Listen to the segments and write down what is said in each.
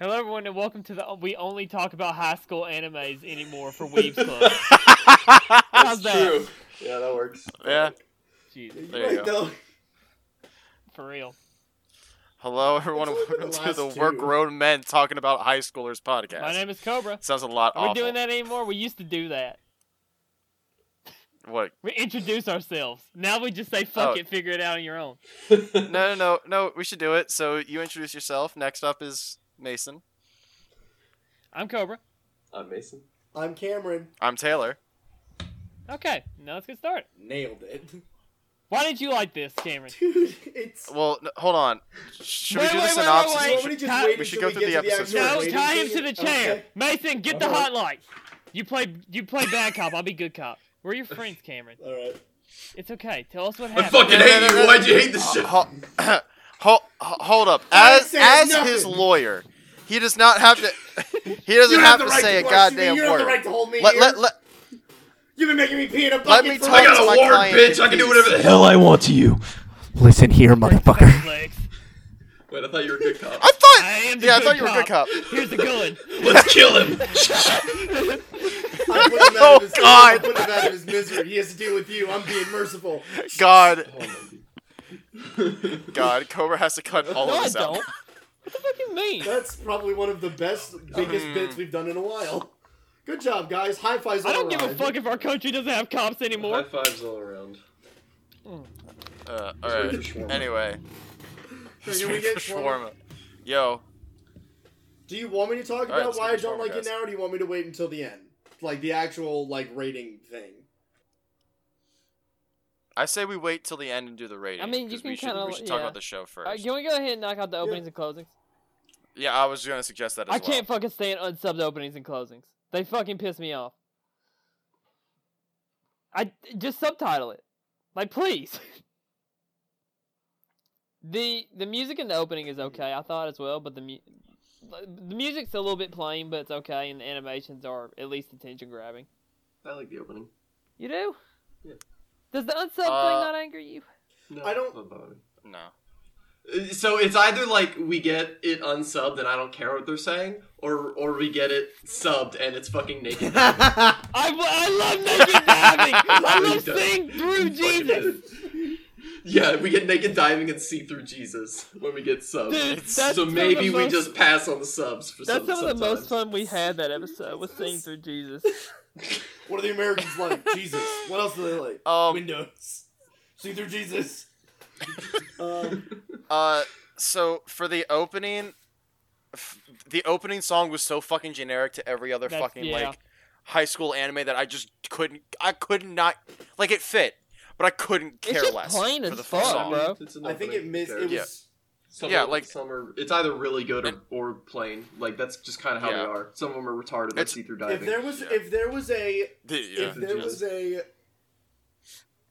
Hello, everyone, and welcome to the We Only Talk About High School Animes Anymore for Weaves Club. How's that? True. Yeah, that works. Yeah. Jesus, You There you right, go. though. for real. Hello, everyone. and It's only been Welcome the to the last Work two. Road Men Talking About High Schoolers podcast. My name is Cobra. Sounds a lot Are we awful. doing that anymore? We used to do that. What? We introduce ourselves. Now we just say, fuck Oh. it, figure it out on your own. No, no, no, no. We should do it. So you introduce yourself. Next up is Mason. I'm Cobra. I'm Mason. I'm Cameron. I'm Taylor. Okay, now let's get started. Nailed it. Why did you like this, Cameron? Dude, it's. Well, no, hold on. Should Wait, we do wait, wait, wait, the synopsis? wait. We Somebody should- just Ty- wait we should until go through get the to episode actual first. No, rating tie him to thing. the chair. Okay. Mason, get the Alright. hot light. You play you play bad cop, I'll be good cop. We're your friends, Cameron. All right. It's okay. Tell us what I happened. fucking No, no, hate no, Uh, you. no. Why'd you hate this shit? Ho- ho- Hold, up. I As said as nothing. his lawyer, he does not have to. He doesn't You have, have the to right say to a question me. goddamn You word. have the right to hold me let, here. let, let, You've been making me pee in a bucket me for talk. like- I got to a my warrant, client bitch. I can do whatever the hell. I want to you. Listen here, motherfucker. Legs. Wait, I thought you were a good cop. I thought. I am the yeah, I good thought you were a good cop. cop. Here's the good one. Let's kill him. I put him out of his- Oh, God. I put him out of his misery. He has to deal with you. I'm being merciful. God, God, Cobra has to cut all Oh No, of I this don't. out. What the fuck you mean? That's probably one of the best, biggest Hmm. bits we've done in a while. Good job, guys. High fives. I all don't give a around. fuck if our country doesn't have cops High anymore. fives all around. Uh, all right. Anyway, Can we get shawarma? shawarma. Yo, Do you want me to talk right, about let's why I get shawarma, don't like guys. it now, or do you want me to wait until the end, like the actual like rating thing? I say we wait till the end and do the rating. I mean, you 'cause we can should, kinda- we should talk yeah. Uh, about the show first. Alright, can we go ahead and knock out the openings and closings? Yeah, I was gonna suggest that as I well. can't fucking stand unsubbed openings and closings. They fucking piss me off. I just subtitle it. Like please. the the music in the opening is okay. I thought as well, but the mu- the music's a little bit plain, but it's okay and the animations are at least attention grabbing. I like the opening. You do? Yeah. Does the unsub thing Uh, not anger you? No, I don't- not bothered. No. Uh, So it's either like we get it unsubbed and I don't care what they're saying, or or we get it subbed and it's fucking naked. I, w- I love naked diving. I love Don't. seeing through Jesus. yeah, we get naked diving and see through Jesus when we get subbed. Dude, that's so some of maybe the we most- just pass on the subs for That's some, some of the most sometimes. fun we had that episode was seeing through Jesus. What are the Americans like? Jesus. What else do they like? Um, Windows. See through Jesus. um, Uh, so for the opening, f- the opening song was so fucking generic to every other That's- fucking yeah. like high school anime that I just couldn't. I could not like it fit, but I couldn't care just less plain for as the fuck, song. bro. It's an I think it opening. missed. It There. was. Yeah. Some Yeah, are, like- some are. It's either really good or, or plain. Like that's just kind of how Yeah. they are. Some of them are retarded. It's- Let's see through If diving. there was, Yeah. if there was a, The- yeah. if there was a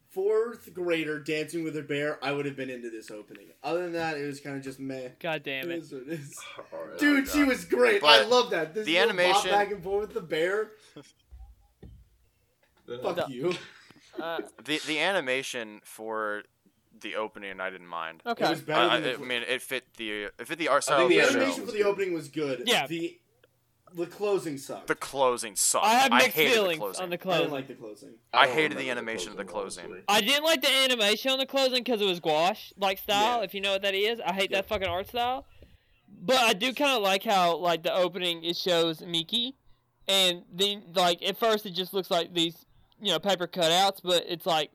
fourth grader dancing with a bear, I would have been into this opening. Other than that, it was kind of just meh. God damn it. It is what it is. Alright. Dude, she Oh, God. was great. I But love that. This the little bop animation- back and forth with the bear. Fuck No. you. Uh, the the animation for the opening I didn't mind. It okay. was I, better I, than I the- mean, it fit the it fit the art I style. think of The Yeah, The, show. animation no. for the opening was good. Yeah. The the closing sucked. the closing sucked. I have mixed hated the feelings closing. on the I closing. I, didn't like the closing. I don't hated the remember animation of the closing. honestly. didn't like the animation on the closing because it was gouache like style, Yeah. if you know what that is. I hate Yeah. that fucking art style. But I do kind of like how like the opening it shows Miki, and then like at first it just looks like these you know paper cutouts, but it's like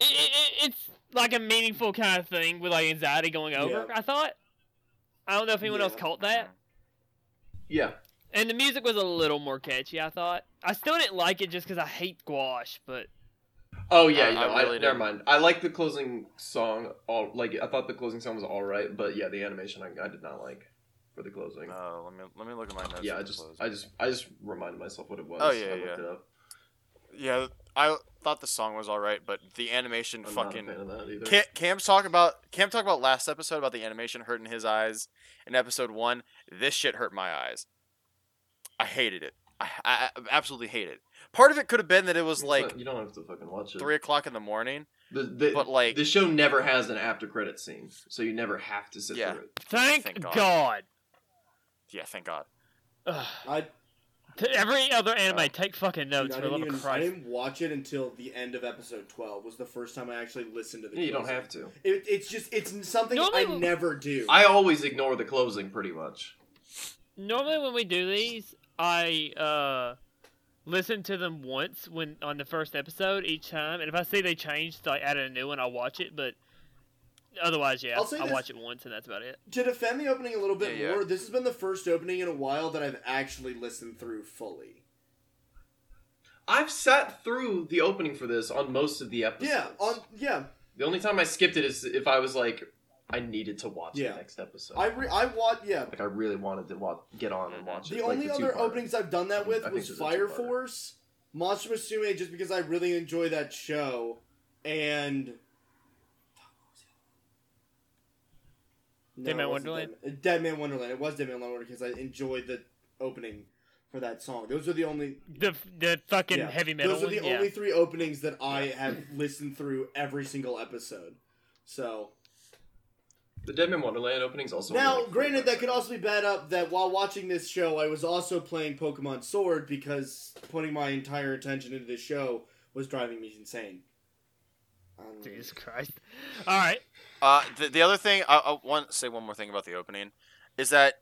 it, it, it- it's like a meaningful kind of thing with like anxiety going over. I thought. I don't know if anyone else Yeah. caught Mm. that. Yeah. And the music was a little more catchy, I thought. I still didn't like it just because I hate gouache, but Oh yeah. I- you know, I I- really never did. mind. I like the closing song. All like I thought the closing song was all right, but yeah, the animation I, I did not like for the closing. No, Uh, let me let me look at my notes. yeah, for I the just closing. I just I just reminded myself what it was. Oh, yeah, I yeah. Looked it up. yeah, I thought the song was all right, but the animation I'm fucking. not a fan of that either. Cam, Cam's talking about Cam talked about last episode about the animation hurting his eyes. In episode one, this shit hurt my eyes. I hated it. I, I, I absolutely hated it. Part of it could have been that it was It's like not- you don't have to fucking watch it. three o'clock in the morning. The, the, But, like- the show never has an after credit scene, so you never have to sit Yeah. through it. thank Thank God. God. Yeah, thank God. Ugh. I, To every other anime, take fucking dude, notes Uh, I for the didn't love even of I Christ. didn't watch it until the end of episode twelve. Was the first time I actually listened to the. You don't closing. have to. It, it's just it's something Normally- I never do. I always ignore the closing pretty much. Normally, when we do these, I uh, listen to them once when on the first episode each time, and if I see they changed, like added a new one, I'll watch it. But otherwise, yeah, I'll say I this- watch it once, and that's about it. to defend the opening a little bit Yeah, yeah. more, this has been the first opening in a while that I've actually listened through fully. I've sat through the opening for this on most of the episodes. Yeah, on yeah, the only time I skipped it is if I was like, I needed to watch Yeah. the next episode. I re- I watch yeah. like I really wanted to watch, get on and watch it. The like, only other two-parter. openings I've done that with I think was there's a Fire two-parter. Force, Monster Musume, just because I really enjoy that show, and. Dead Man it wasn't Wonderland? Dead Man, Dead Man Wonderland. It was Dead Man Wonderland because I enjoyed the opening for that song. Those are the only The the fucking yeah, heavy metal Those are one. the yeah. only three openings that I have listened through every single episode. So The Dead Man Wonderland openings also. only, now, like, granted, 45 that could also be bad up that while watching this show, I was also playing Pokemon Sword because putting my entire attention into this show was driving me insane. Um, I don't know. Jesus Christ! All right, Uh, the, the other thing I, I want to say one more thing about the opening is that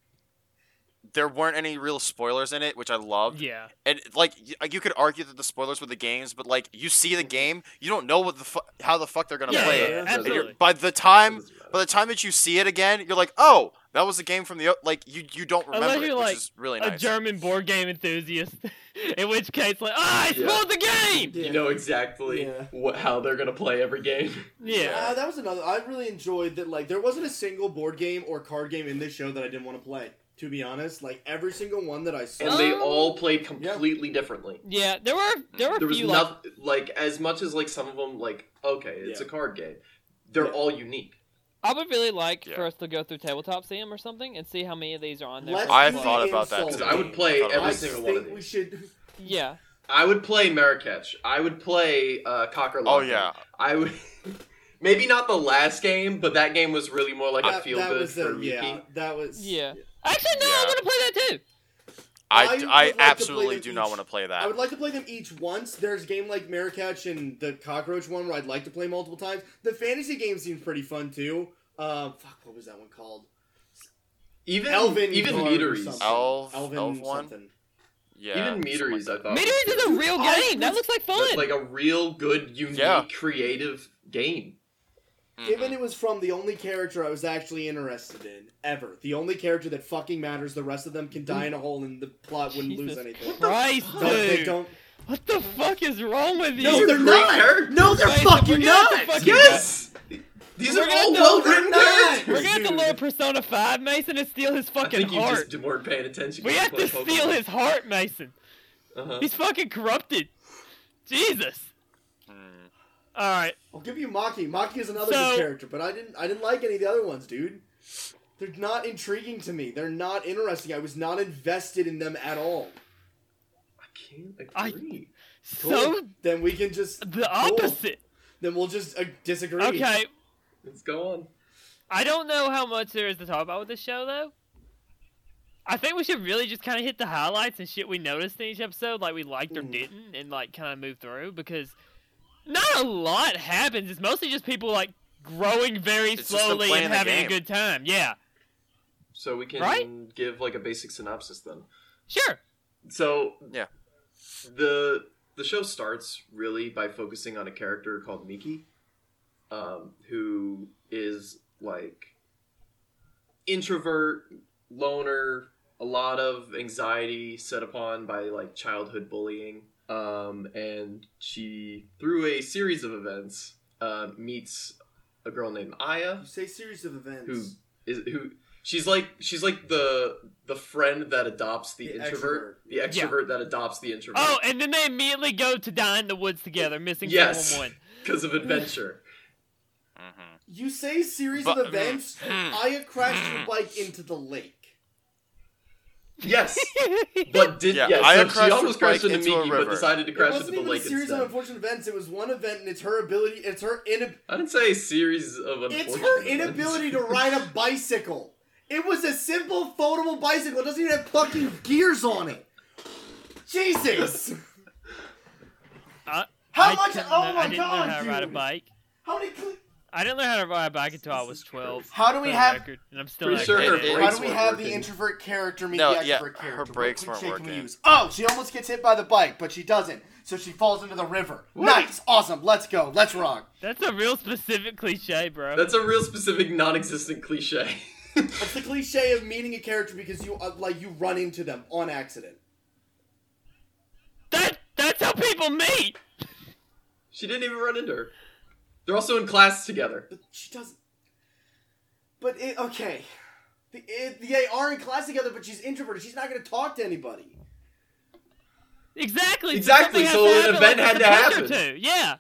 there weren't any real spoilers in it, which I Oh, loved. yeah. And like, y- like, you could argue that the spoilers were the games, but like you see the game, you don't know what the fu- how the fuck they're gonna Yeah, play yeah, it. yeah, And you're- And you're- absolutely. by the time doesn't matter. by the time that you see it again, you're like, oh, that was the game from the o-. like you you don't remember Unless it, you're, which like, is really A nice. German board game enthusiast, in which case, like, ah, I Yeah. spoiled the game. Yeah. You know exactly Yeah. what, how they're gonna play every game. Yeah. Uh, that was another. I really enjoyed that. Like, there wasn't a single board game or card game in this show that I didn't want to play. To be honest, like every single one that I and saw, they all played completely differently. Yeah, there were Um, there were There a was few like, not like as much as like some of them like okay, it's Yeah. a card game. They're Yeah. all unique. I would really like Yeah. for us to go through tabletop sim or something and see how many of these are on there. Let's for I play. thought about that. Insult. too. I would play Thought about I every it. single one of think we these. should. Yeah, I would play Marrakech. I would play uh, Cocker Oh Locker. yeah, I would. Maybe not the last game, but that game was really more like a that, feel that good was the, for Miki. yeah. That was yeah. Actually, no, I Yeah. want to play that too. I I, would d- like I to play absolutely them do not each. want to play I that. would like to play them each once. There's a game like Marrakech and the Cockroach one where I'd like to play multiple times. The fantasy game seems pretty fun too. Um, fuck, what was that one called? Even Elven, even Guard or Meteries, something. Elf- Elven elf one? something. yeah, even Meteries. I thought Maybe was this is good. a real I- game. That looks like That's fun. like a real good, unique, Yeah. creative game. Mhm. Given it was from the only character I was actually interested in ever, the only character that fucking matters, the rest of them can die in a hole and the plot wouldn't Jesus lose anything. Christ, No, they dude. don't. What the fuck is wrong with you? No, are they're great not. characters. No, they're Guys, fucking we're gonna not. have to fucking- Yes, these We're are gonna all know well they're written not. We're characters. gonna have to dude. lower Persona Five, Mason, and steal his I fucking think you heart. just weren't paying attention. We You have to played Pokemon. steal his heart, Mason. Uh-huh. He's fucking corrupted. Jesus. Mm. All right. I'll give you Maki. Maki is another So- good character, but I didn't I didn't like any of the other ones, dude. They're not intriguing to me. They're not interesting. I was not invested in them at all. I I- can't agree. So then we can just the Cool. opposite. then we'll just uh, disagree. Okay. Let's go on. I don't know how much there is to talk about with this show, though. I think we should really just kind of hit the highlights and shit we noticed in each episode, like we liked or Mm. didn't, and like kind of move through because not a lot happens. It's mostly just people like growing very It's just them slowly playing and the having a game. good time. Yeah, So we can Right? give like a basic synopsis then. sure. So Yeah. the the show starts really by focusing on a character called Miki, um, who is like introvert, loner, a lot of anxiety set upon by like childhood bullying, um, and she through a series of events uh, meets a girl named Aya You say series of events. who is who she's like she's like the the friend that adopts the, The introvert extrovert. the extrovert that adopts the introvert Oh, and then they immediately go to die in the woods together, missing Yes. someone. because of adventure Mhm. You say series But- uh, of events. hmm. Aya crashed her bike into the lake. yes One. but did yeah, Yeah, I so she crashed almost her crashed bike into into a Miki but river. decided to It crash into wasn't the even a lake series instead. of unfortunate events. It was one event, and it's her ability. It's her in. I didn't say a series of It's unfortunate her events. inability to ride a bicycle. It was a simple foldable bicycle. It doesn't even have fucking gears on it. Jesus! I- How I much? didn't know- Oh my I didn't god, know how to dude! ride a bike. How many? Cl- I didn't learn how to ride a bike until I was twelve. how do for we the have? record, and I'm still Pretty not sure good her at it. Why brakes do we weren't have the working. introvert character meet No, the yeah, extrovert her character? What brakes quick weren't shake working. Use? Oh, she almost gets hit by the bike, but she doesn't. So she falls into the river. Nice, awesome. Let's go. Let's rock. That's a real specific cliche, bro. That's a real specific non-existent cliche. It's the cliche of meeting a character because you uh, like you run into them on accident. that that's how people meet. she didn't even run into her. They're also in class together. But she doesn't. But it, okay, the, it, they are in class together, but she's introverted. She's not going to talk to anybody. Exactly. Exactly, something so has to an happen like event it's had to supposed To. Yeah.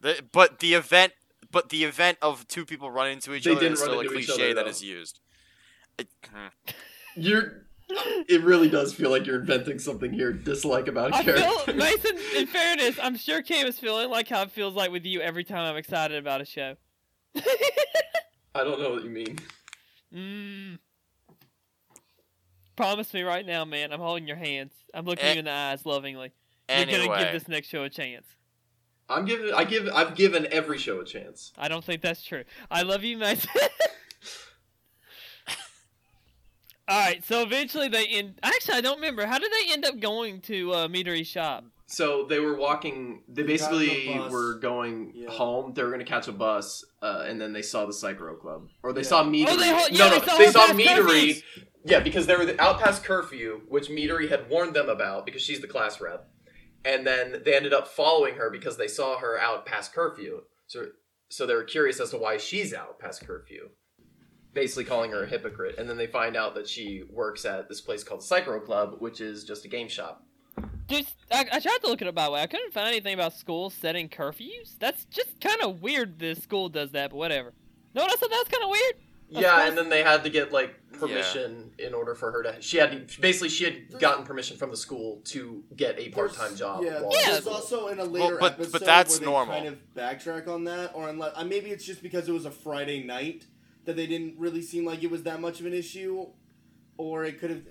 The, but the event, but the event of two people running into each They other didn't is run still a into each cliche other, that though. is used. It- mm. You're. It really does feel like you're inventing something here. Dislike about I feel characters. Mason. In fairness, I'm sure Cam is feeling like how it feels like with you every time I'm excited about a show. I don't know what you mean. mm. Promise me right now, man. I'm holding your hands. I'm looking Eh. you in the eyes lovingly. You're gonna give Anyway, this next show a chance. I'm giving. I give. I've given every show a chance. I don't think that's true. I love you, Mason. All right, so eventually they end. Actually, I don't remember. How did they end up going to uh, Meadery Shop? So they were walking. They, They got on the basically bus. were going Yeah. home. They were going to catch a bus, uh, and then they saw the Psychro Club, or they Yeah. saw Meadery. Oh, they hol- yeah, no, no, they saw they out saw past Meadery. curfews. Yeah, because they were out past curfew, which Meadery had warned them about because she's the class rep, and then they ended up following her because they saw her out past curfew. So, so they were curious as to why she's out past curfew. Basically, calling her a hypocrite, and then they find out that she works at this place called Psychro Club, which is just a game shop. Just, I, I tried to look it up by the way. I couldn't find anything about schools setting curfews. That's just kind of weird. This school does that, but whatever. No, that's that's kind of weird. Of Yeah, course. and then they had to get like permission in order for her to. She had basically she had gotten permission from the school to get a part time There's- job. Yeah, while- Yeah. There's also in a later but- but episode that's where they normal. kind of backtrack on that, or unless uh, maybe it's just because it was a Friday night that they didn't really seem like it was that much of an issue, or it could have.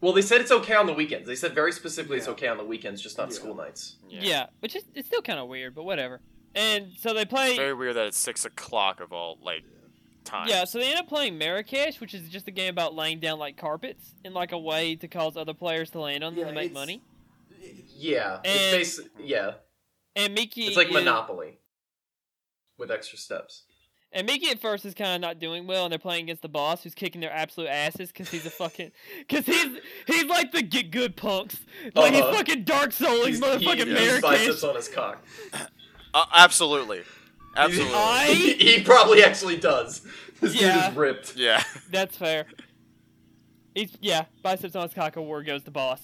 Well, they said it's okay on the weekends. They said very specifically it's Yeah. okay on the weekends, just not Yeah. school nights. Yeah, which is it's still kind of weird, but whatever. And so they play. It's very weird that it's six o'clock of all like time. Yeah, so they end up playing Marrakesh, which is just a game about laying down like carpets in like a way to cause other players to land on them Yeah, to make it's- money. Yeah, And- it's basically yeah, And Mickey, it's like is- Monopoly with extra steps. And Mickey at first is kind of not doing well, and they're playing against the boss, who's kicking their absolute asses because he's a fucking, because he's he's like the get good punks, like Uh-huh. he's fucking dark souling motherfucking he, he Marrakesh. biceps on his cock. Uh, absolutely, absolutely. I- he, he probably actually does. This Yeah. dude is ripped. yeah, That's fair. He's yeah, biceps on his cock. Award goes the boss.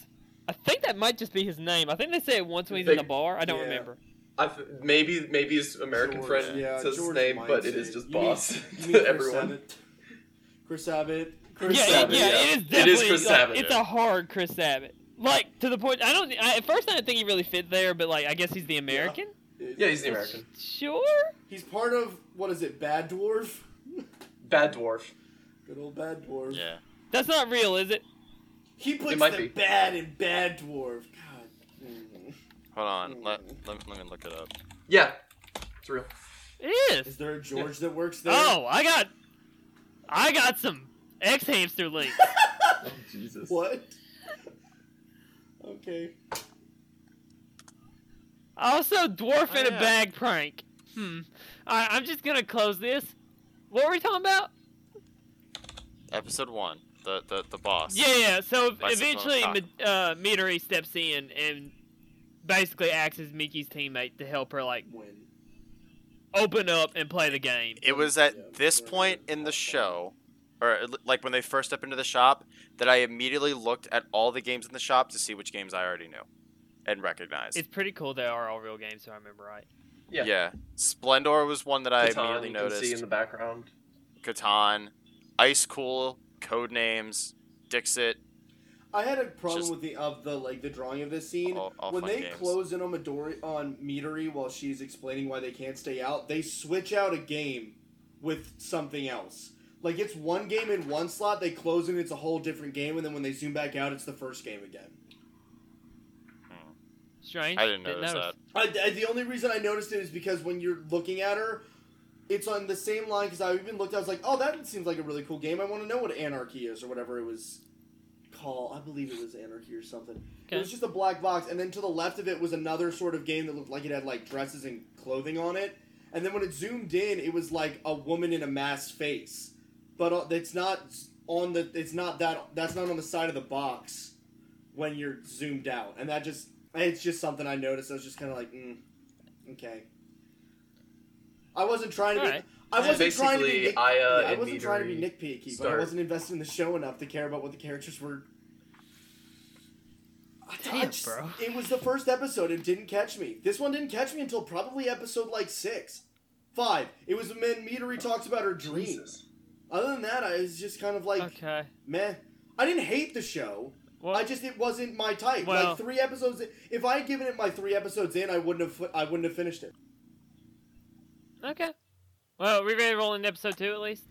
I think that might just be his name. I think they say it once when he's in the Think- bar. I don't yeah. remember. I th- maybe maybe his American George, friend yeah, says George his name, might but it say is it. just You mean- boss to You mean Chris everyone. Abbott? Chris Abbott. Chris yeah, Abbott, yeah, yeah. it is It is definitely. Chris like, Abbott. It's a hard Chris Abbott. Like to the point, I don't. I, at first, I didn't think he really fit there, but like, I guess he's the American. Yeah, he's the American. Sure. He's part of what is it? Bad Dwarf. Bad dwarf. Good old Bad Dwarf. yeah. That's not real, is it? He puts might the be. bad in Bad Dwarf. God. Mm. Hold on, let, let, let me look it up. Yeah, it's real. It Is is. there a George that works there? Oh, I got, I got some ex hamster links. Jesus. What? Okay. also, dwarf in Oh, a yeah. bag prank. Hmm. All right, I'm just gonna close this. What were we talking about? Episode one, the the, the boss. Yeah, yeah. So Bicycle eventually, cock. Ma- uh, Midori steps in and basically acts as Miki's teammate to help her like When? open up and play the game. It was at this point in the show, or l- like when they first step into the shop, that I immediately looked at all the games in the shop to see which games I already knew and recognized. It's pretty cool. They are all real games, if I remember right. yeah. yeah. Splendor was one that I Catan, immediately you can see in noticed. the background. Catan, Ice Cool, Code Names, Dixit. I had a problem Just- with the of the like the drawing of this scene All- all when fun they games. close in on Midori on Midori while she's explaining why they can't stay out. They switch out a game with something else. Like it's one game in one slot, they close and it's a whole different game, and then when they zoom back out, it's the first game again. Strange. I didn't notice that. I, I- the only reason I noticed it is because when you're looking at her, it's on the same line. Because I even looked, I was like, "Oh, that seems like a really cool game. I want to know what Anarchy is or whatever it was called. I believe it was Anarchy or something. It was Okay. just a black box, and then to the left of it was another sort of game that looked like it had like dresses and clothing on it. And then when it zoomed in, it was like a woman in a masked face, but uh, it's not on the. It's not that. That's not on the side of the box when you're zoomed out, and that just it's just something I noticed. I was just kind of like, mm, okay. I wasn't trying to. Be, Alright. I wasn't trying to be. Basically, Nick, Aya yeah, I and wasn't trying to be Midori nitpicky, but I start- wasn't invested in the show enough to care about what the characters were. I- I Damn, just- bro. It was the first episode. It didn't catch me. This one didn't catch me until probably episode like six, five. It was when Midori talks about her dreams. Oh, Jesus. Other than that, I was just kind of like, Okay. meh. I didn't hate the show. Well, I just it wasn't my type. Well- like three episodes. in- If I had given it my three episodes in, I wouldn't have. fi- I wouldn't have finished it. okay. Well, we ready to roll into episode two at least.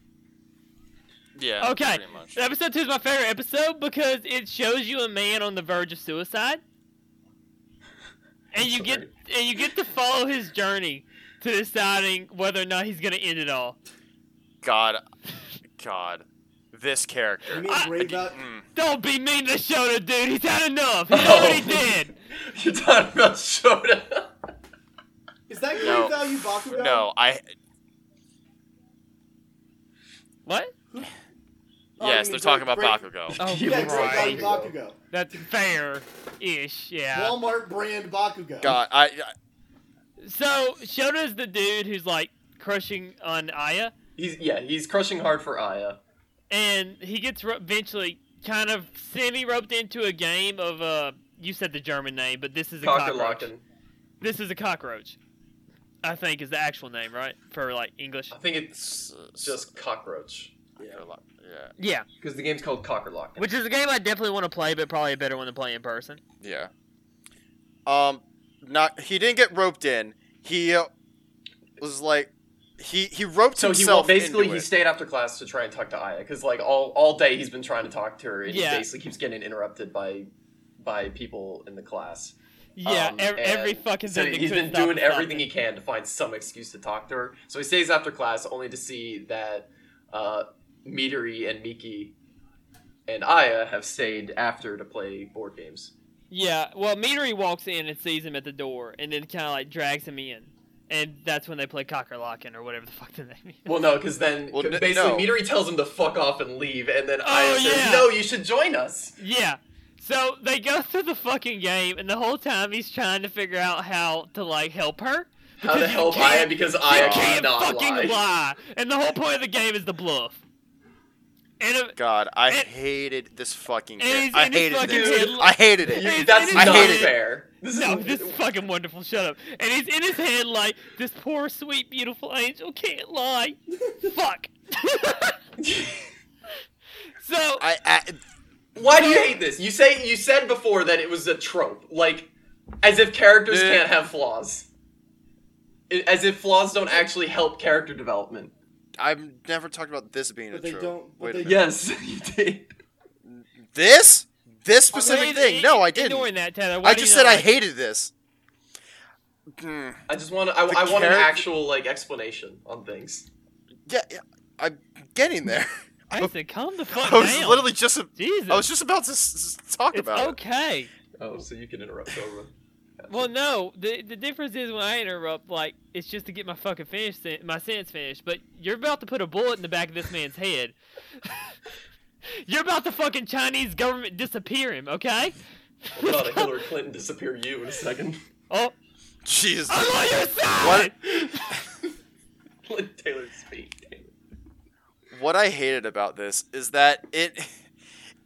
Yeah. Okay. Pretty much. Episode two is my favorite episode because it shows you a man on the verge of suicide, and you get Sorry. and you get to follow his journey to deciding whether or not he's gonna end it all. God. God. This You character. Ah. mean Grave out? Mm. Don't be mean to Shota, dude. He's had enough. He's already dead. You're talking about soda. Is that Grave No. Value Bakugan? No, I. What? Oh, you yes, mean they're talking Grave- about Bakugo. Oh, You Yeah, yeah, were right. Grave Value Bakugo. That's fair ish, yeah. Walmart brand Bakugo. God, I, I So, Shota's the dude who's like crushing on Aya, He's yeah, he's crushing hard for Aya. and he gets ro- eventually kind of semi roped into a game of, uh, you said the German name, but this is a cockroach. Cockerlocking. This is a cockroach, I think is the actual name, right? For like English. I think it's just cockroach Bakugo, yeah, Yeah, because the game's called Cockerlocking. which is a game I definitely want to play, but probably a better one to play in person. yeah. Um, not he didn't get roped in. He uh, was like, he he roped So he well, himself. basically into he it. stayed after class to try and talk to Aya because like all all day he's been trying to talk to her and Yeah. he basically keeps getting interrupted by by people in the class. Yeah, Um, ev- every and fucking so thing. that he's could been stop doing the sun. everything he can to find some excuse to talk to her. So he stays after class only to see that uh, Midori and Miki and Aya have stayed after to play board games. Yeah, well, Meadery walks in and sees him at the door, and then kind of like drags him in, and that's when they play cocker locking or whatever the fuck the name is. Well, no, because then Well, n- basically no. Midori tells him to fuck off and leave, and then Oh, Aya says, yeah. "No, you should join us." Yeah, so they go through the fucking game, and the whole time he's trying to figure out how to like help her. How to because you help can't- Aya because you Aya can't cannot fucking lie. lie. and the whole point of the game is the bluff. And uh, if, God, I And- hated this fucking. and game. he's- I and he's hated fucking this. head- I hated it. Yeah. You- It's- That's it is not not- fair. This is No, this is fucking wonderful. Shut up. And he's in his head like, this poor, sweet, beautiful angel can't lie. Fuck. so, I, I Why do you hate this? You say you said before that it was a trope, like as if characters Yeah. can't have flaws, I- as if flaws don't actually help character development. I've never talked about this being But a they trope. don't- but Wait a they- minute. Yes, you did. This this specific Wait, thing. No, I didn't. Ignoring that, Tyler. why I do just you said not I like- hated this. Hmm. I just want I, I The want an character- actual like explanation on things. Yeah, yeah, I'm getting there. I said, calm the fuck I was down. literally just. a- Oh, Jesus. I was just about to s- s- talk it's about okay. Oh, so you can interrupt over. Well, no. The the difference is when I interrupt, like it's just to get my fucking finish, sen- my sentence finished. But you're about to put a bullet in the back of this man's head. you're about to fucking Chinese government disappear him. Okay. I'm about to Hillary Clinton disappear you in a second. oh, it. Jesus. I'm on your side. What Let Taylor speak. what I hated about this is that it,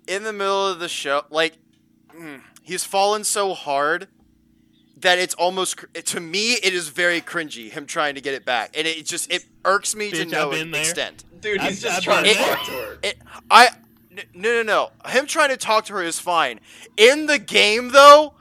in the middle of the show, like, mm, he's fallen so hard that it's almost cr- to me it is very cringy him trying to get it back, and it just it irks me Bitch, to I've no been there. extent. Dude, I- he's I just trying to bet- talk to her. It, I n- no no no. Him trying to talk to her is fine. In the game though,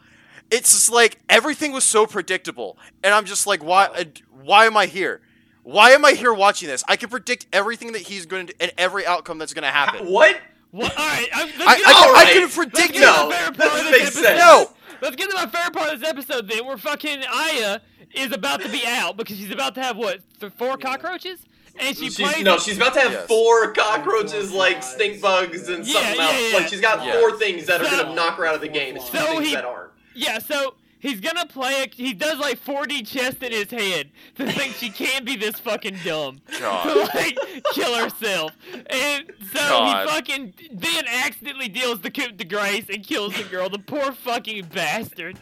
it's just like everything was so predictable, and I'm just like, why uh, why am I here? Why am I here watching this? I can predict everything that he's going to and every outcome that's going to happen. What? What? All right, I'm, I, I, let's get can- on- I Alright, can let's predict get it. to No, the fair part of this this makes episode. sense. No. Let's get to my favorite part of this episode then, where fucking Aya is about to be out because she's about to have what th- four cockroaches, and she She's, plays. no, she's about to have Yes. four cockroaches, like stink bugs and Yeah, something yeah, else. yeah. Like she's got Yeah. four things that are So- gonna knock her out of the game. It's two So things he- that aren't. yeah, so he's gonna play. A, he does like 4D chest in his head to think she can't be this fucking dumb to God. like kill herself, and so God. he fucking then accidentally deals the coup to Grace and kills the girl. The poor fucking bastard.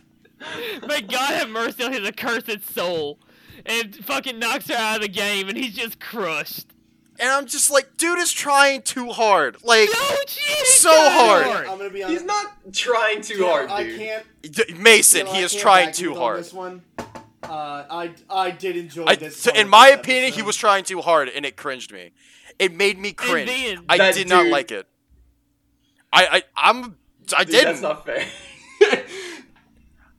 May God have mercy on his accursed soul. And fucking knocks her out of the game, and he's just crushed. And I'm just like, dude is trying too hard. Like, No, she ain't So that hard. I'm gonna be honest. He's not trying too Jim, hard, dude. I can't. d- Mason, Jim, he I is can't trying back too you on hard. This one. Uh, I I did enjoy I, this. so part in of my this opinion, he episode. was trying too hard, and it cringed me. It made me cringe. then- I That did not dude- like it. I, I, I'm, I Dude, That's didn't. not fair.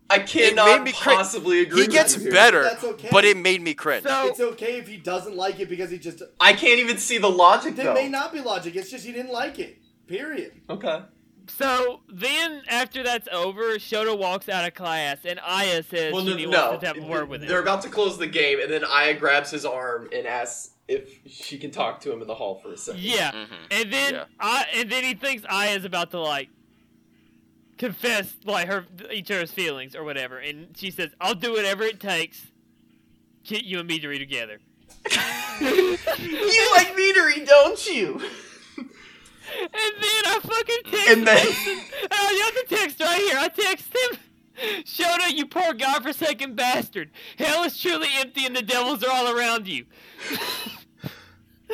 I made cannot me cra- possibly agree. he gets with you. better, That's okay. but it made me cringe. So, It's okay if he doesn't like it because he just. I can't even see the logic There though. may not be logic. It's just he didn't like it. Period. Okay. so then after that's over, Shoto walks out of class, and Aya says Well, no, she no. wants to have a word with him. They're about to close the game, and then Aya grabs his arm and asks if she can talk to him in the hall for a second. Yeah, Mhm. and then Yeah. I, and then he thinks Aya's about to like confess like her each other's feelings or whatever, and she says, "I'll do whatever it takes, get you and me to read together." you like meadery, don't you? And then I fucking text And then- Mason. Oh, you have the text right here. I text him. Shona, you poor godforsaken bastard. Hell is truly empty and the devils are all around you.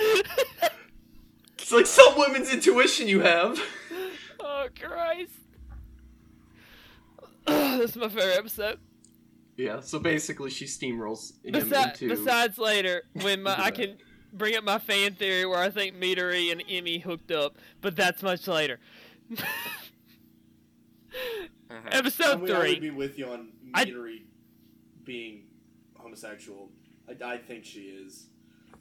It's like some women's intuition you have. oh, Christ. this is my favorite episode. Yeah. So basically, she steamrolls him Besi- into. besides later, when my, into I that. can bring up my fan theory where I think Meadery and Emmy hooked up, but that's much later. I Mm-hmm. Episode would- I would three. be with you on I- Meadery being homosexual. I, I think she is.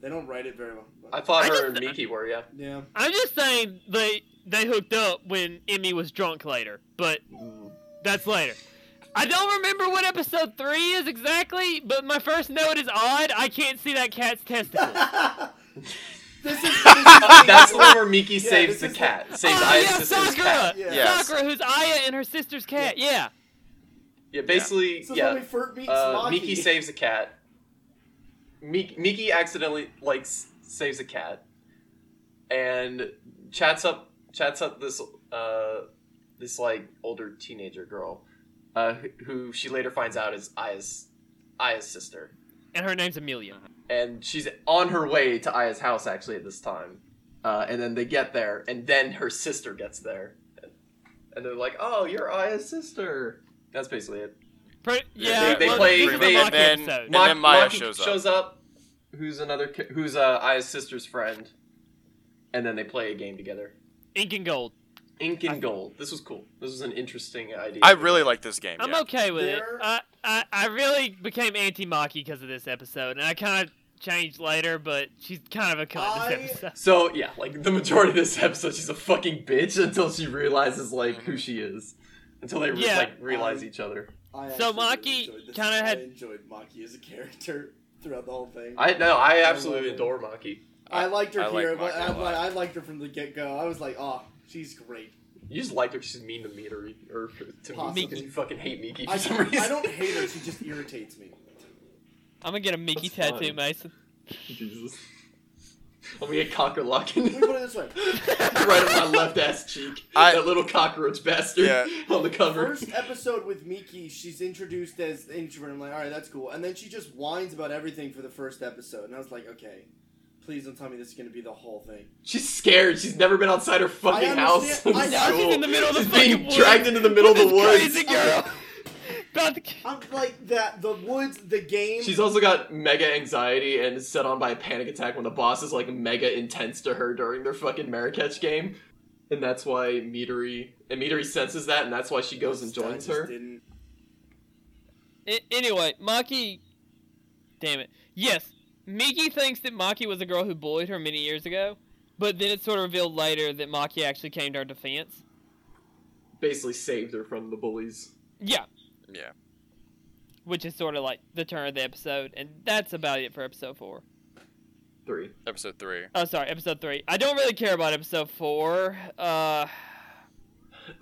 They don't write it very well. but- I thought I her just- and Miki were yeah. yeah. I'm just saying they they hooked up when Emmy was drunk later, but that's later. I don't remember what episode three is exactly, but my first note is odd. I can't see that cat's testicle. this is. This is That's the one where Miki saves this the is- cat. Saves oh Aya's yeah, sister's Sakura, cat. Yeah. Yes. Sakura, who's Aya and her sister's cat. Yeah, Yeah, basically, this is yeah. when we first meet Uh, Smaki. Miki saves a cat. Mi- Miki accidentally like s- saves a cat, and chats up chats up this uh this like older teenager girl, uh who, who she later finds out is Aya's Aya's sister, and her name's Amelia. and she's on her way to Aya's house actually at this time, uh, and then they get there, and then her sister gets there, and they're like, "Oh, you're Aya's sister." That's basically it. Pre- yeah, they- they well, play- these are the they- mock and then- episodes. and- then Maya Maki shows up. Who's another? ki- Who's uh, Aya's sister's friend? And then they play a game together. Ink and gold. Ink and gold. This was cool. This was an interesting idea. I really like this game. I'm yeah. okay with it. There- I, I I really became anti Maki because of this episode, and I kind of changed later, but she's kind of a cunt I- this episode. So yeah, like the majority of this episode, she's a fucking bitch until she realizes like Mm-hmm. who she is. Until they Yeah. like realize each other. I So actually Maki enjoyed this. kinda had- I enjoyed Maki as a character throughout the whole thing. I no, I I absolutely love it. adore Maki. I liked her I like here, Maki but I, a lot. I liked her from the get go. I was like, oh, she's great. You just liked her. 'cause She's mean to me or, or to me Possibly. because you fucking hate Miki for I, some reason. I don't hate her. She just irritates me. I'm gonna get a Mickey That's tattoo, fine. Mason. Jesus. I'm gonna get cocker Let locking. me put it this way: right on my left ass cheek. I- that little cockroach bastard Yeah. on the cover. first episode with Miki, she's introduced as introvert. I'm like, all right, that's cool. And then she just whines about everything for the first episode, and I was like, okay, please don't tell me this is going to be the whole thing. She's scared. She's never been outside her fucking I house. understand- since I know, she's school. in the middle of the She's being fucking woods dragged into the middle of the woods. Crazy girl. About to k- I'm like that. The woods, the game. She's also got mega anxiety and is set on by a panic attack when the boss is like mega intense to her during their fucking Marrakech game. And that's why Midori and Midori senses that and that's why she goes and I joins just her. Didn't. A- anyway, Maki. Damn it. Yes, Miki thinks that Maki was a girl who bullied her many years ago, but then it's sort of revealed later that Maki actually came to her defense. Basically saved her from the bullies. Yeah, Yeah. which is sort of like the turn of the episode, and that's about it for episode four. Three. Episode three. Oh, sorry, episode three. I don't really care about episode four. Uh,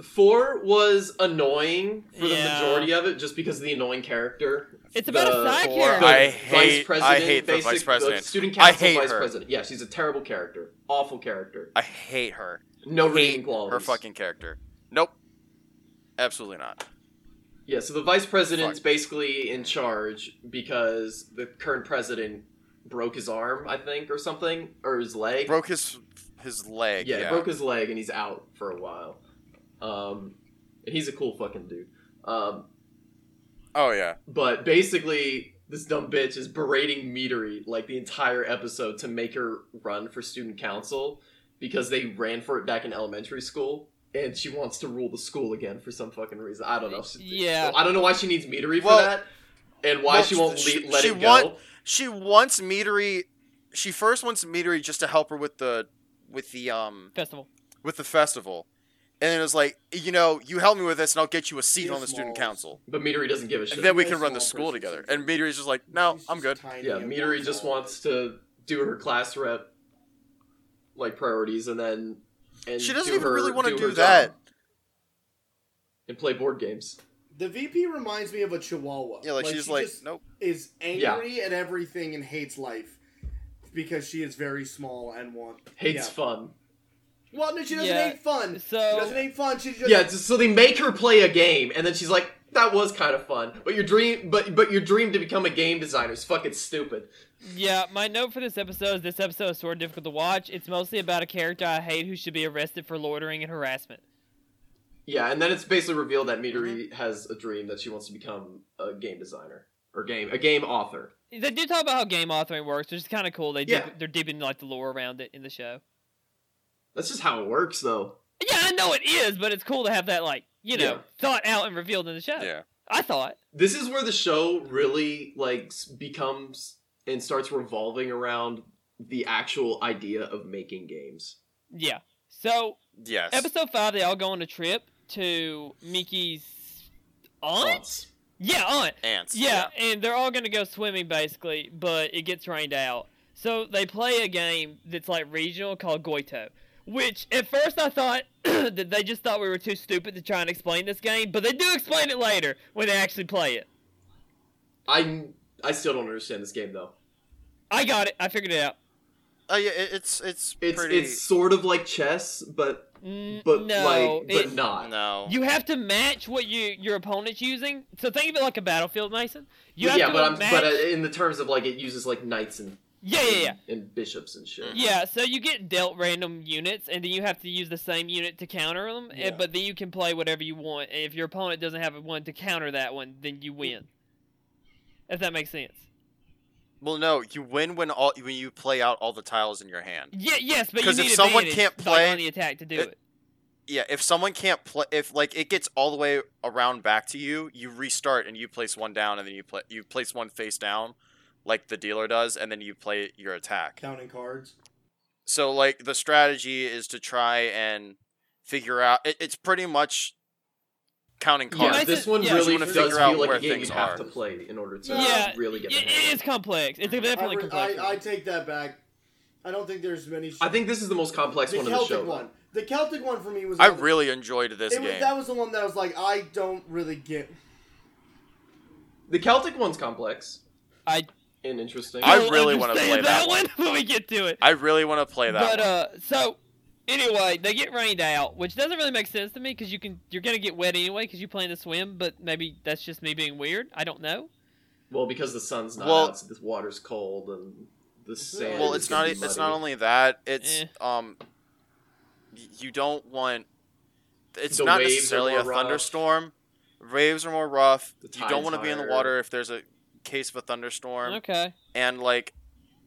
Four was annoying for the Yeah. majority of it, just because of the annoying character. it's about The a side four- character. I The hate- I hate the vice president. student I council hate vice her. president. Yeah, she's a terrible character. Awful character. I hate her. No Hate reading qualities. her fucking character. Nope. Absolutely not. Yeah, so the vice president's Fuck. basically in charge because the current president broke his arm, I think, or something, or his leg. Broke his his leg. yeah, Yeah. he broke his leg and he's out for a while. Um, and he's a cool fucking dude. Um, oh yeah. but basically, this dumb bitch is berating Meadery like the entire episode to make her run for student council because they ran for it back in elementary school. And she wants to rule the school again for some fucking reason. I don't know. She- Yeah. I don't know why she needs metery for Well- that, and why well, she won't she- le- let she it go. want- She wants Meadery. She first wants Meadery just to help her with the with the um Festival. with the festival, and then it was like, you know, you help me with this, and I'll get you a seat on the student Smalls. council. But Midori doesn't give a shit. And then we Very can run the small school person, together. so- And Midori's just like, no, She's I'm just good. tiny yeah, and Midori wants just all of wants to do her class rep like priorities, and then and She doesn't do even her- really want to her do job that. and play board games. it. The VP reminds me of a Chihuahua. Yeah, like, she's she like, just nope. is angry at everything and hates life because she is very small and want Hates Yeah. fun. Well, no, she doesn't Yeah. hate fun. she doesn't So hate fun. She just Yeah, just, so they make her play a game, and then she's like, "That was kind of fun, but your dream, but but your dream to become a game designer is fucking stupid." yeah, my note for this episode is this episode is sort of difficult to watch. It's mostly about a character I hate who should be arrested for loitering and harassment. Yeah, and then it's basically revealed that Midori Mm-hmm. has a dream that she wants to become a game designer or game a game author. They do talk about how game authoring works, which is kind of cool. They Yeah. deep, they're deepening like the lore around it in the show. That's just how it works, though. Yeah, I know it is, but it's cool to have that like you know Yeah. thought out and revealed in the show. Yeah. I thought. This is where the show really like s- becomes and starts revolving around the actual idea of making games. Yeah. So Yes. episode five, they all go on a trip to Miki's aunt. Fonts. Yeah, aunt. Ants. Yeah, and they're all gonna go swimming basically, but it gets rained out. So they play a game that's like regional called Goito, which at first I thought that they just thought we were too stupid to try and explain this game, but they do explain it later when they actually play it. I Um, I still don't understand this game though. I got it. I figured it out. Oh yeah, it, it's it's It's pretty. it's sort of like chess, but N- but Mm, no, like but it- not. no. You have to match what you your opponent's using. So think of it like a battlefield, Mason. You have yeah, to but I'm match. but uh, in the terms of like it uses like knights and yeah, yeah, yeah. and bishops and shit. Yeah, so you get dealt random units, and then you have to use the same unit to counter them. Yeah. And, but then you can play whatever you want. And if your opponent doesn't have one to counter that one, then you win. If that makes sense. Well, no. You win when all when you play out all the tiles in your hand. Yeah, yes, but you 'Cause need if someone advantage, can't like, play- on the attack to do it- it. Yeah. If someone can't play, if like it gets all the way around back to you, you restart and you place one down, and then you play you place one face down, like the dealer does, and then you play your attack. counting cards. So like the strategy is to try and figure out. It, it's pretty much counting Yeah, cards. Nice this to- one yeah. You really wanna does figure feel out like where a game you things have are. to play in order to Yeah, really get. the It- hang it of is complex. It's definitely I, re- complex. I, I take that back. I don't think there's many. I think this is the most complex the one Celtic of the show. one. The Celtic one for me was. I one that- really enjoyed this It was, game. that was the one that was like I don't really get. The Celtic one's complex I, and interesting. I don't really wanna understand play that one when we get to it. I really want to play that. but one. uh, so anyway, they get rained out, which doesn't really make sense to me because you can you're gonna get wet anyway because you plan to swim. But maybe that's just me being weird. I don't know. well, because the sun's not Well- out, so the water's cold and the sand. well is it's not e-, gonna be it's muddy. not only that it's Eh. um y- you don't want it's The not waves are necessarily more a rough. thunderstorm waves are more rough The you don't tide's want to be in the higher. water if there's a case of a thunderstorm Okay. and like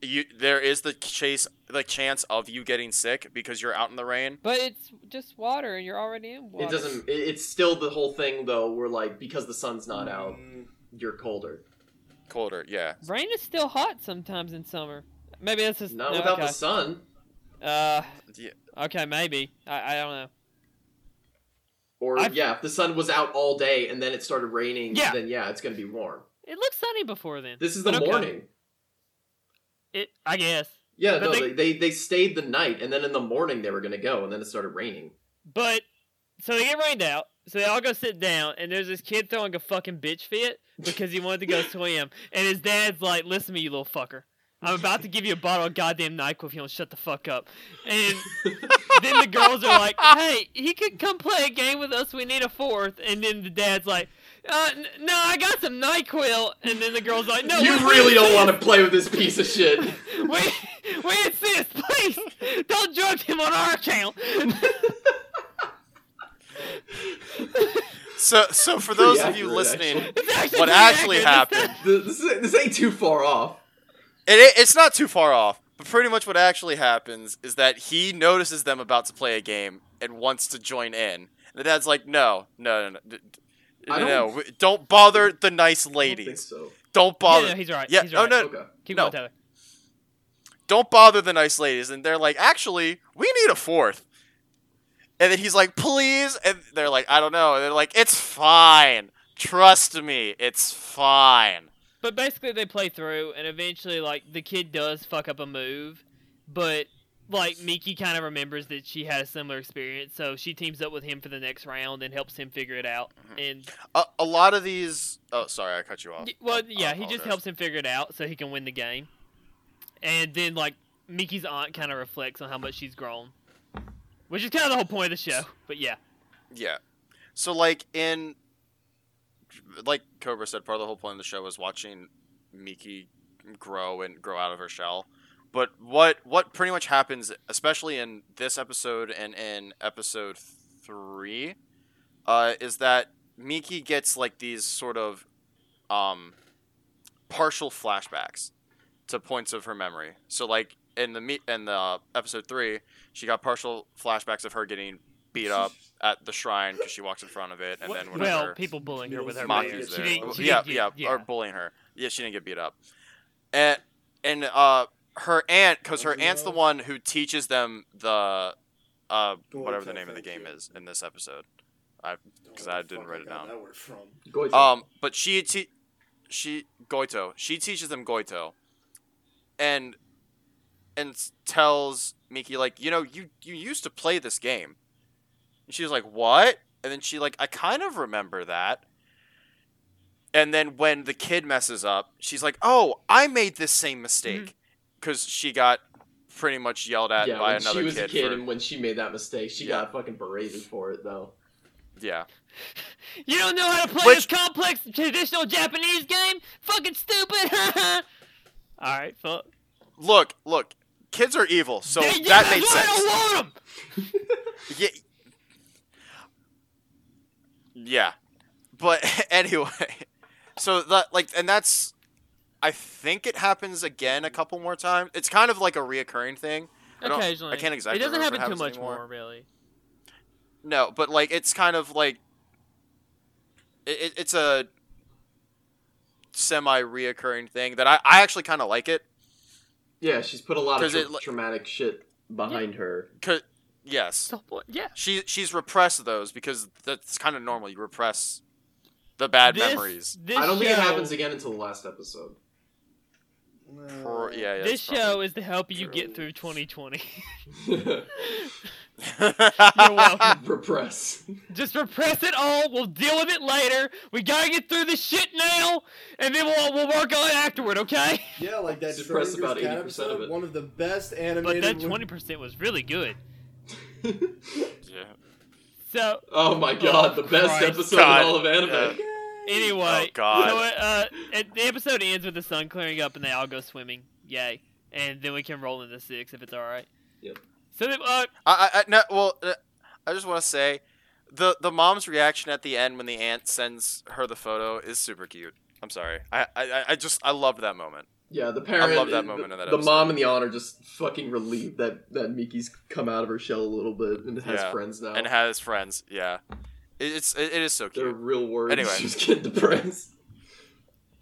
you there is the chase the chance of you getting sick because you're out in the rain But it's just water, and you're already in water. It doesn't. It, Mm. it's still the whole thing though, where like because the sun's not out, Mm, you're colder. colder. Yeah. Rain is still hot sometimes in summer. Maybe that's just Not no, without okay. the sun. Uh, Yeah. okay, maybe. I, I don't know. Or I've- yeah, if the sun was out all day and then it started raining, Yeah. then yeah, it's gonna be warm. It looks sunny before then. This is the But okay. morning. It, I guess. Yeah, But no, they- they... They, they stayed the night and then in the morning they were gonna go and then it started raining. But so they get rained out. So they all go sit down, and there's this kid throwing a fucking bitch fit because he wanted to go swim, and his dad's like, "Listen to me, you little fucker. I'm about to give you a bottle of goddamn Nyquil if you don't shut the fuck up." And then the girls are like, "Hey, he could come play a game with us. We need a fourth. And then the dad's like, uh, n- "No, I got some Nyquil." And then the girls like, "No, you we- we really don't insist. want to play with this piece of shit. We we insist, please don't drug him on our account." So so for those of Pretty you accurate, listening, actually. It's actually what pretty actually accurate. It's happened? Th- this, is- this ain't too far off. It, it, it's not too far off, but pretty much what actually happens is that he notices them about to play a game and wants to join in. And the dad's like, "No, no, no, no, d- I no, don't- no, don't bother the nice I don't think ladies. so. Don't Yeah, bother. no, he's right. Yeah, he's oh, right. no, Okay. Keep no. going, Tyler. don't bother the nice ladies." And they're like, "Actually, we need a fourth. And then he's like, "Please," and they're like, "I don't know." And they're like, "It's fine. Trust me, it's fine." But basically, they play through, and eventually, like the kid does fuck up a move, but like Miki kind of remembers that she had a similar experience, so she teams up with him for the next round and helps him figure it out. And A, a lot of these. Oh, sorry, Mm-hmm. I cut you off. y- well, I- I yeah, he just apologize. helps him figure it out so he can win the game. And then like Miki's aunt kind of reflects on how much she's grown, which is kind of the whole point of the show. But yeah, Yeah. So like in like Cobra said, part of the whole point of the show was watching Miki grow and grow out of her shell. But what what pretty much happens, especially in this episode and in episode three, uh, is that Miki gets like these sort of um, partial flashbacks to points of her memory. So like in the me- in the episode three, she got partial flashbacks of her getting beat up at the shrine because she walks in front of it, and then whenever well, people bullying her with her Mock beard. is Maki's She there. didn't, she yeah, didn't yeah, get- or bullying her. Yeah, she didn't get beat up. And and uh, her aunt, because her aunt's the one who teaches them the uh, Go whatever the tell name of the thank game you. is in this episode. I because I didn't write it down. That word from. Goito. Um, but she te- she Goito. She teaches them Goito, and and s- tells Miki like, you know, you you used to play this game. And she was like, what? And then she like, I kind of remember that. And then when the kid messes up, she's like, oh, I made this same mistake because she got pretty much yelled at Mm-hmm. yeah, by when another she was kid. a kid, for- and when she made that mistake, she Yeah. got fucking berated for it though. yeah. You don't know how to play Which- this complex traditional Japanese game? Fucking stupid! Alright, fuck. Look, look. Kids are evil, so Dang, yeah, that that's made why sense. I don't want 'em! Yeah. Yeah. But anyway, so that like and that's I think it happens again a couple more times. It's kind of like a reoccurring thing. I don't- Occasionally. I can't exactly It doesn't remember happen if too it happens much anymore. more, really. No, but like it's kind of like it, it, it's a semi reoccurring thing that I, I actually kind of like it. Yeah, she's put a lot of 'Cause tra- it li- traumatic shit behind her. Cause yes, So, what- yeah. she she's repressed those because that's kind of normal. You repress the bad This- memories. This I don't show, think it happens again until the last episode. Or- yeah, yeah, This it's probably- show is to help you true. get through 2020. You're yeah, welcome. Repress. Just repress it all. We'll deal with it later. We gotta get through this shit now, and then we'll, we'll work on it afterward, okay? Yeah, like that. Suppress Schrodinger's about cat 80% of episode, it. One of the best But animated. that one- 20% was really good. So, oh my god, the best Christ. episode God. in all of anime. Yeah. Anyway, Oh, God. so uh, it, the episode ends with the sun clearing up and they all go swimming. Yay! And then we can roll into six if it's all right. Yep. So they, uh, I, I, I no, well, uh, I just want to say, the the mom's reaction at the end when the aunt sends her the photo is super cute. I'm sorry, I I, I- I just I loved that moment. Yeah, the parent. love that the- moment in that The episode. mom and the aunt are just fucking relieved that that Miki's come out of her shell a little bit and has Yeah, friends now. And has friends, yeah. It, it's it, it is so Oh. They're cute. real words. Anyway. She's getting depressed.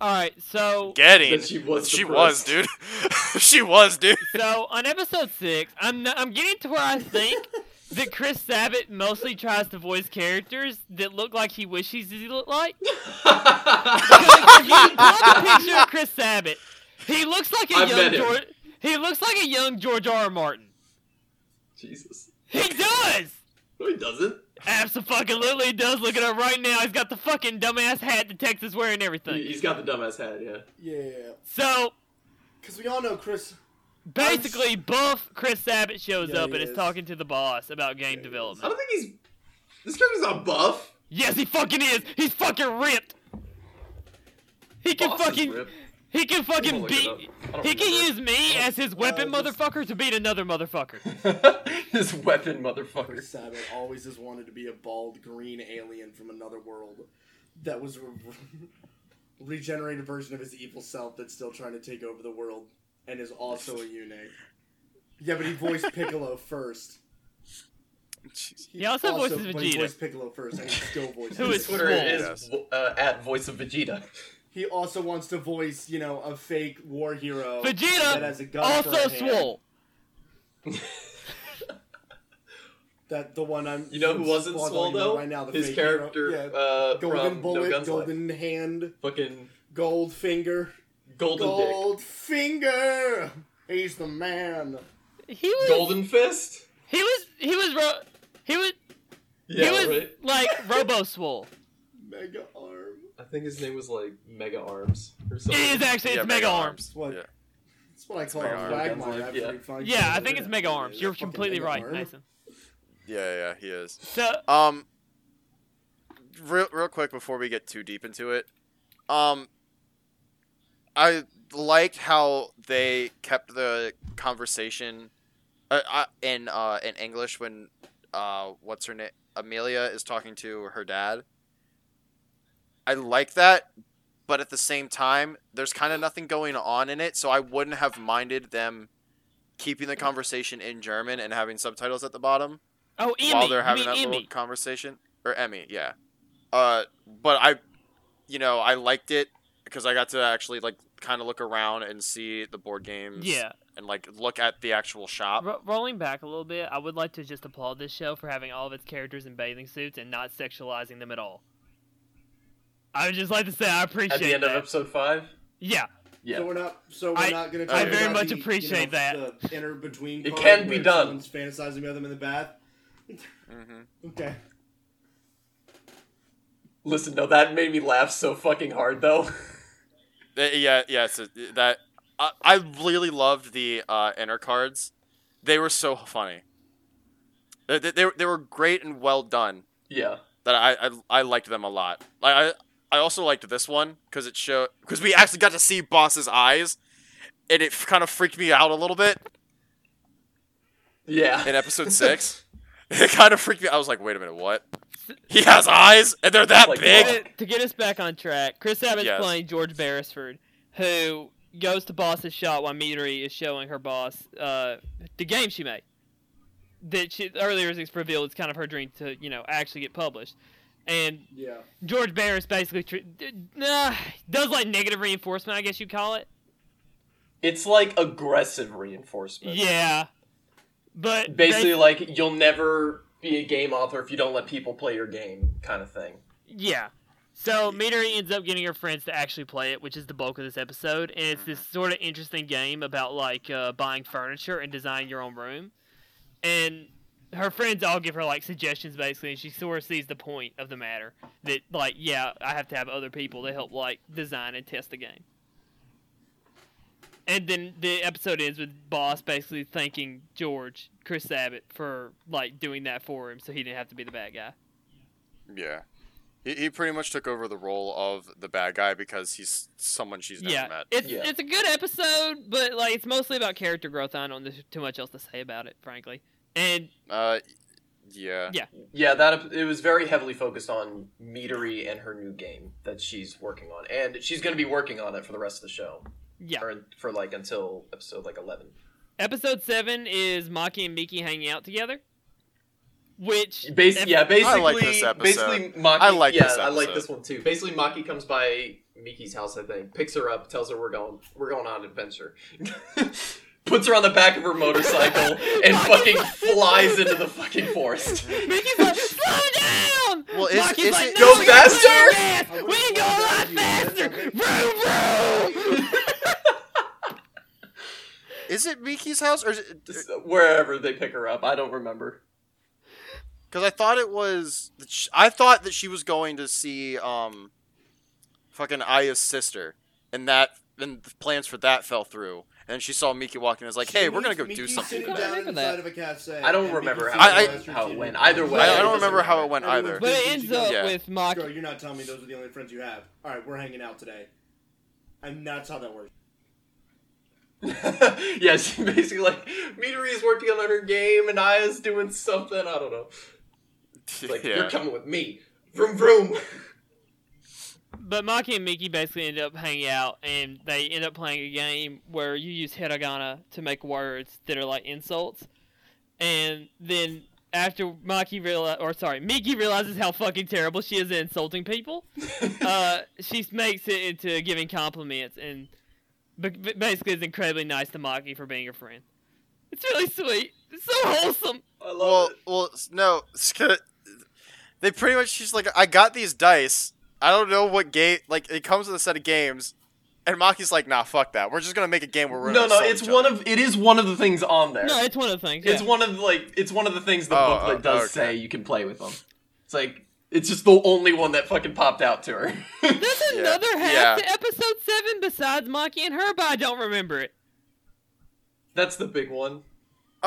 All right, so Getting. That she was She was, dude. she was, dude. so on episode six, I'm not, I'm getting to where I think that Chris Sabat mostly tries to voice characters that look like he wishes he looked like. Because if you pull up a picture of Chris Sabat, he looks like a I've young met him. George, he looks like a young George R. R. Martin. Jesus. He does. No, he doesn't. Absolutely, he does. Look at him right now. He's got the fucking dumbass hat that Texas wearing and everything. He, has got the dumbass hat, yeah. Yeah, So because we all know Chris. basically, buff Chris Sabat shows Yeah, up he and is. is. talking to the boss about game I development. don't think he's. This character's not buff. Yes, he fucking is. He's fucking ripped. He can Boss is fucking ripped. he can I'm fucking gonna look beat. it up. I don't He can remember. use me as his weapon, uh, just- motherfucker, to beat another motherfucker. this weapon, motherfucker. Chris Sabat always has wanted to be a bald green alien from another world that was a re- regenerated version of his evil self that's still trying to take over the world and is also a eunuch. Yeah, but he voiced Piccolo first. He, He also voices but he Vegeta. voiced Piccolo first, and he still voices. Who is Vegeta. Twitter Yes. is uh, at voice of Vegeta. He also wants to voice, you know, a fake war hero that has a Vegeta gun for also a hand. swole. That the one I'm. You know who wasn't bothering swole you though? Right now, the His fake character hero. Yeah. uh, golden from bullet, No Guns Left. golden hand, Fucking gold finger, Golden Dick. gold finger. He's the man. He was Golden Fist? he was he was ro- he was Yeah, he was right? like Robo swole. Mega arm. I think his name was like Mega Arms or something. It is actually it's Yeah, Mega Arms. What? Yeah. That's what I call Mega a Arm. quagmire. Yeah. after he finds Yeah, I it. think it's Mega Arms. You're uh, Fucking completely Mega right, Arm. Mason. Yeah, yeah, he is. So Um, real, real quick before we get too deep into it, um, I liked how they kept the conversation, uh, uh, in uh in English when, uh, what's her name? Amelia is talking to her dad. I like that, but at the same time, there's kind of nothing going on in it, so I wouldn't have minded them keeping the conversation in German and having subtitles at the bottom oh, Emmy, while they're you having mean that little Emmy. conversation or Emmy, yeah. Uh, but I, you know, I liked it because I got to actually like kind of look around and see the board games, Yeah. and like look at the actual shop. Ro- rolling back a little bit, I would like to just applaud this show for having all of its characters in bathing suits and not sexualizing them at all. I would just like to say I appreciate At the end that. of episode 5? yeah, Yeah. So we're not. So we're I- not going to. I very much appreciate that. The inner between. It card can be where done. someone's fantasizing about them in the bath. Mm-hmm. Okay. Listen, no, that made me laugh so fucking hard though. yeah, yeah. So that I, I really loved the uh, inner cards. They were so funny. They, they, they were- they were great and well done. yeah. that I I, I liked them a lot. I I, I also liked this one because it showed because we actually got to see Boss's eyes, and it kind of freaked me out a little bit Yeah. in episode six. It kind of freaked me. I was like, wait a minute, what? He has eyes, and they're that Like, to big. what? get, to get us back on track, Chris Abbott's Yes. playing George Beresford, who goes to boss's shop while Midori is showing her boss uh, the game she made. That she earlier was revealed is kind of her dream to you know actually get published, and Yeah. George Barris basically tr- d- nah, does like negative reinforcement, I guess you call it. It's like aggressive reinforcement. Yeah, but Basically, bas- like, you'll never be a game author if you don't let people play your game, kind of thing. yeah. So Midori ends up getting her friends to actually play it, which is the bulk of this episode, and it's this sort of interesting game about like uh, buying furniture and designing your own room. And her friends all give her like suggestions basically, and she sort of sees the point of the matter that like yeah, I have to have other people to help like design and test the game. And then the episode ends with Boss basically thanking George, Chris Abbott, for like doing that for him, so he didn't have to be the bad guy. Yeah, he, he pretty much took over the role of the bad guy because he's someone she's never yeah, met. it's Yeah. it's a good episode, but like it's mostly about character growth. I don't know too much else to say about it, frankly. And Uh, yeah. Yeah. Yeah, that ep- it was very heavily focused on Meadery and her new game that she's working on, and she's going to be working on it for the rest of the show, yeah, or for like until episode like eleven. episode seven is Maki and Miki hanging out together, which Bas- ep- yeah, basically, I like this episode. basically, Maki. I like yeah, this I like episode. this one too. Basically, Maki comes by Miki's house, I think. Picks her up, tells her we're going we're going on an adventure. Puts her on the back of her motorcycle and fucking flies into the fucking forest. Mickey's like, slow down! Well, is- Rocky's is like, it- "No, Go we gotta go faster?" fast. We can go a lot faster! Vroom, vroom! Is it Miki's house or is it? Just wherever they pick her up, I don't remember. Because I thought it was. That sh I thought that she was going to see um, fucking Aya's sister, and that and the plans for that fell through. And she saw Miki walking. and was like, "Hey, we're gonna go do something." I Sitting don't down remember inside that. of a cafe. I don't and remember Miki's how, sitting I- down it- with her how it TV. went. Either way, I, I it don't doesn't remember how it matter. went Everyone's either. But it Yeah. ends up Yeah. with Girl, Maki. you're not telling me those are the only friends you have. All right, we're hanging out today. And that's how that works. yeah, she basically like Midori is working on her game and Aya's doing something. I don't know. It's like yeah. you're coming with me. Vroom vroom. But Maki and Miki basically end up hanging out, and they end up playing a game where you use hiragana to make words that are like insults. And then after Maki realize, or sorry, Miki realizes how fucking terrible she is at insulting people, uh, she makes it into giving compliments and b- b- basically is incredibly nice to Maki for being her friend. It's really sweet. It's so wholesome. I love well, it. well, s- no. s- They pretty much she's like, "I got these dice. I don't know what game. Like, it comes with a set of games." And Maki's like, "Nah, fuck that. We're just gonna make a game where we're No, gonna no, insult it's each one other." of it is one of the things on there. No, it's one of the things. It's yeah. one of like it's one of the things the Oh, booklet oh, does okay. say you can play with them. It's like it's just the only one that fucking popped out to her. There's Yeah. another half Yeah. to episode seven besides Maki and her, but I don't remember it. That's the big one.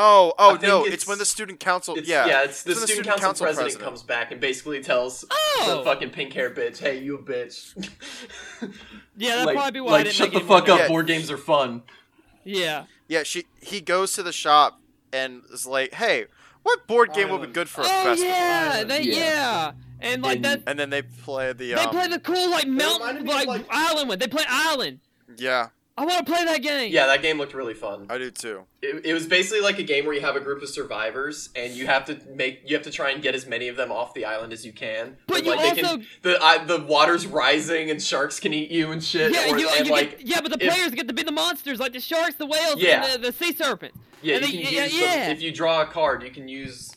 Oh, oh I think no! it's- It's, when the student council. It's, yeah, it's the when student, council, president, comes back and basically tells Oh! the fucking pink hair bitch, "Hey, you a bitch." Yeah, that'd like, probably be why I like, didn't shut make the it more fuck up. notes. Yeah. Board games are fun. Yeah. Yeah, she he goes to the shop and is like, "Hey, what board game would be Island. good for a Oh festival?" yeah, they, Yeah. yeah, and like And- that. And then they play the They um, play the cool like reminded mountain me of, like, like- island one. They play island. yeah, I want to play that game. Yeah, that game looked really fun. I do too. It, it was basically like a game where you have a group of survivors and you have to make you have to try and get as many of them off the island as you can. But like, you they can, also- the I the water's rising and sharks can eat you and shit. Yeah, or- you, and you like get, yeah, but the if- players get to be the monsters, like the sharks, the whales, Yeah. and the, the sea serpent. yeah, and you they- can yeah, use the- yeah. if you draw a card, you can use.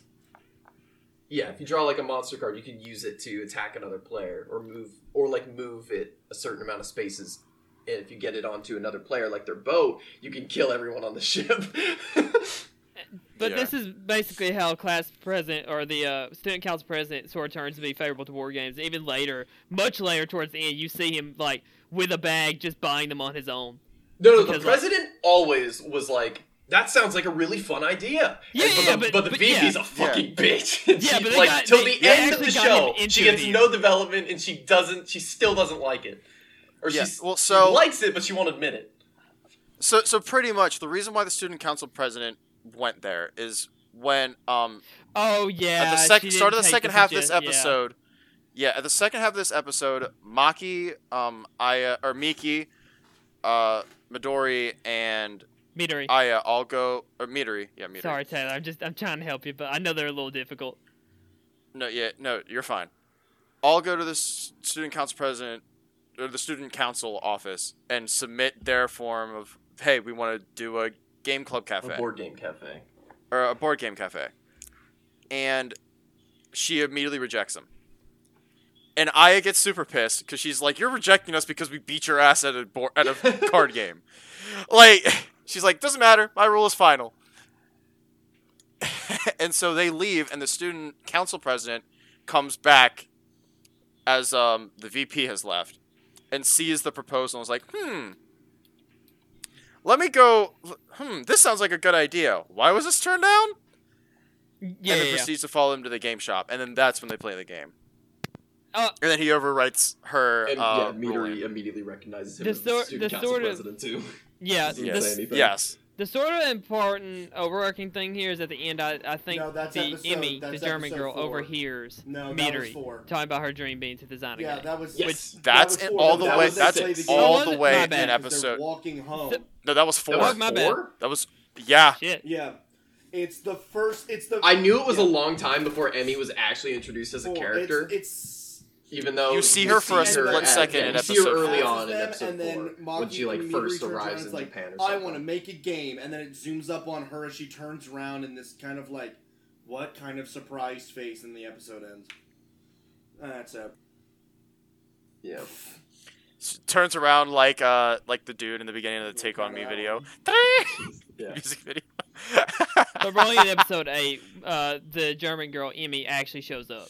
Yeah, if you draw like a monster card, you can use it to attack another player or move or like move it a certain amount of spaces. And if you get it onto another player, like their boat, you can kill everyone on the ship. But Yeah. this is basically how class president or the uh, student council president sort of turns to be favorable to war games. Even later, much later towards the end, you see him like with a bag just buying them on his own. No, no, the Because, like- president always was like, "That sounds like a really fun idea." Yeah, And- yeah, the, but- but the but VP's yeah. a fucking bitch. And Yeah, she, but they like got- till they- the they end of actually the got him show, into she gets it. no development, and she doesn't. She still doesn't like it, or Yeah, she's, well, she so- likes it, but she won't admit it. So so pretty much the reason why the student council president went there is when um Oh yeah. at the she second didn't start of the take second half of this suggestion- yeah. episode. Yeah. at the second half of this episode, Maki, um, Aya or Miki, uh, Midori and Midori. Aya all Oh, go or Midori, yeah, Midori. Sorry, Taylor. I'm just I'm trying to help you, but I know they're a little difficult. No, yeah, no, you're fine. All go to the s- student council president or the student council office and submit their form of hey, we want to do a game club cafe A board game cafe. or a board game cafe, and she immediately rejects them. And Aya gets super pissed because she's like, "You're rejecting us because we beat your ass at a board at a card game." Like, she's like, "Doesn't matter. My rule is final." and so they leave, and the student council president comes back as um, the VP has left, and sees the proposal and is like, "Hmm, let me go. Hmm, this sounds like a good idea. Why was this turned down?" Yeah. and then yeah, yeah. proceeds to follow him to the game shop, and then that's when they play the game. Uh, and then he overwrites her. And uh, yeah, Midori ruling. immediately recognizes him The as the sor- student the council sort of- president too. Yeah, Doesn't the- Yes. say anything. Yes. The sort of important overarching thing here is at the end. I, I think No, that's the episode- Emmy, that's the German episode girl, four. overhears No, that was Midori four. talking about her dream being to design a Yeah, game. that was. Yes. That's that was in four. all No, the that way. was That's the in game. all Oh, the my way bad. in because they're episode. walking home. So- No, that was four. That was was Fuck my bad. four? That was- yeah. Shit. Yeah, it's the first. It's the. I knew it was yeah, a long time before Emmy was actually introduced as a four. character. It's, it's even though You see her for a split at- second yeah, in you see her episode early four. on in Them, episode and then four, when Maki she like immediately first turns around, arrives it's in like, Japan. Or I something. want to make a game, and then it zooms up on her as she turns around in this kind of like, what kind of surprised face, and the episode ends. That's it. Yeah, S- Turns around like uh like the dude in the beginning of the Take On Me video. yeah. Music video. But we're only in episode eight. Uh, the German girl Emmy actually shows up.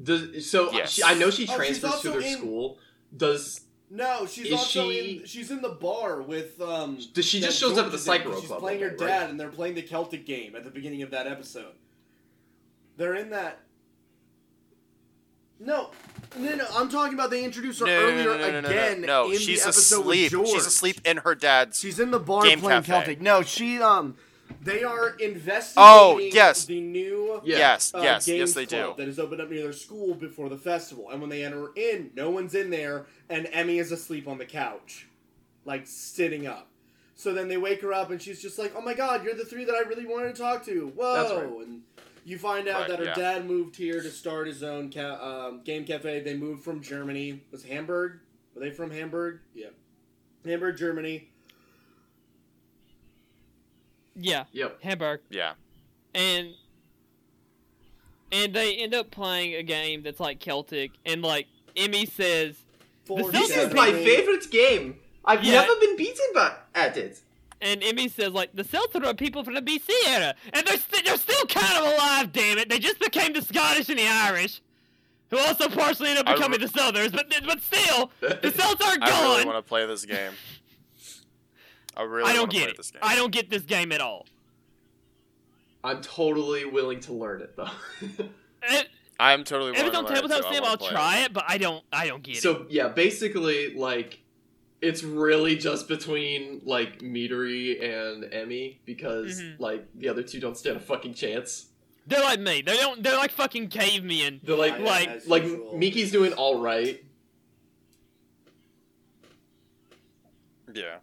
Does so? Yes. She, I know she she's transfers to also their in- school. Does No, she's Is also she- in. She's in the bar with. um... does she that just shows up at the Georgia dude, Psycho 'cause She's Club? playing one her day, dad, right? and they're playing the Celtic game at the beginning of that episode. They're in that. No, no, no. I'm talking about they introduced her No, no, earlier no, no, no, no, no, no. again. in No, the she's episode with asleep. George. She's asleep in her dad's. She's in the bar Game playing cafe. Celtic. No, she um, they are investigating. Oh, yes. the new Yeah. Yes, uh, yes, games yes, they club do. that is opened up near their school before the festival. And when they enter in, no one's in there, and Emmy is asleep on the couch, like sitting up. So then they wake her up, and she's just like, "Oh my God, you're the three that I really wanted to talk to." Whoa! That's right. And you find out Right, that her yeah. dad moved here to start his own ca- um, game cafe. They moved from Germany. Was Hamburg? Were they from Hamburg? Yeah, Hamburg, Germany. Yeah, Yep. Hamburg, Yeah. and and they end up playing a game that's like Celtic, and like Emmy says, Four This This is seven, my eight. favorite game. I've Yeah. never been beaten by at it. and Emmy says like the Celtic are people from the BC era, and they're st- they're still kind of alive. Damn it, they just became the Scottish and the Irish, who also partially ended up I becoming re- the Southerners, but but still the Celts are gone. I really want to play this game. I really I don't wanna play get it. this game. I don't get this game at all. I'm totally willing to learn it though. It, I'm totally. if it's on willing to learn it, tabletop too. I sim, wanna I'll play it. try it, but I don't. I don't get it. so yeah, basically like it's really just between like Meatery and Emmy because Mm-hmm. Mhm. like the other two don't stand a fucking chance. They're like me. They don't. They're like fucking cavemen. They're like Yeah, like- as like usual. Miki's doing all right. Yeah.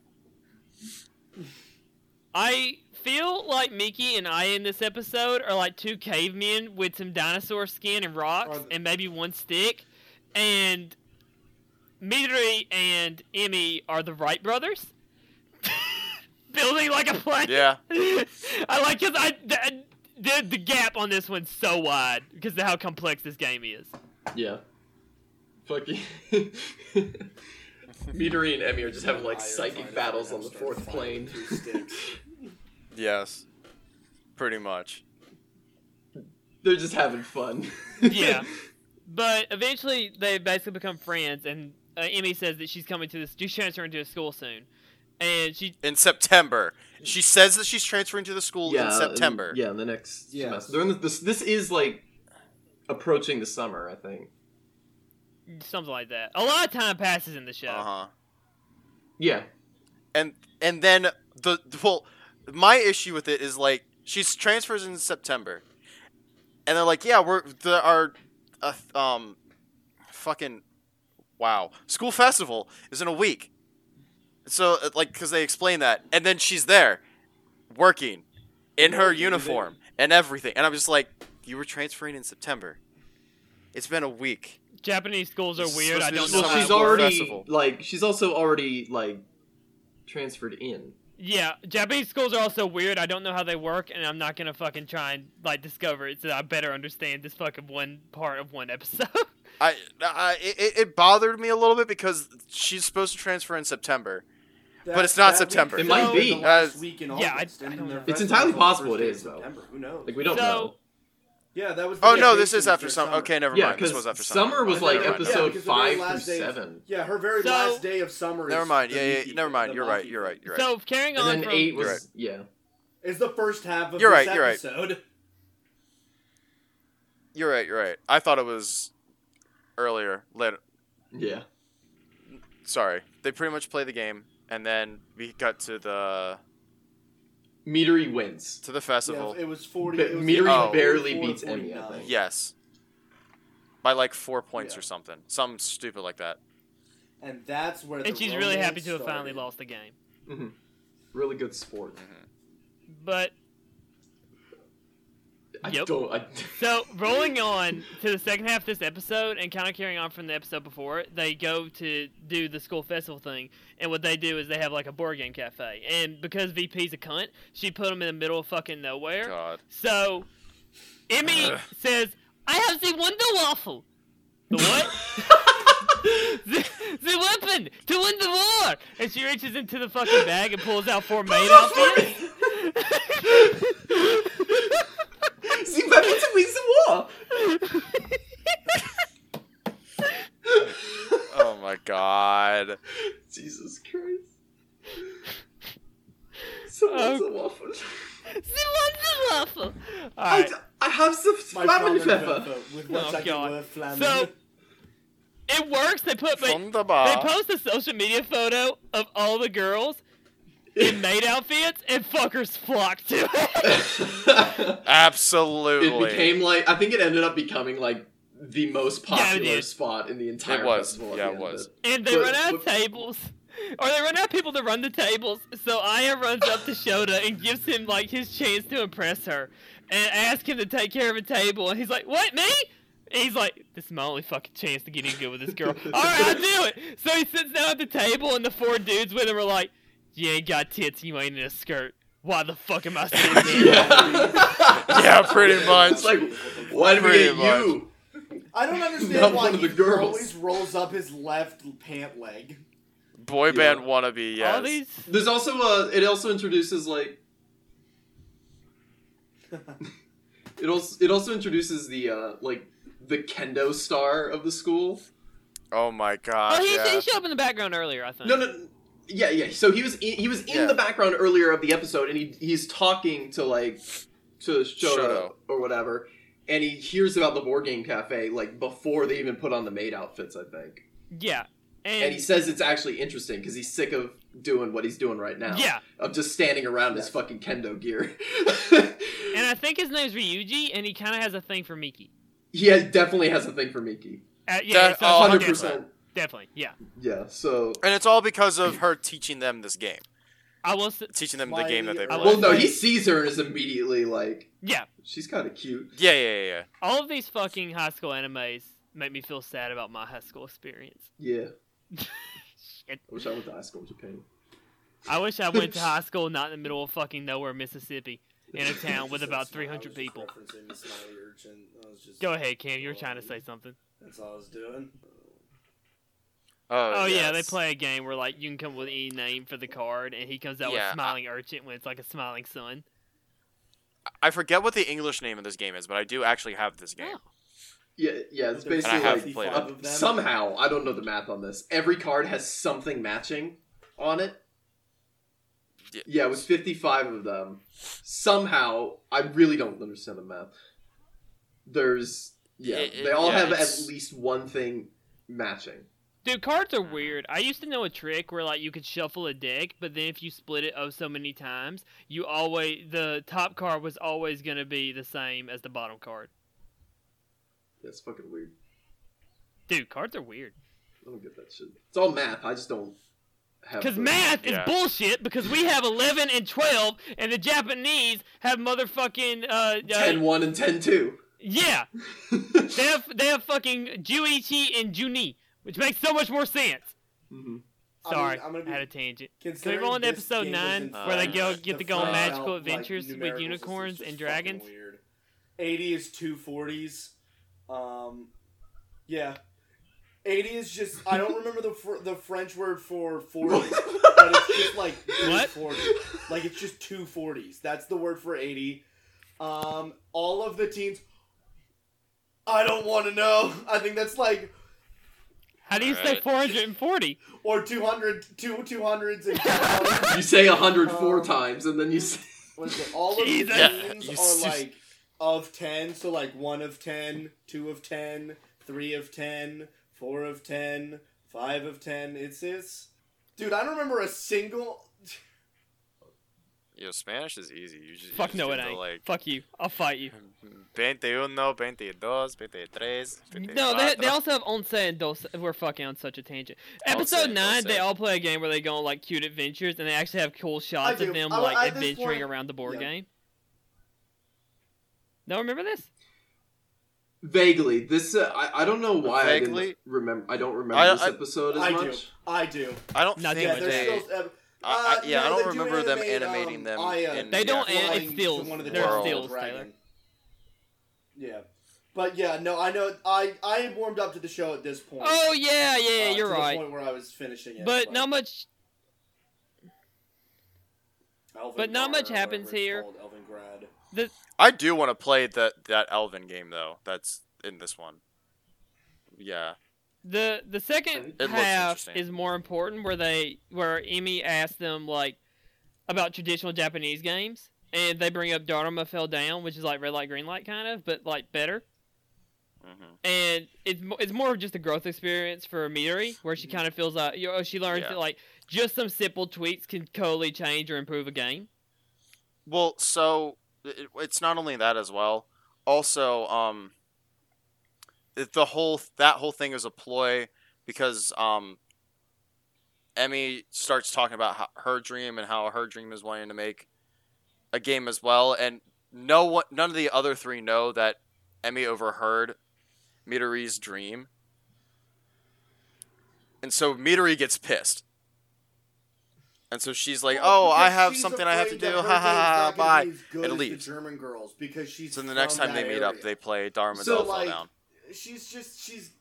I feel like Mickey and I in this episode are like two cavemen with some dinosaur skin and rocks Are th- and maybe one stick, and Midori and Emmy are the Wright brothers. Building like a plane. Yeah. I like because I the, the, the gap on this one's so wide because of how complex this game is. Yeah. Fucking Midori and Emmy are just having like Liar, find psychic out battles how on the to fourth start plane. fighting with two sticks. Yes. Pretty much. They're just having fun. Yeah. But eventually, they basically become friends, and uh, Emmy says that she's coming to this. She's transferring to a school soon, and she In September. She says that she's transferring to the school in and- September. yeah, in the next Yeah. semester. They're in the, this, this is like approaching the summer, I think. something like that. A lot of time passes in the show. Uh-huh. Yeah. And and then the well my issue with it is like she's transfers in September. And they're like, "Yeah, we're the, our uh, um fucking wow. School festival is in a week." So uh, like cuz they explain that. And then she's there working in her uniform and everything. And I'm just like, "You were transferring in September. It's been a week." Japanese schools are This is weird. I don't know. supposed to be Well, Summer How it works. she's already festival. like she's also already like transferred in. Yeah, Japanese schools are also weird. I don't know how they work, and I'm not gonna fucking try and like discover it. So I better understand this fucking one part of one episode. I, I it- it, it bothered me a little bit because she's supposed to transfer in September. But it's not that week September. fell It might in be. the last Uh, week in yeah, I- August, I and don't their know. festival entirely is on the possible first it day is, of though. September. Who knows? Like we don't So- know. yeah, that was. Oh the no, this vacation is after for summer. Okay, never Yeah, mind. This because was after summer. summer was Never like mind. Yeah, episode because the very five through last day- seven, Yeah, her very So- last day of summer. Is Never mind. the Yeah, yeah, Miki- never mind. the You're right. Maki you're right. You're right. So carrying and on then from eight was You're right. yeah. Is the first half of You're this right, you're right. episode. You're right. You're right. I thought it was earlier. Later. Yeah. Sorry. They pretty much play the game, and then we got to the Midori wins. to the Yeah, festival. it was forty. Ba- It was Midori Oh. barely 44, beats Emmy, I 49. think. yes. By like four points Yeah. or something. Something stupid like that. And that's where. the and she's really happy romance to have finally started. lost the game. Mm-hmm. Mm-hmm. Really good sport. But I Yep. don't. I, So rolling on to the second half of this episode, and kind of carrying on from the episode before, it, they go to do the school festival thing, and what they do is they have like a board game cafe, and because VP's a cunt, she put him in the middle of fucking nowhere. God. So Emmy Ugh. says, "I have the wonder waffle." The what? the, the weapon to win the war, and she reaches into the fucking bag and pulls out four maid outfits. The weapon to win the war. Oh my god. Jesus Christ. Someone's a waffle. the wonder waffle. I, Alright. d- I have the My Flammenwerfer. Flammenwerfer, With which Oh, I can God. wear flammen. So it works. They put they, From uh, they the bar. post a social media photo of all the girls in maid outfits, and fuckers flock to it. Absolutely. it became like I think it ended up becoming like the most Yeah, it popular did. spot in the entire It was. festival. at Yeah, the it end was. of and they But- run out of but- tables. Or they run out of people to run the tables, so Aya runs up to Shoda and gives him like his chance to impress her, and asks him to take care of a table. And he's like, "What me?" And he's like, "This is my only fucking chance to get in good with this girl." All right, I'll do it. So he sits down at the table, and the four dudes with him are like, "You ain't got tits, you ain't in a skirt. Why the fuck am I sitting here?" yeah, pretty much. It's like, why did we Pretty get you? I don't understand Not why one of he the girls. always rolls up his left pant leg. Boy band wannabe, yes. All these. There's also a. It also introduces like. it also it also introduces the uh like the kendo star of the school. Oh my god. Oh, he, yeah. he showed up in the background earlier, I think. No, no. Yeah, yeah. So he was in, he was in Yeah. the background earlier of the episode, and he he's talking to like to Shoto, Shoto. or whatever, and he hears about the board game cafe like before they even put on the maid outfits, I think. Yeah. And, And he says it's actually interesting because he's sick of doing what he's doing right now. Yeah. of just standing around his fucking kendo gear. and I think his name's Ryuji, and he kind of has a thing for Miki. he has, definitely has a thing for Miki. Uh, yeah, That- it's oh, not- Hundred definitely- percent. Definitely, yeah. Yeah. So. And it's all because of her teaching them this game. I will. s Teaching them Why- the game that they I play. was- Well, no, he sees her and is immediately like, yeah, she's kind of cute. Yeah, yeah, yeah, yeah. all of these fucking high school animes make me feel sad about my high school experience. Yeah. Shit. I wish I went to high school in Japan. I wish I went to high school not in the middle of fucking nowhere, Mississippi, in a town with about 300 people. Go ahead, Cam. You were trying to say something. That's all I was doing. Oh, Oh yeah, they yes. play a game where like you can come up with any name for the card, and he comes out Yeah, I- with smiling urchin when it's like a smiling sun. I forget what the English name of this game is, but I do actually have this game. Oh. Yeah, yeah. It's There's basically And I have like 55 played Uh, of them. somehow, I don't know the math on this. Every card has something matching on it. Yeah. Yeah, it was 55 of them. Somehow, I really don't understand the math. There's yeah, It- it- they all yeah, have it's- at least one thing matching. Dude, cards are Uh-huh. weird. I used to know a trick where like you could shuffle a deck, but then if you split it oh so many times, you always the top card was always gonna be the same as the bottom card. That's fucking weird. Dude, cards are weird. I don't get that shit. It's all math. I just don't have Because the- math is Yeah. bullshit. Because we have eleven and twelve, and the Japanese have motherfucking uh, uh 10 1 and 10 2. yeah. They have they have fucking Juichi and Juni, which makes so much more sense. Mm-hmm. Mhm. I mean, Sorry, I'm gonna be- had a tangent. Can we Considering roll into this episode game was nine in where they French, go get to go on flat out, magical like, adventures with numericals is unicorns just and fucking dragons? weird. Eighty is two forties. Um, yeah. Eighty is just I don't remember the fr- the French word for forty, but it's just like two What? 40. Like it's just two forties. That's the word for eighty. Um, all of the teens. I don't want to know. I think that's like How do you say Alright. 440? or 200, two 200s and 200s. You say 104 Um, times and then you say. What is it? All of Jesus. Yeah. the You teams s- are like of 10, so like 1 of 10, 2 of 10, 3 of 10, 4 of 10, 5 of 10. It's this. Dude, I don't remember a single. Yo, Spanish is easy. You just, you Fuck just no, do it the, ain't. Like, Fuck you. I'll fight you. 21, 22, 23, No, they, they also have Once and Dulce. We're fucking on such a tangent. Episode and 9, they Dulce. all play a game where they go on like cute adventures and they actually have cool shots do. of them I- like I- at this adventuring point- around the board yeah. game. Don't remember this? Vaguely, this uh, I, I don't know why I Vaguely? didn't remember. I don't remember I- this I- episode as I do. much. I do. I don't Not think Yeah, Yeah, they're they. there's still. Uh, I, I, uh, yeah, I no, don't they do remember them animate, animating um, them. Aya. in- They yeah. don't an- flying it's to stills. one of the They're Jaws stills, dragon. Taylor. Yeah, but yeah, no, I know. I I had warmed up to the show at this point. Oh yeah, yeah, uh, you're to The right. point where I was finishing it, But not much. Elvin but not Grad or much whatever happens it's here. called, Elvin Grad. I do want to play that that Elven game though. That's in this one. Yeah. The the second It looks half interesting. is more important, where they where Emmy asked them like about traditional Japanese games, and they bring up Dharma Fell Down, which is like red light, green light kind of, but like better. Mm-hmm. and it's mo- it's more of just a growth experience for Midori, where she kind of feels like you know, she learns Yeah. that like just some simple tweaks can totally change or improve a game. Well, so it, it's not only that as well. Also, um, it, the whole that whole thing is a ploy because um, Emmy starts talking about how, her dream and how her dream is wanting to make a game as well, and no one, none of the other three know that Emmy overheard Midori's dream, and so Midori gets pissed. And so she's like, "Oh, I because have she's something I have to afraid do. that Ha her ha ha! ha, game's not gonna Bye." be as good and as leaves. The German girls because she's. So the next from time they that meet up, area. they play Dharma So, Bell like, Fell Down. She's just she's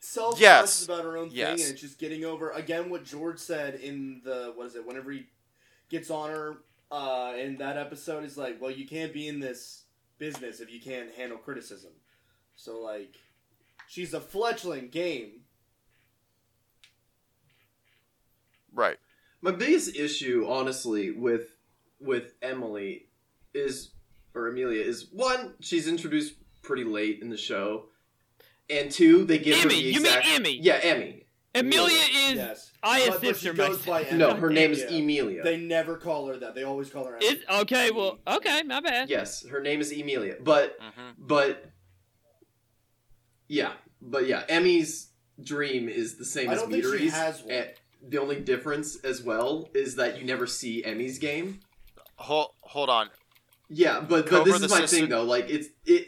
self-conscious Yes. about her own Yes. thing, and it's just getting over again what George said in the what is it? Whenever he gets on her uh, in that episode, is like, well, you can't be in this business if you can't handle criticism. So like, she's a fledgling game. Right. My biggest issue, honestly, with with Emily is or Amelia is one, she's introduced pretty late in the show, and two, they give her Emmy, the you mean exact Emmy? Yeah, Emmy. Amelia is Yes, Aya's But- but she sister, my goes by sister. Emma. No, her name is Yeah. Emilia. They never call her that. They always call her. Emma. Is okay. Well, okay, my bad. Yes, her name is Emilia, but Mm-hmm. But yeah, but yeah, Emmy's dream is the same I as don't think she Midori's. has one. and the only difference as well is that you never see Emmy's game. Hold, hold on. Yeah, but Cobra but this the is my sister- thing though. Like it's it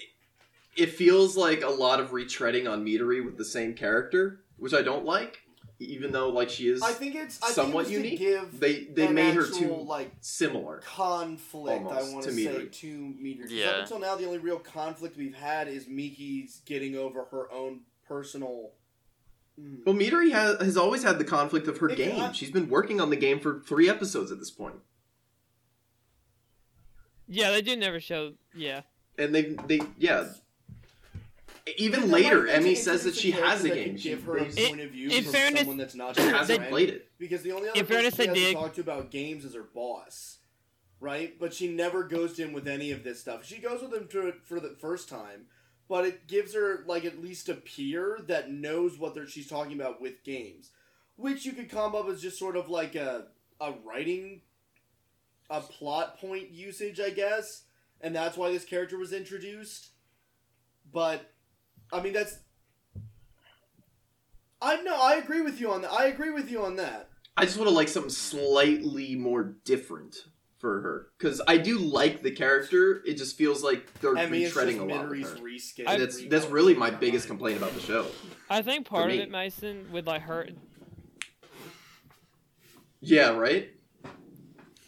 it feels like a lot of retreading on Midori with the same character, which I don't like. Even though like she is I think it's I somewhat think it was unique. To give They- they an made her actual, too- like similar. conflict. Almost, I want to to say Midori. to Meter. Yeah. Up until now, the only real conflict we've had is Miki's getting over her own personal. Mm. Well, Midori has, has always had the conflict of her It- game. I- She's been working on the game for three episodes at this point. Yeah, they do never show. Yeah, and they they yeah. Even They're later, like, they Emmy can says that introduce she a character has a that can game. She give her a they- In- point of view in from fairness- someone that's not. she hasn't they- played it. Because the only other In person fairness, she they has did- to talk to about games is her boss, right? But she never goes to him with any of this stuff. She goes with him to it for the first time, but it gives her like at least a peer that knows what they're, she's talking about with games, which you could come up as just sort of like a a writing, a plot point usage, I guess, and that's why this character was introduced. But I mean, that's. I know. I agree with you on that. I agree with you on that. I just would have liked something slightly more different for her because I do like the character. It just feels like they're I mean, it's just retreading a lot with Midori's her. reskin. I- And that's oh, that's really my biggest complaint about the show. I think part of me. it, Mason, with like her. Yeah, right.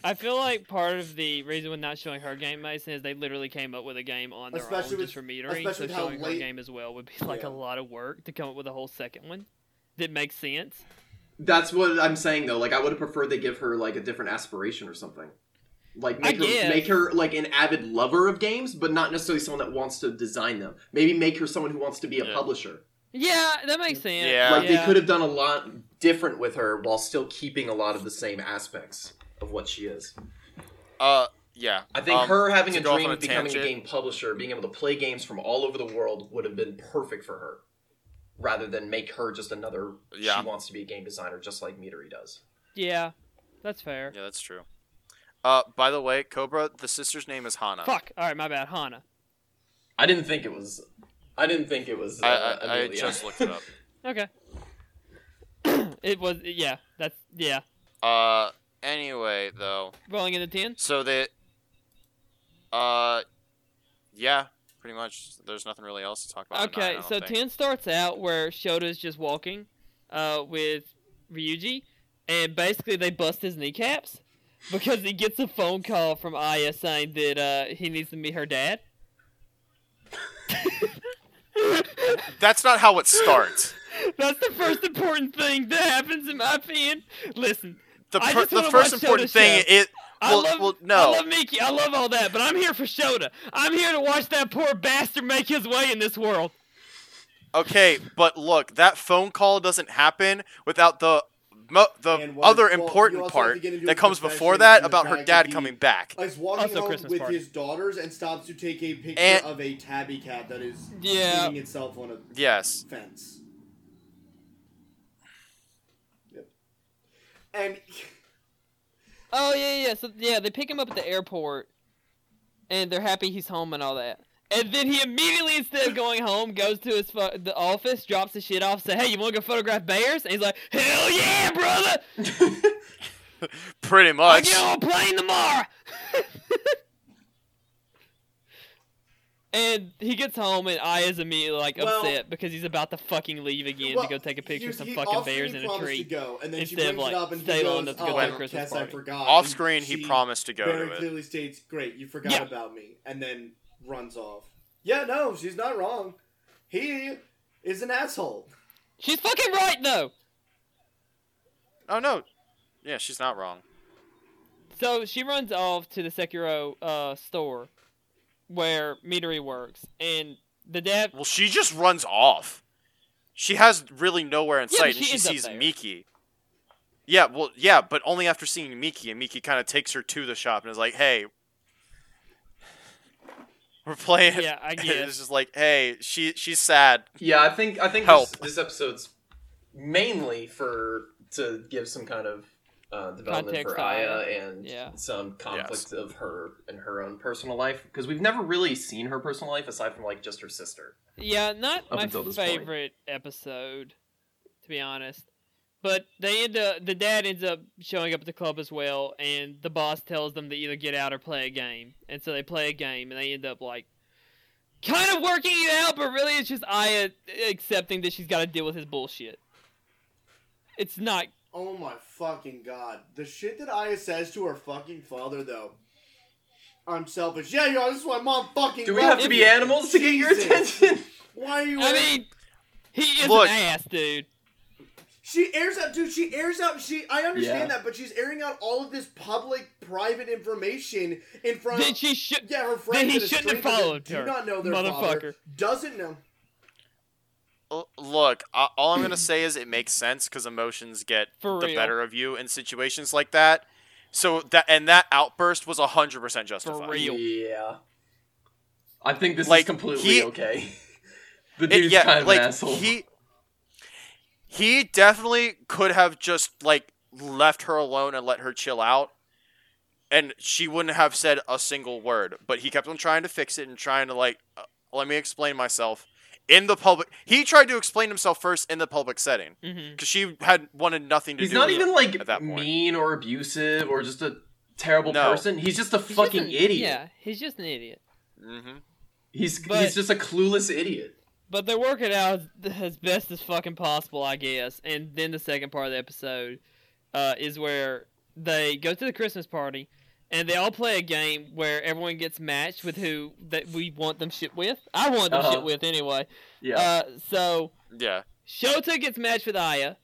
I feel like part of the reason with not showing her game, Mason, is they literally came up with a game on their Especially own with- just for Midori. So especially with how showing her late- game as well would be like Yeah. a lot of work to come up with a whole second one that makes sense. That's what I'm saying though. Like I would have preferred they give her like a different aspiration or something. Like I make her guess. make her like an avid lover of games, but not necessarily someone that wants to design them. Maybe make her someone who wants to be a Yeah. publisher. Yeah, that makes sense. Yeah. Like they could have done a lot different with her while still keeping a lot of the same aspects of what she is. Uh, yeah. I think um, her having to a go off dream on of becoming tangent, a game publisher, being able to play games from all over the world would have been perfect for her. Rather than make her just another Yeah. she wants to be a game designer just like Midori does. Yeah, that's fair. Yeah, that's true. Uh, by the way, Cobra, the sister's name is Hana. Fuck. All right, my bad, Hana. I didn't think it was. I didn't think it was. Uh, I, I, I Amelia. just looked it up. Okay. it was yeah. That's yeah. Uh, anyway, though, Rolling in the ten. so that, uh, yeah, pretty much. There's nothing really else to talk about. in nine, Okay, I don't so think. ten starts out where Shota's just walking, uh, with Ryuji, and basically they bust his kneecaps because he gets a phone call from Aya saying that uh, he needs to meet her dad. That's not how it starts. That's the first important thing that happens in my opinion. Listen, The, I per- just the wanna first watch important Yoda's thing show. is. I Well, love, well, I no. love Mickey. I love all that, but I'm here for Shota. I'm here to watch that poor bastard make his way in this world. Okay, but look, that phone call doesn't happen without the mo- the And what- other well, you important also have to part get into that his comes before profession that and the about her fact dad that he- coming back. He's walking Also home Christmas with party. his daughters and stops to take a picture And- of a tabby cat that is Yeah. eating itself on a Yes. fence. Yep. And Oh yeah, yeah, yeah. So yeah, they pick him up at the airport, and they're happy he's home and all that. And then he immediately, instead of going home, goes to his pho- the office, drops his shit off, say, "Hey, you want to go photograph bears?" And he's like, "Hell yeah, brother! Pretty I much. get on a plane tomorrow." and he gets home, and Aya's immediately like Well- upset because he's about to fucking leave again well, to go take a picture he- of some he fucking off-screen bears in a promised tree. To go, and then instead she of, brings like, it up and he stay goes, long enough to go oh, to the Christmas yes, I party." forgot. Off And screen, he she promised to go very to it. clearly states, "Great, you forgot Yeah. about me," and then runs off. Yeah, no, she's not wrong. He is an asshole. She's fucking right though. Oh no. Yeah, she's not wrong. So she runs off to the Sekiro uh, store where Midori works, and the dad. Well, she just runs off. She has really nowhere in Yeah, sight, but and she she is up sees there. Miki. Yeah, well, yeah, but only after seeing Miki, and Miki kind of takes her to the shop and is like, "Hey, we're playing." Yeah, I And guess. it's just like, "Hey, she she's sad." Yeah, I think I think Help. this, this episode's mainly for to give some kind of uh, development Context for to Aya Aya. and Yeah. some conflict of her and her own personal life because we've never really seen her personal life aside from like just her sister. Yeah, not Up my until this point. favorite episode, to be honest. But they end up. The dad ends up showing up at the club as well, and the boss tells them to either get out or play a game. And so they play a game, and they end up like. Kind of working it out, but really it's just Aya accepting that she's got to deal with his bullshit. It's not. Oh my fucking god. The shit that Aya says to her fucking father, though. I'm selfish. Yeah, yo, this is why mom fucking. Do we left have to me. be animals to get your Jesus. attention? Why are you? I mean, he is Look. an ass, dude. she airs out, dude. She airs out. She. I understand Yeah. that, but she's airing out all of this public, private information in front. Then of... she should. Yeah, her friend. he that is shouldn't have strangers that followed do her, not know their motherfucker. father. Doesn't know. L- look, I- all I'm gonna say is it makes sense because emotions get For the real. better of you in situations like that. So that and that outburst was hundred percent justified. real. Yeah, I think this Like, is completely he- okay. the It- dude's yeah, kind of like an asshole. he he definitely could have just like left her alone and let her chill out, and she wouldn't have said a single word. But he kept on trying to fix it and trying to like uh, let me explain myself in the public. He tried to explain himself first in the public setting Mm-hmm. because she had wanted nothing to He's do. not with even it like at that point. mean or abusive or just a terrible No. person. He's just a fucking idiot. Yeah, he's just an idiot. hmm He's But- he's just a clueless idiot. But they work it out as, as best as fucking possible, I guess. And then the second part of the episode uh, is where they go to the Christmas party, and they all play a game where everyone gets matched with who that we want them shit with. I want them Uh-huh. shit with anyway. Yeah. Uh, so Yeah. Shota gets matched with Aya.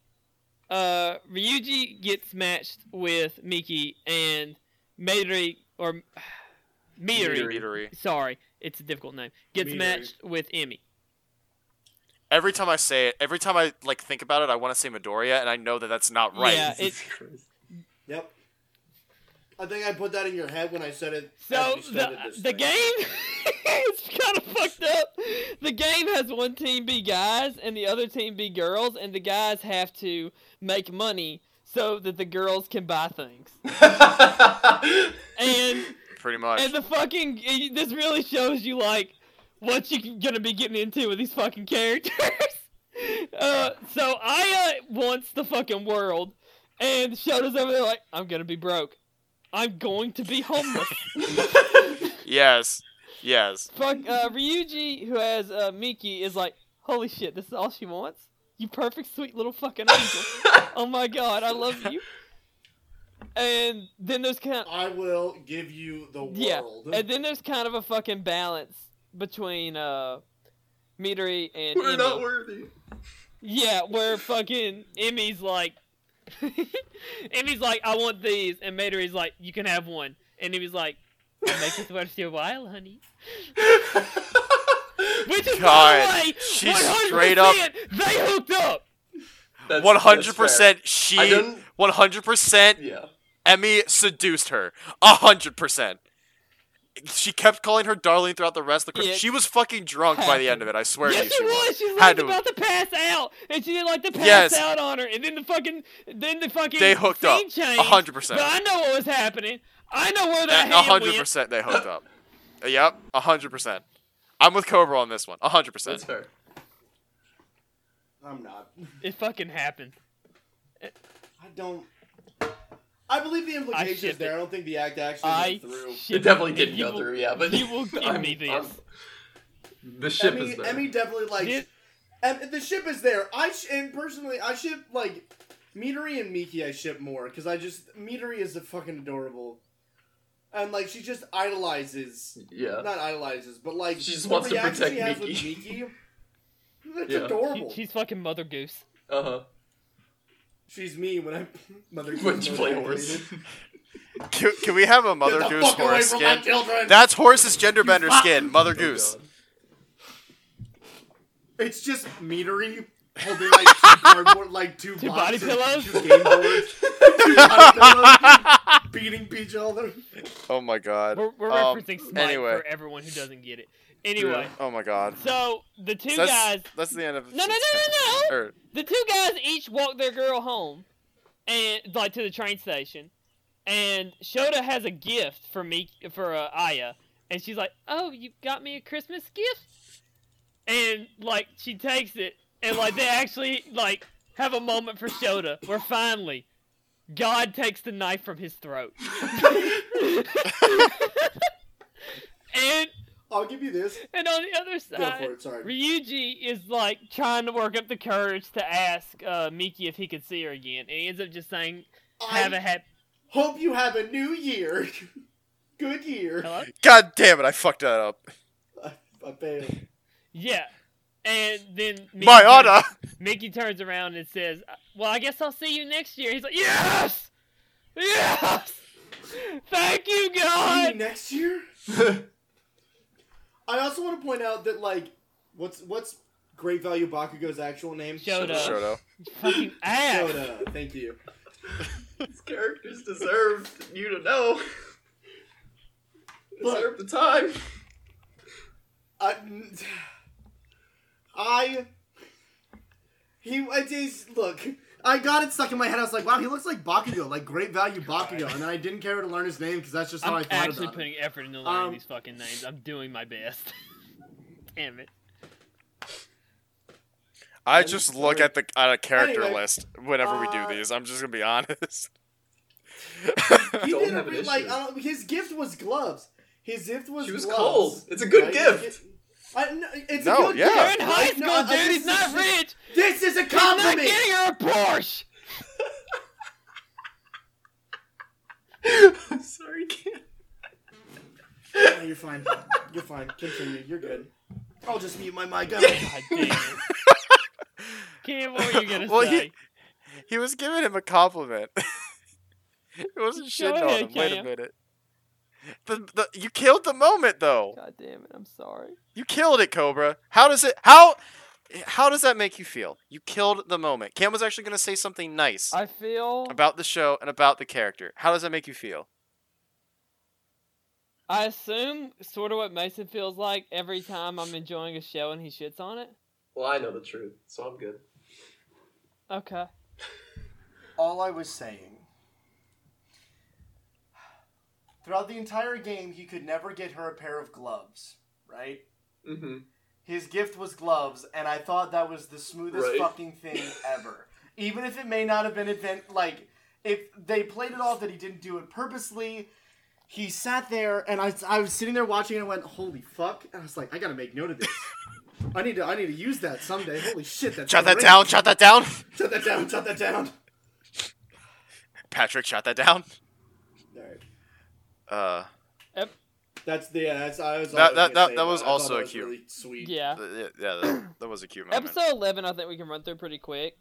Uh, Ryuji gets matched with Miki and Midori or Midori. Meadery. Sorry, it's a difficult name. Gets Midori. matched with Emmy. Every time I say it, every time I like think about it, I want to say Midoriya, and I know that that's not right. Yeah, it, Jesus Christ. Yep. I think I put that in your head when I said it. as So we the, started this the thing. game it's kind of fucked up. The game has one team be guys and the other team be girls, and the guys have to make money so that the girls can buy things. And pretty much. and the fucking this really shows you like what you gonna be getting into with these fucking characters. uh, so Aya wants the fucking world, and Shota's over there like I'm gonna be broke. I'm going to be homeless. yes. Yes. Fuck uh, Ryuji, who has uh, Miki, is like, holy shit, this is all she wants. You perfect, sweet little fucking angel. oh my god, I love you. And then there's kind of, I will give you the Yeah, world. and then there's kind of a fucking balance between uh, Midori and We're Emmy. not worthy. Yeah, where fucking Emmy's like, Emmy's like, I want these, and Midori's like, you can have one, and Emmy's like, "It makes it worth your while, honey. Which is God, by the way, she straight up- 100% They hooked up. That's- One hundred that's fair. percent. She. I don't. One hundred percent. Yeah. Emmy seduced her. A hundred percent. She kept calling her darling throughout the rest of the. Cri- Yeah. She was fucking drunk by the end of it. I swear to yes, you, she was. She was Had to- about to pass out, and she did like to pass Yes. out on her, and then the fucking, then the fucking They hooked up. scene changed. A hundred percent. But I know what was happening. I know where that A hand hundred went. percent. They hooked up. Yep. A hundred percent. I'm with Cobra on this one. A hundred That's percent. fair. I'm not. It fucking happened. I don't. I believe the implication is shipped there. it. I don't think the act actually I went through. It shit definitely you. didn't You go will- through. Yeah, but you will give I'm- me this. I'm- the ship Emmy, is there. Emmy definitely like. Did- Em- the ship is there. I sh- and personally, I ship like Midori and Miki. I ship more because I just Midori is a fucking adorable, and like she just idolizes, yeah. not idolizes, but like She just the wants to reaction she protect has with Miki. Miki. That's Yeah. adorable. She- she's fucking Mother Goose. Uh huh. She's me when I mother. When you play horse. Can, can we have a Mother Get the Goose fuck away horse from skin? my children! That's horse's genderbender skin. Mother Oh, Goose. God. It's just Midori holding like two cardboard, like two, Two body boxes, pillows? two game boards, two body pillows, beating each other. Oh my god. We're, we're Um, referencing Smite anyway. for everyone who doesn't get it. Anyway, Oh my god. so the two So that's, guys, That's the end of. No, no, no, no, no! Or, the two guys each walk their girl home, and like to the train station, and Shoda has a gift for me for uh, Aya, and she's like, "Oh, you got me a Christmas gift," and like she takes it, and like they actually like have a moment for Shoda where finally. God takes the knife from his throat. and I'll give you this. and on the other Go side, for it. Sorry. Ryuji is like trying to work up the courage to ask uh, Miki if he could see her again, and he ends up just saying, "Have a I happy." hope you have a new year. Good year. Hello? god damn it! I fucked that up. I failed. Yeah, and then Miki My turns- honor. Mickey turns around and says, "Well, I guess I'll see you next year." He's like, "Yes, yes, thank you, Maybe God." next year. I also want to point out that like, what's what's Great Value Bakugo's actual name? Shoda. Shoto. Fucking ass. Shoda. Thank you. These characters deserve you to know. Look. deserve the time. I, I, he, it is, look, I got it stuck in my head. I was like, wow, he looks like Bakugo, like great value Bakugo. And then I didn't care to learn his name because that's just how i I'm thought actually about it. putting effort into learning Um, these fucking names. I'm doing my best. Damn it. I just look at the at a character Anyway, list whenever we uh, do these. I'm just gonna be honest. He Don't didn't have an really, like, issue. I don't, his gift was gloves. His gift was She was gloves, cold. It's a good right? gift. I, no, it's No, a good yeah. They're gift. in high Like, school, no, I- dude. this He's not is- rich. This is a I'm not compliment. getting her a Porsche. I'm sorry, Cam. No, you're fine. You're fine. Continue. You're good. I'll just mute my mic. I don't- God damn it. Cam, what were you gonna Well, he- say? He was giving him a compliment. it wasn't Go shitting on ahead, him. Wait a Cam. minute. The, the, you killed the moment though. God damn it, I'm sorry. You killed it, Cobra. How does it how how does that make you feel? You killed the moment. Cam was actually gonna say something nice I feel about the show and about the character. How does that make you feel? I assume sort of what Mason feels like every time I'm enjoying a show and he shits on it. Well, I know the truth, so I'm good. Okay. all I was saying. Throughout the entire game, he could never get her a pair of gloves, right? Mm-hmm. His gift was gloves, and I thought that was the smoothest Right. fucking thing ever. Even if it may not have been event like if they played it off that he didn't do it purposely, he sat there and I, I was sitting there watching and I went, holy fuck. And I was like, I gotta make note of this. I need to I need to use that someday. Holy shit, that's Shut that great. down. Shut that down. Shut that down, shut that down. Patrick, shut that down. Alright. Uh, That's the yeah, that's I was That- all that- gonna that- say, that but was I thought also that was cute. really sweet. Yeah. th- th- yeah, that, that was a cute moment. Episode 11, I think we can run through pretty quick.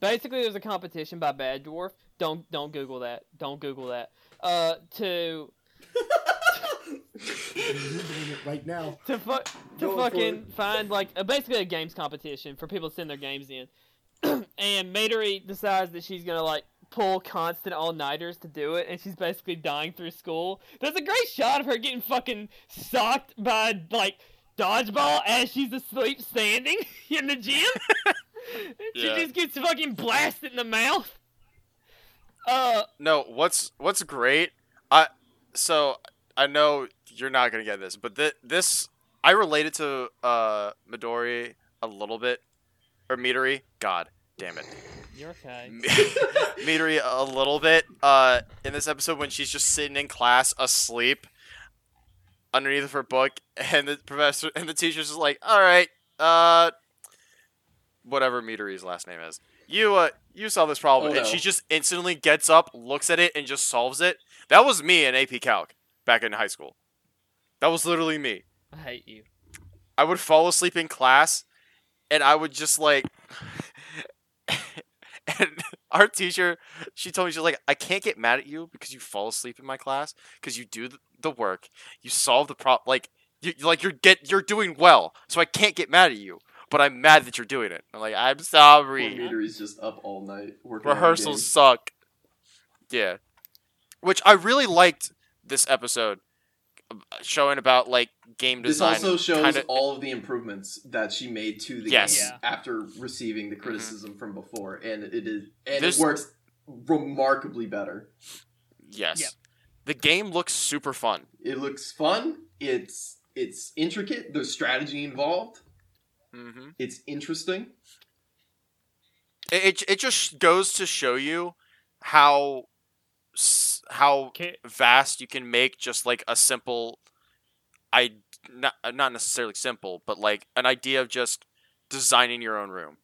Basically, there's a competition by Bad Dwarf. Don't don't Google that. Don't Google that. Uh, to Right now. to fu- to Going for fucking find like a, basically a games competition for people to send their games in. and Maidori decides that she's gonna like pull constant all nighters to do it, and she's basically dying through school. There's a great shot of her getting fucking socked by like dodgeball as she's asleep standing in the gym. she Yeah. just gets fucking blasted in the mouth. Uh, No, what's what's great? I so I know you're not gonna get this, but th- this I related to uh Midori a little bit, or Midori. God damn it, you're okay. Midori a little bit. Uh, in this episode when she's just sitting in class asleep underneath of her book, and the professor and the teacher's just like, all right, uh, whatever Midori's last name is. You uh, you solve this problem, Oh, and no. she just instantly gets up, looks at it, and just solves it. That was me in AP Calc back in high school. That was literally me. I hate you. I would fall asleep in class, and I would just like. and our teacher, she told me she's like, I can't get mad at you because you fall asleep in my class because you do th- the work, you solve the problem, like you like you're get you're doing well, so I can't get mad at you, but I'm mad that you're doing it. I'm like, I'm sorry. Midori's just up all night working. on her Rehearsals suck. Yeah, which I really liked this episode, uh, showing about like game game. This design. also shows kinda- all of the improvements that she made to the Yes. Mm-hmm. game Yeah. after receiving the criticism from before, and it is and This- it works remarkably better. Yes. Yep. The game looks super fun. It looks fun. It's it's intricate. There's strategy involved. Mm-hmm. It's interesting. It, it it just goes to show you how s- how Okay. vast you can make just like a simple I not uh, not necessarily simple, but like an idea of just designing your own room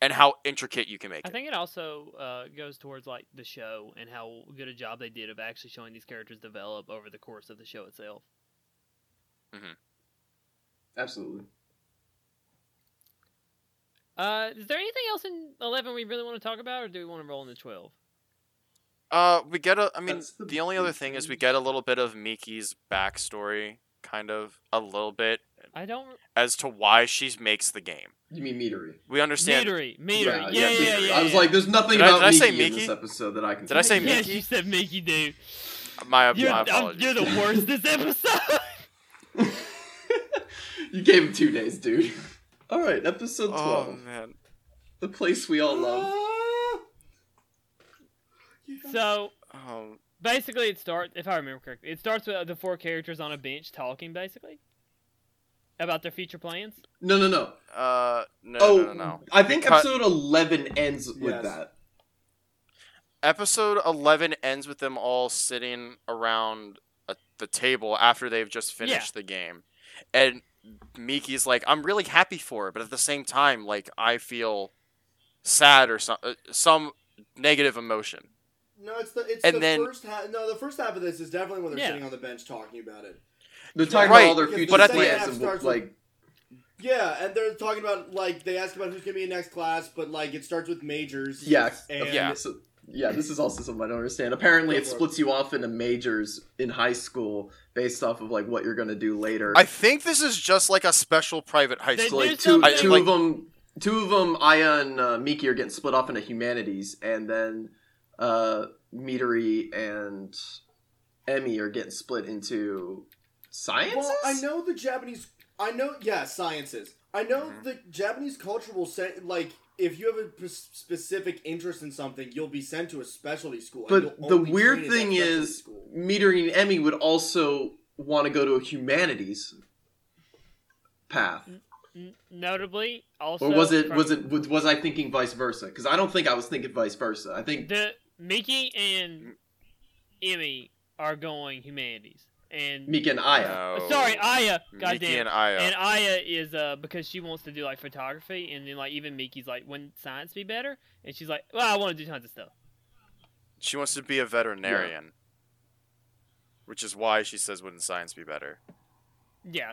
and how intricate you can make I it. think it also uh, goes towards like the show and how good a job they did of actually showing these characters develop over the course of the show itself. Absolutely. Uh, is there anything else in eleven we really want to talk about, or do we want to roll into twelve? Uh, we get a. I mean, That's the the only other big thing is we thing. get a little bit of Miki's backstory, kind of a little bit I don't. as to why she makes the game. You mean Midori? We understand. Metery, metery, yeah, yeah, yeah, yeah. Midori. yeah, I was like, there's nothing Did I- about did I say Miki in this Miki? episode that I can. Did I say think of. yes, Mickey? you said Mickey, dude. My, You're, my I'm- apologies. you're the worst this episode. you gave him two days, dude. All right, episode Oh twelve, man. the place we all Oh, love. Ah. so Um, basically, it starts. If I remember correctly, it starts with the four characters on a bench talking, basically about their future plans. No, no, no. uh, no, oh, no, no, no. I think Cut. episode eleven ends with Yes. that. Episode 11 ends with them all sitting around a, the table after they've just finished the game. And Miki's like, I'm really happy for it, but at the same time, like, I feel sad or some, uh, some negative emotion. No, it's the it's And the then- first half. No, the first half of this is definitely when they're Yeah. sitting on the bench talking about it. They're talking Right, about all their because future the second plans half and starts with- like Yeah, and they're talking about like they ask about who's gonna be in next class, but like it starts with majors. yeah, and Yeah. So, yeah, this is also something I don't understand. Apparently, it Go for it. splits you off into majors in high school based off of like what you're gonna do later. I think this is just like a special private high They school. so, like There's two, something- two I- of them, two of them, Aya and uh, Miki are getting split off into humanities, and then uh, Midori and Emmy are getting split into sciences. Well, I know the Japanese. I know, yeah, sciences. I know Mm-hmm. the Japanese culture will send like if you have a p- specific interest in something, you'll be sent to a specialty school. and But you'll the only weird train at that thing specialty is, school. Midori and Emmy would also want to go to a humanities path, N- notably, also or was it from- was it was, was I thinking vice versa? Because I don't think I was thinking vice versa. I think the Mickey and Emmy are going humanities, and Mika and Aya. No. sorry, Aya, Miki goddamn, Oh. and Aya. and Aya is uh because she wants to do like photography, and then like even Miki's like, wouldn't science be better? And she's like, well, I want to do tons of stuff. she wants to be a veterinarian, which is why she says, "Wouldn't science be better?" Yeah.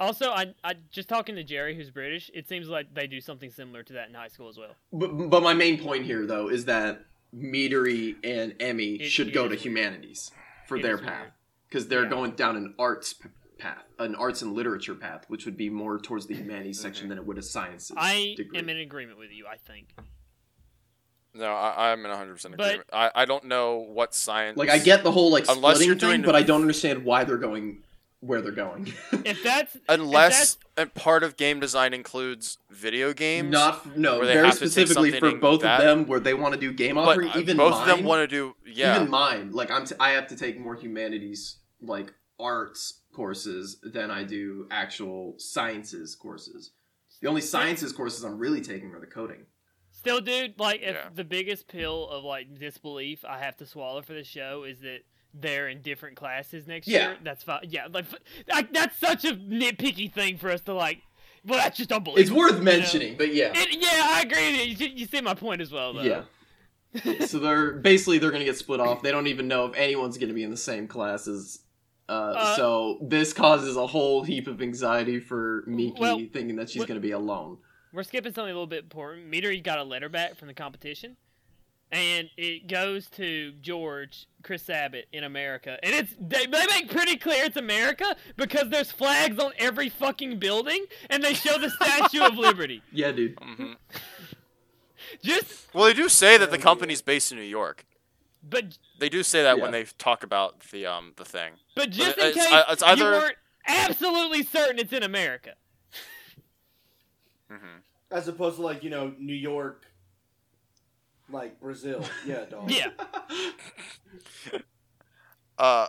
Also, I, I just talking to Jerry, who's British. It seems like they do something similar to that in high school as well. But, but my main point here, though, is that Meadery and Emmy It- should it go is to weird. humanities for It their is weird. path because they're Yeah. going down an arts p- path, an arts and literature path, which would be more towards the humanities section than it would a sciences. I degree. am in agreement with you. I think. No, I, I'm in 100 percent But- agreement. I, I don't know what science. Like I get the whole like Unless splitting you're thing, doing- but I don't understand why they're going where they're going. If that's unless a part of game design includes video games. Not no, where they very have to take specifically something for in both that- of them, where they want to do game but authoring. uh, even both mine, of them want to do. Yeah, even mine. Like I'm, t- I have to take more humanities, like arts courses than I do actual sciences courses. The only sciences courses I'm really taking are the coding. Still, dude, like if Yeah. the biggest pill of like disbelief I have to swallow for the show is that they're in different classes next Yeah. year. That's fine. Yeah, like, f- like that's such a nitpicky thing for us to like. Well, that's just unbelievable. It's worth know? mentioning, but yeah, It, yeah, I agree. With you. You, you see my point as well, though. yeah. so they're basically they're gonna get split off. They don't even know if anyone's gonna be in the same classes. Uh, Uh, so this causes a whole heap of anxiety for Miki, Well, thinking that she's what- gonna be alone. We're skipping something a little bit important. Meter got a letter back from the competition, and it goes to George Chris Abbott in America. And it's they, they make pretty clear it's America because there's flags on every fucking building, and they show the Statue of Liberty. Yeah, dude. Mhm. Just Well, they do say that the company's based in New York. but They do say that when Yeah. they talk about the um the thing. but just But in it's- case uh, it's you either- weren't absolutely certain it's in America. hmm As opposed to like you know New York, like Brazil. Yeah, dog. Yeah, Uh,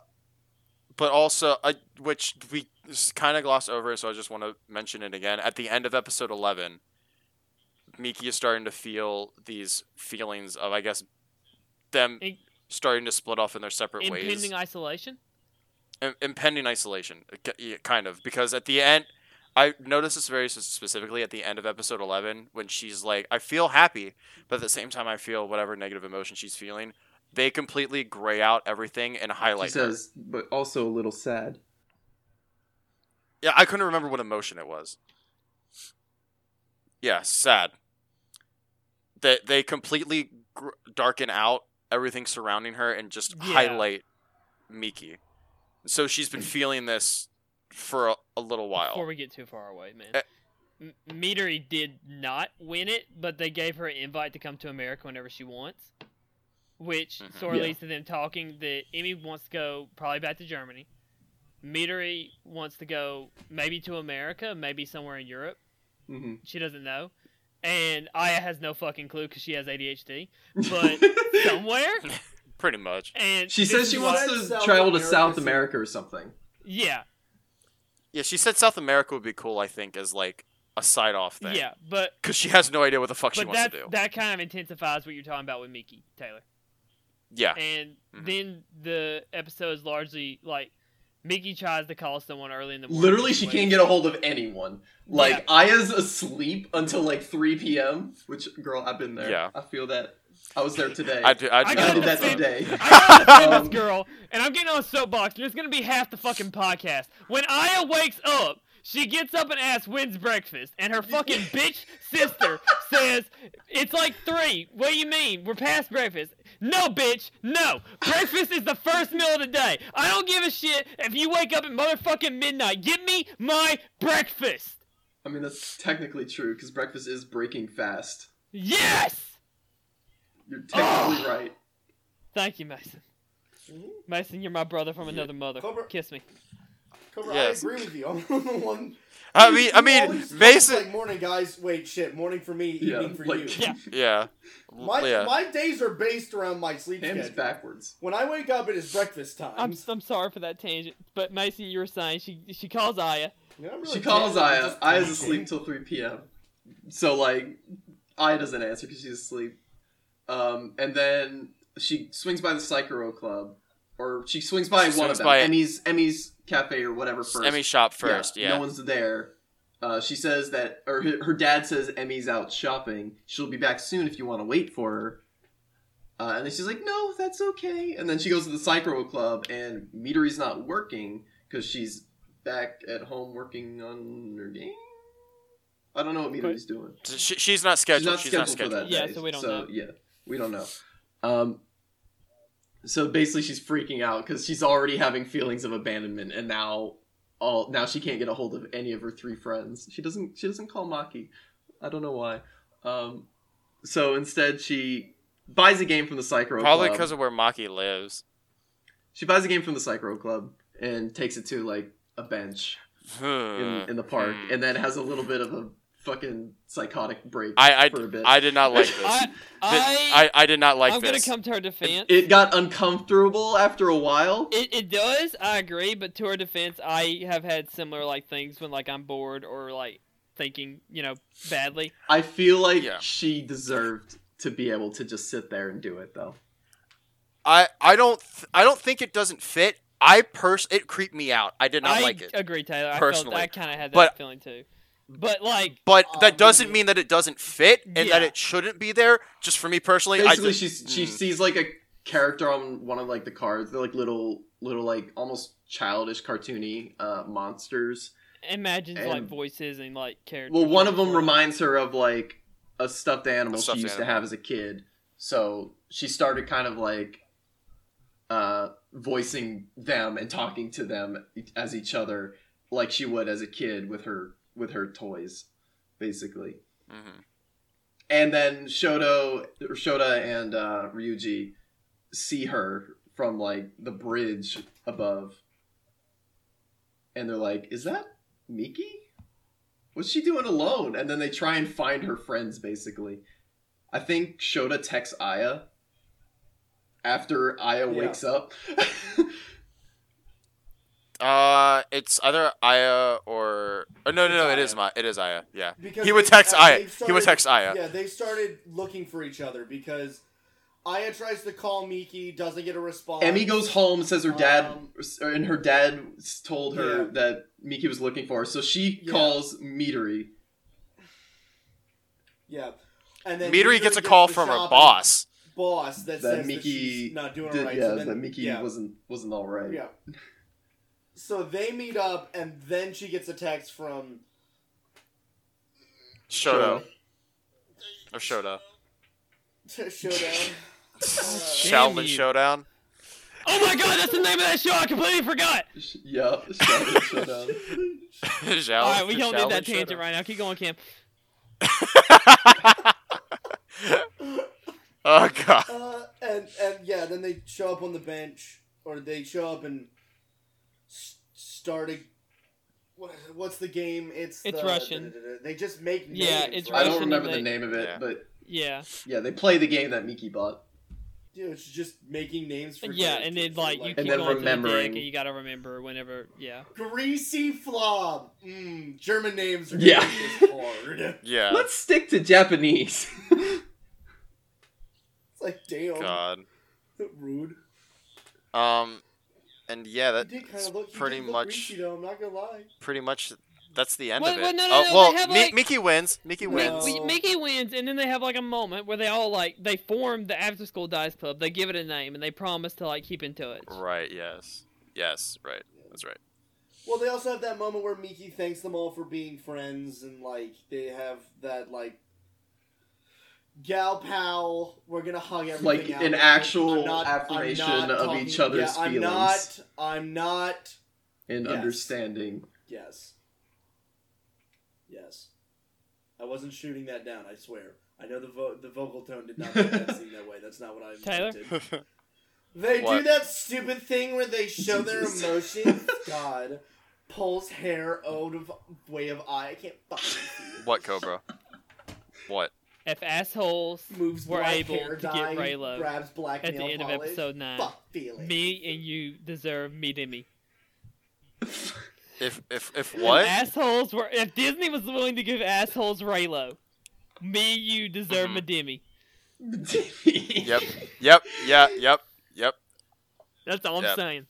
but also, I, which we kind of glossed over, so I just want to mention it again. At the end of episode 11, Miki is starting to feel these feelings of, I guess, them In- starting to split off in their separate ways. impending isolation. Im- impending isolation, uh, ki- yeah, kind of. Because at the end, I noticed this very s- specifically at the end of episode 11 when she's like, I feel happy, but at the same time, I feel whatever negative emotion she's feeling. They completely gray out everything and She highlight her. says, but also a little sad. Yeah, I couldn't remember what emotion it was. Yeah, sad. They they completely gr- darken out everything surrounding her and just Yeah. highlight Miki. So she's been feeling this for a, a little Before while. we get too far away, man. Eh. M- Midori did not win it, but they gave her an invite to come to America whenever she wants, which Mhm. sort of Yeah. leads to them talking that Emmy wants to go probably back to Germany. Midori wants to go maybe to America, maybe somewhere in Europe. hmm She doesn't know. And Aya has no fucking clue because she has ADHD. But somewhere. Pretty much. And she this says is she why- wants to Said South travel to America South soon. America or something. Yeah. Yeah, she said South America would be cool. I think as like a side off thing. Yeah. But Because she has no idea what the fuck she but wants that to do. that kind of intensifies what you're talking about with Miki Taylor. yeah. and Mm-hmm. Mhm. then the episode is largely like Mickey tries to call someone early in the morning. Literally, she can't get a hold of anyone. Like Aya's asleep until like 3 p.m. Which girl, I've been there. Yeah. I feel that. I was there today. I do. I I do. I got did the that same- today. I gotta defend Um, this girl, and I'm getting on a soapbox, and it's gonna be half the fucking podcast. When Aya wakes up, she gets up and asks when's breakfast, and her fucking bitch sister says it's like three. What do you mean? We're past breakfast. No, bitch, no. Breakfast is the first meal of the day. I don't give a shit if you wake up at motherfucking midnight. Give me my breakfast. I mean, that's technically true because breakfast is breaking fast. Yes. You're technically right. Thank you, Mason. Mm-hmm. Mason, you're my brother from another mother. Cobra- Kiss me. Cobra, Yes. I agree with you. I'm the one. I mean, I You mean, always talk Mason. Like morning, guys. Wait, shit. Morning for me. Yeah, Evening for like you. Yeah. Yeah. L- My yeah. my days are based around my sleep hands schedule. backwards. When I wake up, it is breakfast time. I'm, I'm sorry for that tangent, but Mason, you were saying she she calls Aya. Yeah, I'm really She calls tired. I'm Aya. just Aya's talking. asleep till 3 p.m. So like, Aya doesn't answer because she's asleep. Um, and then she swings by the Psychero Club, or she swings by She one swings of them. by- Emmy's Emmy's cafe or whatever first. Emmy's shop first. Yeah. no one's there. Uh, she says that, or her, her dad says Emmy's out shopping. She'll be back soon if you want to wait for her. Uh, and then she's like, "No, that's okay." And then she goes to the psycho club, and Midori's not working because she's back at home working on her game. I don't know what Midori's doing. She, she's not scheduled. She's not scheduled, for that. Yeah, day, so we don't know. Yeah, we don't know. Um, so basically, she's freaking out because she's already having feelings of abandonment, and now all now she can't get a hold of any of her three friends. She doesn't. She doesn't call Maki. I don't know why. Um, so instead, she buys a game from the Psycho Probably Club. because of where Maki lives. she buys a game from the Psycho Club and takes it to like a bench in, in the park, Hmm. and then has a little bit of a fucking psychotic break I I, for a bit. I did not like this. I, Th- I, I, I did not like I'm this. gonna come to her defense. It, it got uncomfortable after a while. it, does. I agree, but to her defense, I have had similar like things when like I'm bored or like thinking, you know, badly. I feel like Yeah. she deserved to be able to just sit there and do it though. I I don't th- I don't think it doesn't fit. I pers it creeped me out. I did not I like it. agree, Taylor. I personally. felt, I kind of had that But- feeling too. But like, But that doesn't Obviously. mean that it doesn't fit and Yeah. that it shouldn't be there. Just for me personally, I Basically, just, she's she mm. sees like a character on one of like the cards. They're like little little like almost childish cartoony uh, monsters. imagines like And- voices and like characters. Well, one of them reminds her of like a stuffed animal A stuffed she used to animal. have as a kid. So she started kind of like uh, voicing them and talking to them as each other, like she would as a kid with her with her toys, basically. Mhm. And then Shoto, or Shota and uh, Ryuji see her from like the bridge above, and they're like, "Is that Miki? What's she doing alone?" And then they try and find her friends. Basically, I think Shota texts Aya after Aya Yeah. wakes up. Uh, it's either Aya or, or no, no, no. It It's is Aya. my. It is Aya. Yeah. Because He would they- text uh, Aya. they've He would started- text Aya. Yeah, they started looking for each other because Aya tries to call Miki, doesn't get a response. Emmy goes home and says her dad, Um, and her dad s- told her Yeah. that Miki was looking for her, so she Yeah. calls Midori. Yeah, and then Midori gets a call the from her shopping boss. Boss that, That says Miki that she's not doing Did- it right. yeah, so then, that Miki yeah, wasn't wasn't all right. Yeah. So they meet up, and then she gets a text from Shoto or Shoto. Showdown. Shaolin you. Showdown. Oh my god, that's the name of that show. I completely forgot. Sh- Yeah, shut up, shut up. Shaolin- All right, we don't need Shaolin that tangent Showdown. right now. Keep going, Cam. oh god. Uh, and and yeah, then they show up on the bench, or they show up and s- start a. What, what's the game? It's It's the- Russian. They just make Yeah, names, it's I right? don't Russian remember and the they- name of it, Yeah. but Yeah, yeah, they play the game that Miki bought. You know, it's just making names for yeah, and then characters, like you and, keep then going to the remembering. deck, and you gotta remember whenever. Yeah. greasy flob. Mm, German names are Yeah. yeah hard. It's Yeah. Let's stick to Japanese. like damn God. rude. Um, and yeah, that he did kind of look he pretty did look much- greasy, though. I'm not gonna lie. pretty much that's the end Well- of it. well, no, no, oh, no, well, they have, Mi- like- Mickey wins. Mickey No. wins. Mi- Mickey wins, and then they have like a moment where they all like they form the after school dice club. They give it a name, and they promise to like keep in touch. Right. Yes. Yes. Right. That's right. Well, they also have that moment where Miki thanks them all for being friends, and like they have that like gal pal. We're gonna hug everything Like out. an I'm actual not- I'm affirmation not of talking- each other's yeah, I'm feelings not. I'm not. and Yes. understanding. Yes. Yes. I wasn't shooting that down. I swear. I know the vo- the vocal tone did not make that seem that way. That's not what I Tyler? intended. They What? do that stupid thing where they show their Jesus. emotions. God pulls hair out of way of eye. I can't fucking see. it. what Cobra? What? If assholes Moves were black able hair to get dye, Raylo grabs black at the nail end polish. of episode nine, Fuck feeling. me and you deserve me to me. If if if If what? assholes were if Disney was willing to give assholes Raylo, me and you deserve Mhm. Madimi. Yep. Yep. Yeah. Yep. Yep. That's all I'm Yeah. saying.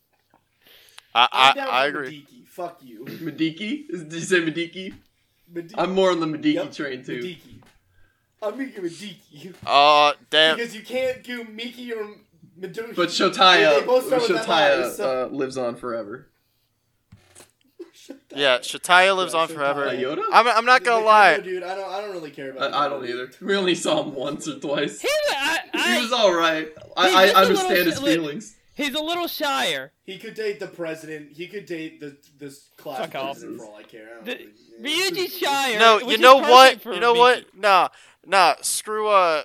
I, I'm I, down I with agree. Mediki. Fuck you. Mediki? Is- Did you say Mediki? Mediki. I'm more on the Mediki Yep, train too. Mediki. I'm Miki Mediki. Uh, damn. Because you can't do Miki or Meduki. But Yeah, Shotaya, they both start with Shotaya MI, so- uh, lives on forever. Yeah, Shataya lives Yeah, on Shataya. forever. Uh, Iota? I'm, I'm not gonna Like, lie. no, dude. I don't. I don't really care about. I, I don't Meduki. either. We only saw him once or twice. He's a, I, I, He was all right. He's I, just I a understand little his shit- feelings. he's a little shyer. He could date the president. He could date the this class Fuck off. president for all I care. I don't The- really- yeah. Ryuji's shyer. No, which you is know perfect what? for You know Miki. what? Nah, nah. Screw uh,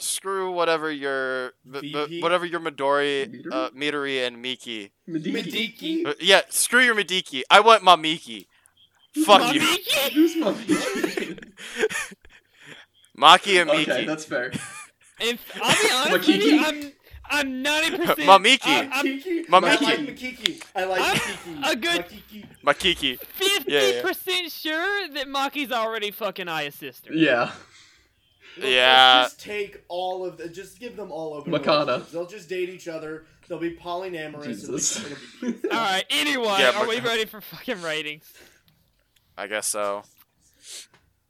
screw whatever your b- VP? b- whatever your Midori, Midori? uh, Midori and Miki. Mediki. Mediki. Uh, yeah, screw your Midiki. I want my Miki. Fuck My you, Miki? Who's my Mediki? Maki and Miki. okay, that's fair. If I'll be honest with Makiki? you, I'm I'm ninety percent. Mamiki. I'm Kiki. My I Miki. like Makiki. I like I'm Makiki. a good- Makiki. Makiki. fifty Yeah, percent sure that Maki's already fucking Aya's sister. Yeah. Let's Yeah. Just take all of the. Just give them all open. Makana. relationships. They'll just date each other. They'll be polyamorous. Jesus. And it'll be beautiful. All right. Anyway, Yeah, are but- we ready for fucking ratings? I guess so. I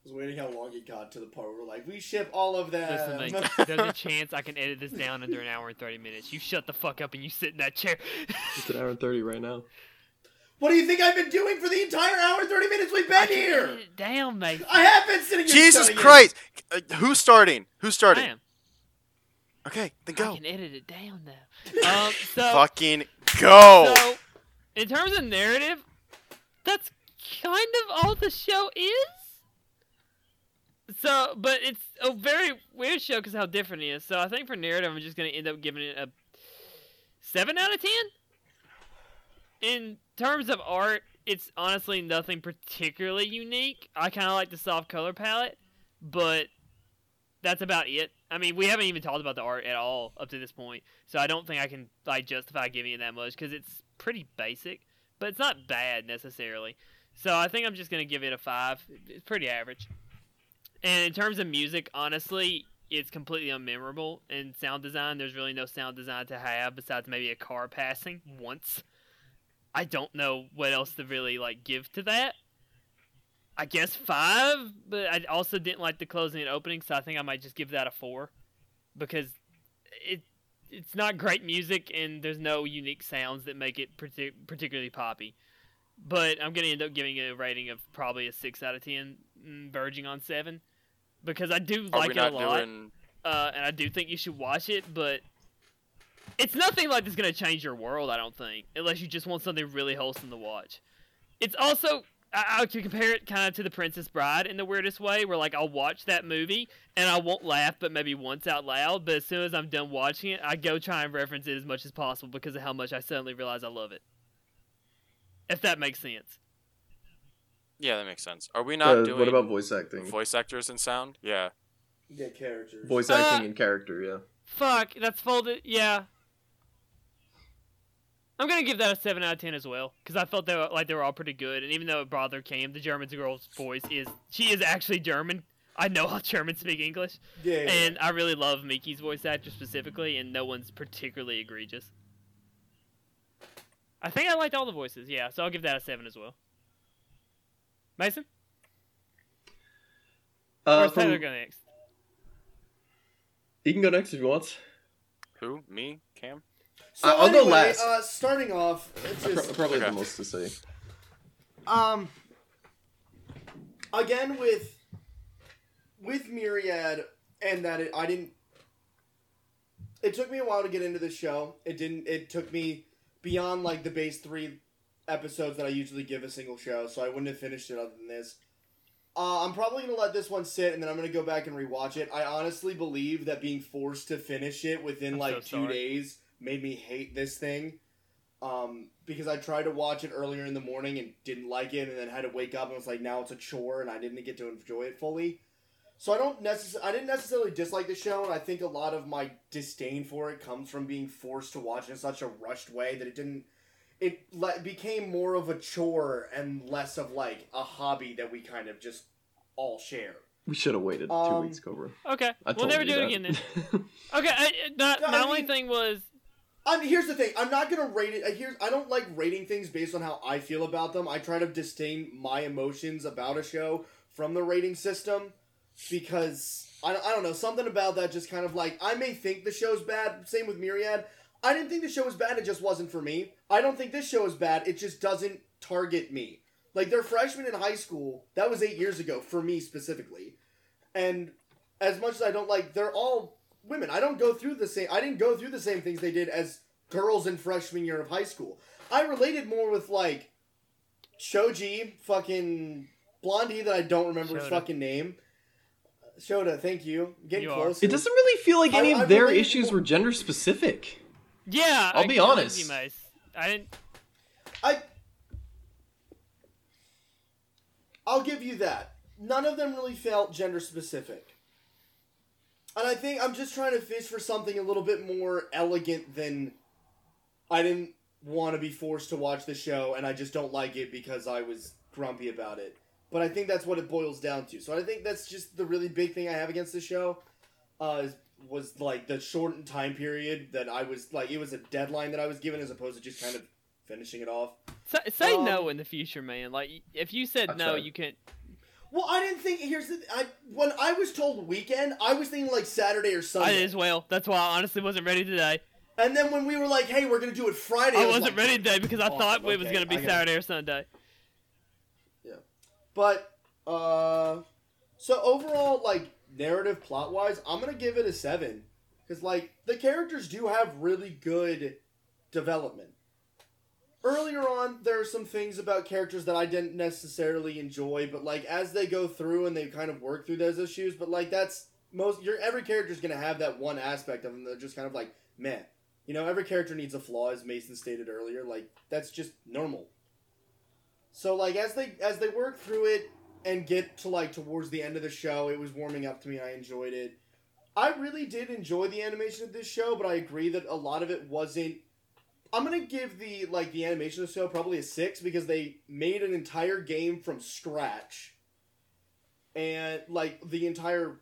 was waiting how long it got to the part where we're like, we ship all of Uh, Listen, them. like, there's a chance I can edit this down under an hour and thirty minutes. You shut the fuck up and you sit in that chair. It's an hour and 30 right now. what do you think I've been doing for the entire hour and 30 minutes we've been here? Damn, mate. I have been sitting here. Jesus studying. Christ! Uh, who's starting? Who's starting? Damn. Okay, then I go. can edit it down though. Um, so, Fucking go. so in terms of narrative, that's kind of all the show is. So, but it's a very weird show because how different it is. So, I think for narrative, I'm just gonna end up giving it a seven out of ten. In terms of art, it's honestly nothing particularly unique. I kind of like the soft color palette, but that's about it. I mean, we haven't even talked about the art at all up to this point, so I don't think I can like justify giving it that much because it's pretty basic, but it's not bad necessarily. So I think I'm just gonna give it a five. It's pretty average. And in terms of music, honestly, it's completely unmemorable. And sound design, there's really no sound design to have besides maybe a car passing once. I don't know what else to really like give to that. I guess five, but I also didn't like the closing and opening, so I think I might just give that a four because it it's not great music and there's no unique sounds that make it partic- particularly poppy. But I'm gonna end up giving it a rating of probably a six out of ten, mm, verging on seven, because I do Are like we it a not lot, doing? uh, and I do think you should watch it, but. It's nothing like that's gonna change your world, I don't think, unless you just want something really wholesome to watch. It's also I, I could compare it kind of to the Princess Bride in the weirdest way, where like I'll watch that movie and I won't laugh, but maybe once out loud. But as soon as I'm done watching it, I go try and reference it as much as possible because of how much I suddenly realize I love it. If that makes sense. Yeah, that makes sense. Are we not Uh, doing what about voice acting? voice actors and sound? Yeah. Yeah, characters. voice Uh, acting and character, yeah. Fuck, that's folded. Yeah. I'm gonna give that a seven out of ten as well because I felt they were, like they were all pretty good, and even though it bothered Cam, the German girl's voice is she is actually German. I know how Germans speak English. Yeah. yeah, yeah. And I really love Miki's voice actor specifically, and no one's particularly egregious. I think I liked all the voices, yeah, so I'll give that a 7 as well. Mason? Or Uh, is Tyler from- going next? He can go next if he wants. Who? Me? Cam? so I- I'll go anyway, last. Uh, starting off, it's I pro- just probably have Okay. the most to say. Um. Again, with with Myriad, and that it, I didn't. It took me a while to get into the show. It didn't. It took me beyond like the base three episodes that I usually give a single show, so I wouldn't have finished it other than this. Uh, I'm probably gonna let this one sit, and then I'm gonna go back and rewatch it. I honestly believe that being forced to finish it within I'm like so two sorry. days made me hate this thing um, because I tried to watch it earlier in the morning and didn't like it, and then had to wake up and was like, now it's a chore, and I didn't get to enjoy it fully. So I don't necessarily, I didn't necessarily dislike the show, and I think a lot of my disdain for it comes from being forced to watch it in such a rushed way that it didn't. It le- became more of a chore and less of like a hobby that we kind of just all share. We should have waited Um, two weeks, Cobra. Okay, I we'll told never you do it that. again then. Okay, I, I- not, No, I my only mean- thing was I mean, here's the thing. I'm not gonna rate it. uh, Here's I don't like rating things based on how I feel about them. I try to disdain my emotions about a show from the rating system because I, I don't know something about that. Just kind of like I may think the show's bad. Same with Myriad. I didn't think the show was bad. It just wasn't for me. I don't think this show is bad. It just doesn't target me. Like they're freshmen in high school. That was eight years ago for me specifically, and as much as I don't like, they're all women. I don't go through the same. I didn't go through the same things they did as girls in freshman year of high school. I related more with like Shoji, fucking Blondie that I don't remember his Shoda. fucking name. Shoda, thank you. Getting You are. close. It doesn't really feel like any I- I of their really- issues were gender specific. Yeah, I'll be I agree with honest. you, Mace. I didn't. I. I'll give you that. None of them really felt gender specific. And I think I'm just trying to fish for something a little bit more elegant than I didn't want to be forced to watch the show and I just don't like it because I was grumpy about it. But I think that's what it boils down to. So I think that's just the really big thing I have against the show uh, is- was like the shortened time period that I was like it was a deadline that I was given as opposed to just kind of finishing it off. Say, say Um, no in the future, man. Like if you said I'll no, try. you can't. Well, I didn't think. Here's the. I when I was told weekend, I was thinking like Saturday or I Sunday. did as well. That's why I honestly wasn't ready today. and then when we were like, "Hey, we're gonna do it Friday," I was wasn't like, ready today because I awesome, thought it was okay, going to be I got it. Saturday or Sunday. But uh, so overall, like narrative plot wise, I'm gonna give it a seven because like the characters do have really good development. Earlier on, there are some things about characters that I didn't necessarily enjoy, but like as they go through and they kind of work through those issues, but like that's most your every character's gonna have that one aspect of them that just kind of like man, you know, every character needs a flaw, as Mason stated earlier. Like that's just normal. So like as they as they work through it and get to like towards the end of the show, it was warming up to me. I enjoyed it. I really did enjoy the animation of this show, but I agree that a lot of it wasn't. I'm gonna give the like the animation of the show probably a six because they made an entire game from scratch, and like the entire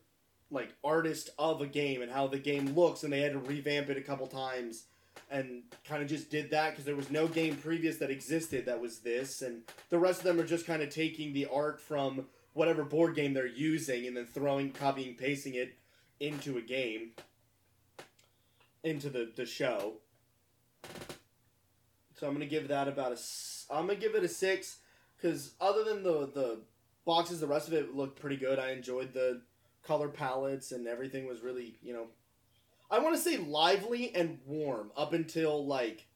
like artist of a game and how the game looks, and they had to revamp it a couple times, and kind of just did that because there was no game previous that existed that was this, and the rest of them are just kind of taking the art from whatever board game they're using and then throwing, copying, pasting it into a game, into the, the show. So I'm gonna give that about a. s- I'm gonna give it a six because other than the the boxes, the rest of it looked pretty good. I enjoyed the color palettes and everything was really you know, I want to say lively and warm up until like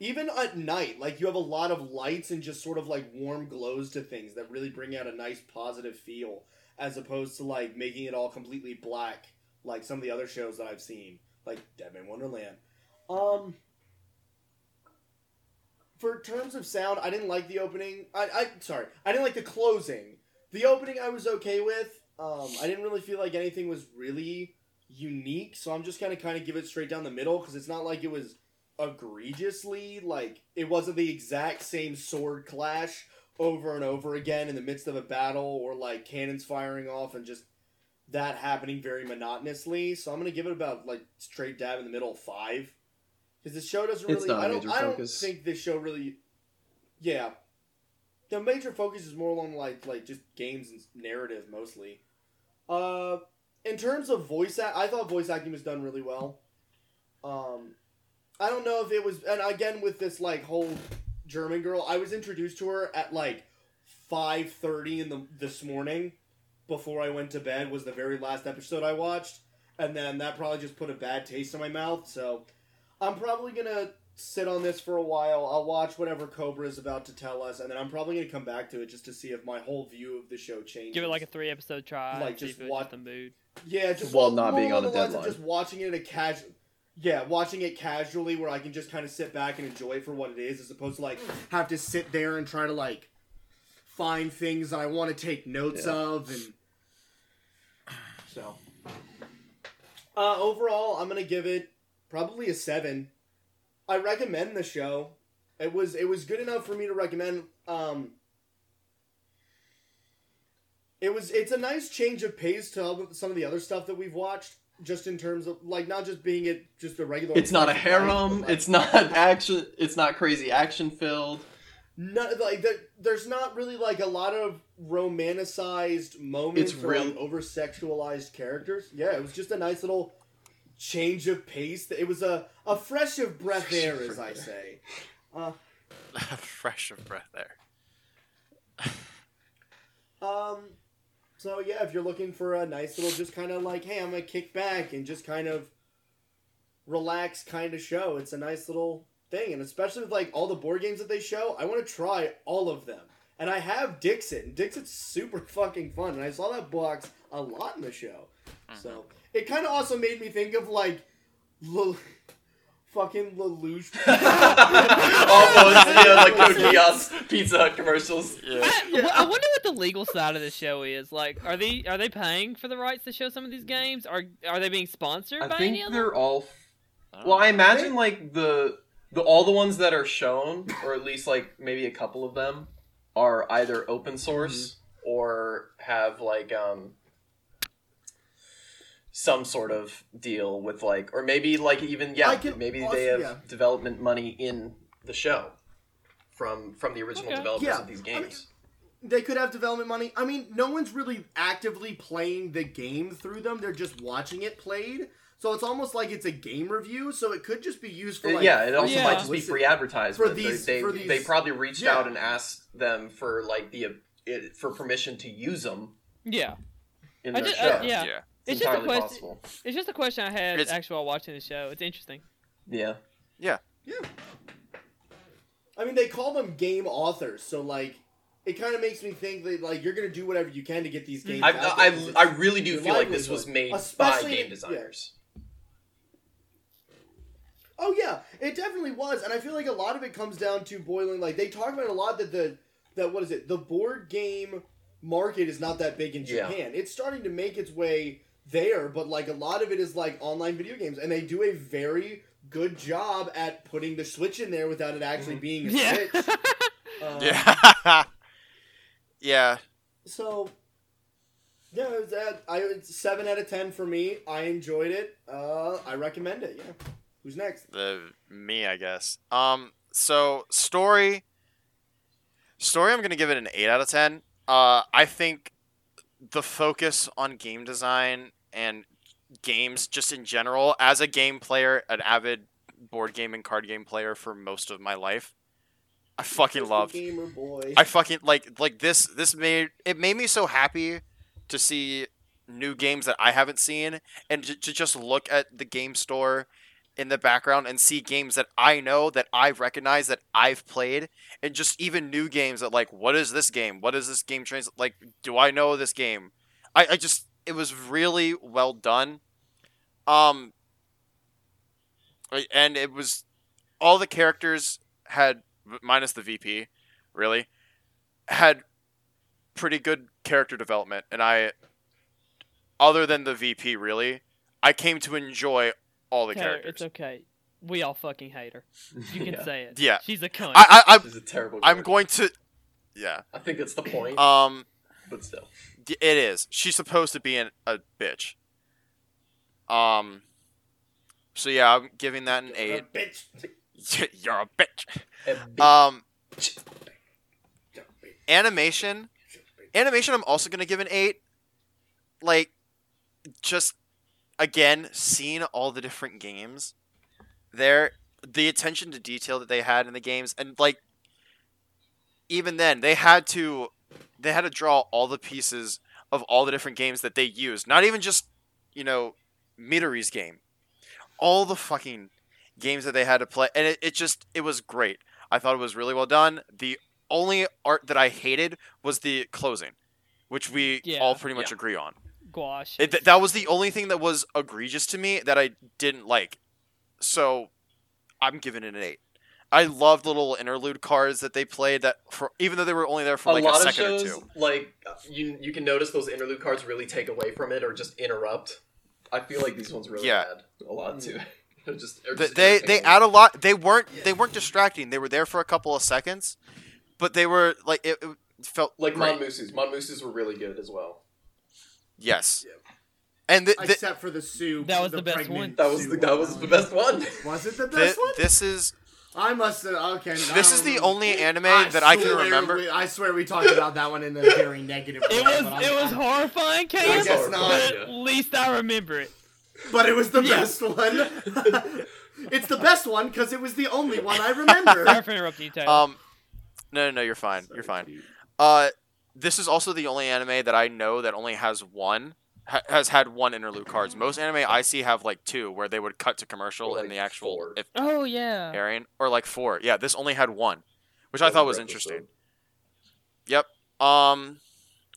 even at night, like you have a lot of lights and just sort of like warm glows to things that really bring out a nice positive feel, as opposed to like making it all completely black, like some of the other shows that I've seen, like Dead Man Wonderland. Um, for terms of sound, I didn't like the opening. I, I sorry, I didn't like the closing. The opening I was okay with. Um, I didn't really feel like anything was really unique, so I'm just gonna kind of give it straight down the middle because it's not like it was egregiously like it wasn't the exact same sword clash over and over again in the midst of a battle or like cannons firing off and just that happening very monotonously so i'm gonna give it about like straight dab in the middle five because this show doesn't really It's not a i don't major i don't focus. think this show really yeah the major focus is more along like like just games and narrative mostly uh in terms of voice act i thought voice acting was done really well um I don't know if it was, and again with this like whole German girl, I was introduced to her at like five thirty in the this morning before I went to bed was the very last episode I watched, and then that probably just put a bad taste in my mouth. So I'm probably gonna sit on this for a while. I'll watch whatever Cobra is about to tell us, and then I'm probably gonna come back to it just to see if my whole view of the show changes. Give it like a three episode try. Like, and see just if it what- the mood. yeah, just While well, not more being along on a the lines of deadline. Just watching it in a casual. Yeah, watching it casually where I can just kind of sit back and enjoy it for what it is, as opposed to like Mm. have to sit there and try to like find things that I want to take notes Yeah. of and so. Uh, overall, I'm gonna give it probably a seven. I recommend the show. It was it was good enough for me to recommend. Um, it was it's a nice change of pace to all the- some of the other stuff that we've watched. just in terms of like not just being it just a regular. It's not a person, right? harem. But, like, It's not action. It's not crazy action filled. no, like there, there's not really like a lot of romanticized moments It's or real- like, over sexualized characters. Yeah, it was just a nice little change of pace. It was a a fresh of breath air, as I say. Fresh of breath there. Um, so yeah, if you're looking for a nice little, just kind of like, hey, I'm gonna kick back and just kind of relax kind of show, it's a nice little thing. And especially with like all the board games that they show, I want to try all of them. And I have Dixit. and Dixit's super fucking fun. And I saw that box a lot in the show, so it kind of also made me think of like, Lel- fucking Lelouch. Almost, yeah, like Kokias Pizza Hut commercials. Yeah. Well, I wonder what the legal side of the show is. Like, are they are they paying for the rights to show some of these games? Are are they being sponsored I by think any of them? they're all. Oh, Well, I imagine like the the all the ones that are shown, or at least like maybe a couple of them, are either open source Mm-hmm. or have like um some sort of deal with like, or maybe like even yeah, I can maybe also- they have yeah. development money in the show from from the original Okay. developers Yeah, of these I mean- games. they could have development money. I mean, no one's really actively playing the game through them. They're just watching it played. So it's almost like it's a game review. So it could just be used for Uh, like yeah, it also Yeah. might just be Listen, free advertisement. for these- they, they, for these- they probably reached yeah. out and asked them for like the uh, it, for permission to use them yeah. in I their just, show. uh, yeah. Yeah. It's it's, just a entirely question. possible. It's just a question I had It's- actually while watching the show. It's interesting. Yeah, I mean, they call them game authors. So like, it kind of makes me think that like you're gonna do whatever you can to get these games. I, out I, there 'cause I it's- really do your feel like this livelihood. was made by Especially- game yeah. designers. Oh yeah, it definitely was, and I feel like a lot of it comes down to boiling. Like they talk about it a lot that the that what is it? The board game market is not that big in Yeah. Japan. It's starting to make its way there, but like a lot of it is like online video games, and they do a very good job at putting the Switch in there without it actually being a Yeah. Switch. Uh, Mm-hmm. Yeah. yeah. So. Yeah, it was at, I it's seven out of ten for me. I enjoyed it. Uh, I recommend it. Yeah. Who's next? The me, I guess. Um. So story. Story. I'm gonna give it an eight out of ten. Uh, I think the focus on game design and games just in general, as a game player, an avid board game and card game player for most of my life, I fucking Mr. loved. Gamer boy. I fucking like like this this made it made me so happy to see new games that I haven't seen and to, to just look at the game store in the background and see games that I know that I've recognized that I've played and just even new games that like what is this game? What is this game trans like do I know this game? I, I just it was really well done. Um I- and it was all the characters had minus the VP really had pretty good character development and I other than the VP really I came to enjoy all the Taylor, it's characters. okay. We all fucking hate her. You can yeah. say it. Yeah. She's a cunt. I I, I This is a terrible. I'm word. going to yeah. I think that's the point, Um but still, D- It is. She's supposed to be an, a bitch. Um. So yeah, I'm giving that an eight. bitch. You're a bitch. A big Um. Animation. Animation. I'm also gonna give an eight. Like, just again, seeing all the different games, there, the attention to detail that they had in the games, and like, even then, they had to, they had to draw all the pieces of all the different games that they used. Not even just, you know, Midori's game. All the fucking games that they had to play, and it, it just it was great. I thought it was really well done. The only art that I hated was the closing, which we Yeah. all pretty much agree on. Gouache. It, th- that was the only thing that was egregious to me that I didn't like. So I'm giving it an eight. I loved little interlude cards that they played that for even though they were only there for like a lot a second of or shows, two. like you, you can notice those interlude cards really take away from it or just interrupt. I feel like these ones really Yeah. add a lot Mm. to it. They're just, they're Th- just They they entertaining. add a lot. They weren't they weren't distracting. They were there for a couple of seconds, but they were like it, it felt like great. Monmusus. Monmusus were really good as well. Yes. And th- th- except for the soup. That was the best pregnant one. That was the soup that was one. the best one. Was it the thi- best one? this is I must have. Okay. this is Um, the only anime that I can remember. We, I swear we talked about that one in a very negative. It way, was but I'm- it was I horrifying, Cam. guess not. But at least I remember it. But it was the best one. it's the best one because it was the only one I remember. Sorry for interrupting you, Taylor. Um, no, no, no, you're fine. you're fine. Uh, this is also the only anime that I know that only has one ha- has had one interlude cards. Most anime I see have like two, where they would cut to commercial Or, in like, the actual four. if oh yeah. airing, or like four. Yeah, this only had one, which I thought was interesting. Yep. Um,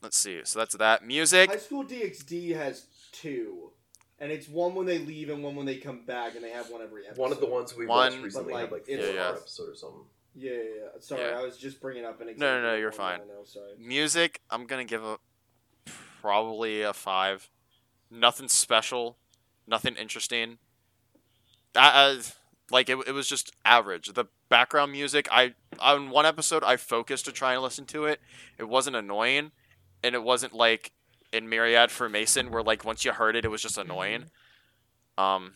let's see. So that's that. Music. High School DxD has two, and it's one when they leave and one when they come back, and they have one every episode. One of the ones we One- watched recently had like But, like, four it's- Yeah, yeah. episodes or something. Yeah, yeah, yeah. Sorry, Yeah. I was just bringing up an no, example. no, of you're one that I fine. know, sorry. Music. I'm gonna give a probably a five. Nothing special. Nothing interesting. I, I like it. It was just average. The background music. I on one episode I focused to try and listen to it. It wasn't annoying, and it wasn't like in Myriad for Mason where like once you heard it it was just annoying. Um.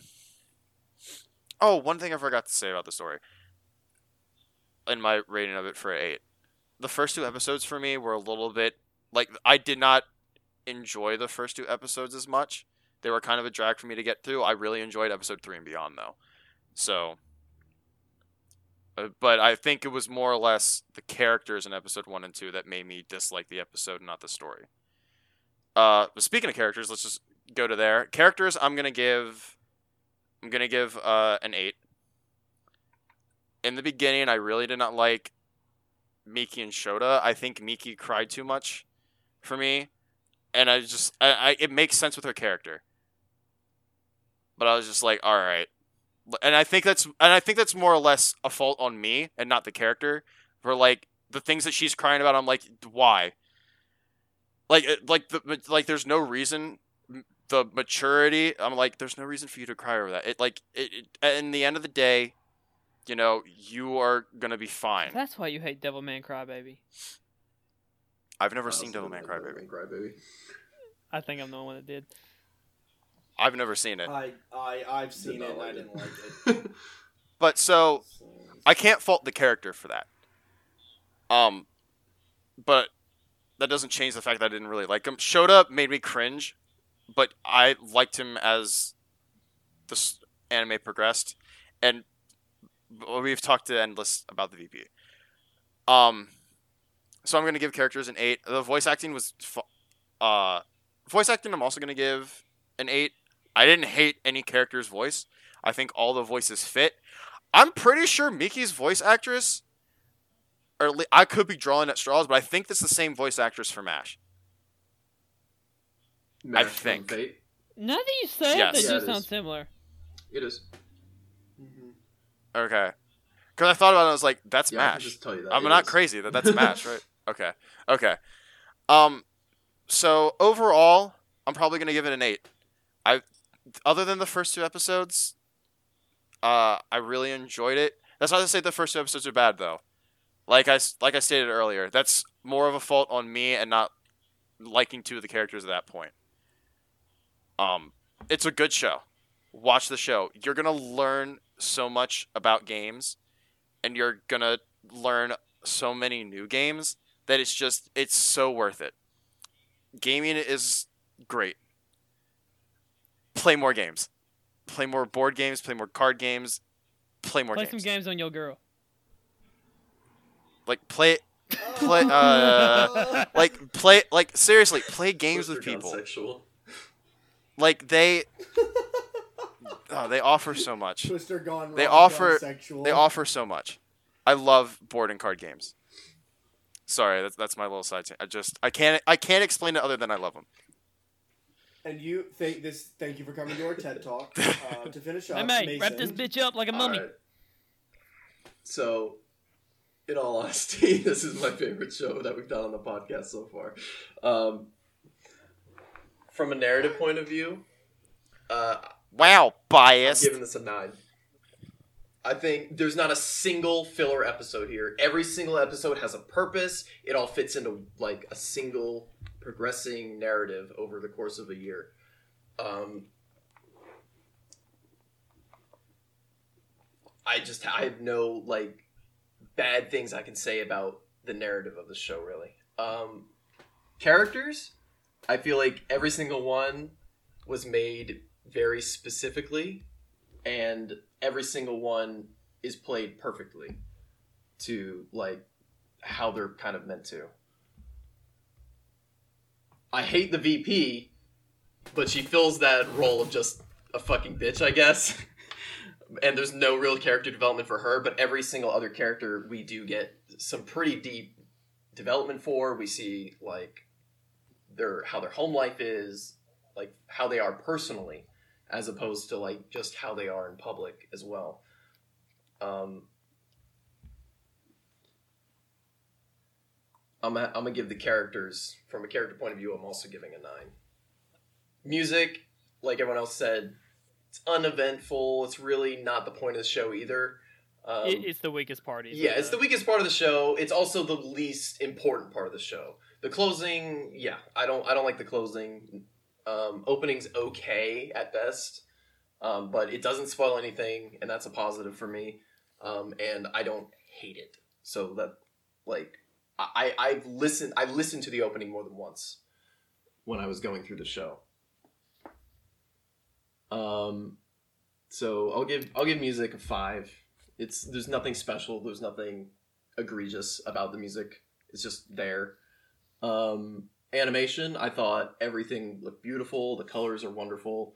Oh, one thing I forgot to say about the story. In my rating of it for an eight, the first two episodes for me were a little bit like I did not enjoy the first two episodes as much. They were kind of a drag for me to get through. I really enjoyed episode three and beyond though. So, uh, but I think it was more or less the characters in episode one and two that made me dislike the episode, not the story. Uh, but speaking of characters, let's just go to there. Characters, I'm gonna give, I'm gonna give uh, an eight. In the beginning, I really did not like Miki and Shota. I think Miki cried too much for me, and I just I, I it makes sense with her character. But I was just like, all right, L- and I think that's and I think that's more or less a fault on me and not the character. For like the things that she's crying about, I'm like, why? Like it- like the like there's no reason. M- The maturity, I'm like, there's no reason for you to cry over that. It like it, it in the end of the day, you know, you are gonna be fine. That's why you hate Devilman Crybaby. I've never I seen also Devilman remember Crybaby. Devilman Crybaby. I think I'm the one that did. I've never seen it. I, I, I've seen not it. and I like it. didn't like it. But so So, I can't fault the character for that. Um, but that doesn't change the fact that I didn't really like him. Showed up made me cringe, but I liked him as this anime progressed, and we've talked to endless about the VP. Um, so I'm gonna give characters an eight. The voice acting was, fu- uh, voice acting. I'm also gonna give an eight. I didn't hate any character's voice. I think all the voices fit. I'm pretty sure Miki's voice actress, or at lea- I could be drawing at straws, but I think that's the same voice actress for Mash. Mash from think. Fate. Now that you say Yes. it, they Yeah, do it sound is. similar. It is. Okay, because I thought about it, I was like, that's Yeah, I can Mash. just tell you that. I'm It not is. crazy that that's Mash, right? Okay, okay. Um, so overall, I'm probably gonna give it an eight. I, other than the first two episodes, uh, I really enjoyed it. That's not to say the first two episodes are bad though. Like I s- like I stated earlier, that's more of a fault on me and not liking two of the characters at that point. Um, it's a good show. Watch the show. You're gonna learn so much about games, and you're gonna learn so many new games that it's just it's so worth it. Gaming is great. Play more games. Play more board games, play more card games, play more Play games. some games on your girl. Like play play uh like play like seriously, play games Those with are people. non-sexual. Like they oh, they offer so much. Twister gone. They wrong, offer- gone Sexual. They offer so much. I love board and card games. Sorry, that's that's my little side. T- I just I can't I can't explain it other than I love them. and you think this? Thank you for coming to our TED Talk. Uh, to finish up, Hey, mate, Mason, wrap this bitch up like a mummy. Alright. So, in all honesty, this is my favorite show that we've done on the podcast so far. Um, from a narrative point of view, uh, Wow, I'm biased. giving this a nine. I think there's not a single filler episode here. Every single episode has a purpose. It all fits into like a single progressing narrative over the course of a year. Um, I just I have no like bad things I can say about the narrative of the show really. Um, characters, I feel like every single one was made very specifically, and every single one is played perfectly to like how they're kind of meant to. I hate the VP, but she fills that role of just a fucking bitch, I guess. and there's no real character development for her, but every single other character we do get some pretty deep development for. We see like their how their home life is, like how they are personally, as opposed to like just how they are in public as well. Um, I'm gonna, I'm gonna give the characters from a character point of view. I'm also giving a nine. Music, like everyone else said, it's uneventful. It's really not the point of the show either. Um, It- it's the weakest party. yeah, it's the weakest part of the show. It's also the least important part of the show. The closing, yeah, I don't, I don't like the closing. Um, opening's okay at best, um, but it doesn't spoil anything, and that's a positive for me. Um, and I don't hate it. So that, like, I, I- I've listened, I listened to the opening more than once when I was going through the show. Um, so I'll give, I'll give music a five it's there's nothing special there's nothing egregious about the music it's just there um animation i thought everything looked beautiful the colors are wonderful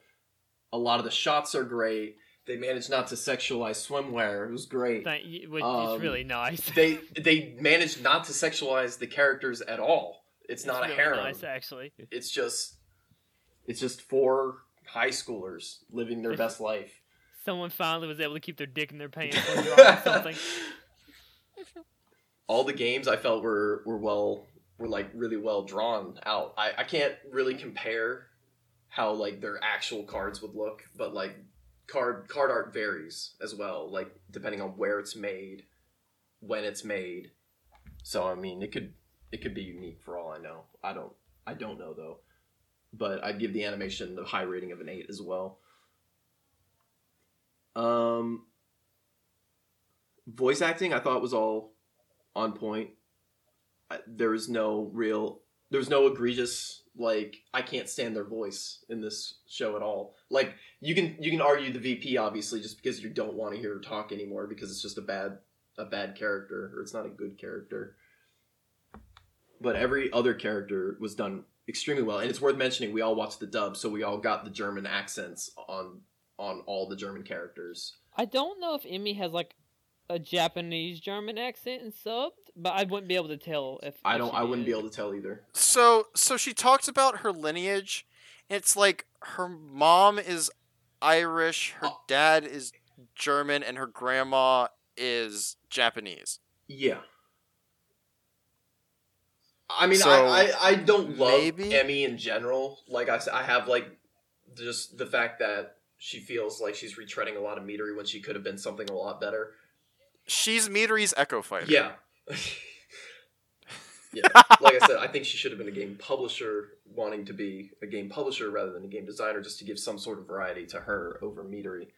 a lot of the shots are great they managed not to sexualize swimwear it was great Thank you, which Um, is really nice. they they managed not to sexualize the characters at all it's, not really a harem Nice, actually. it's just it's just four high schoolers living their best life Someone finally was able to keep their dick in their pants when drawing something. all the games I felt were were well were like really well drawn out. I, I can't really compare how like their actual cards would look, but like card card art varies as well, like depending on where it's made, when it's made. So I mean it could it could be unique for all I know. I don't I don't know though. But I'd give the animation the high rating of an eight as well. Um voice acting I thought was all on point. I- There was no real, there was no egregious like I can't stand their voice in this show at all. Like you can you can argue the VP obviously just because you don't want to hear her talk anymore because it's just a bad a bad character or it's not a good character. But every other character was done extremely well, and it's worth mentioning we all watched the dub, so we all got the German accents on on all the German characters. I don't know if Emmy has like a Japanese German accent and subbed, but I wouldn't be able to tell if I don't I wouldn't be able to tell either. So so she talks about her lineage. and It's like her mom is Irish, her Oh. dad is German, and her grandma is Japanese. Yeah. I mean, So, I, I I don't love maybe? Emmy in general. Like I s- I have like just the fact that she feels like she's retreading a lot of metery when she could have been something a lot better. She's Midori's Echo Fighter. Yeah. yeah. Like I said, I think she should have been a game publisher, wanting to be a game publisher rather than a game designer, just to give some sort of variety to her over Meadery,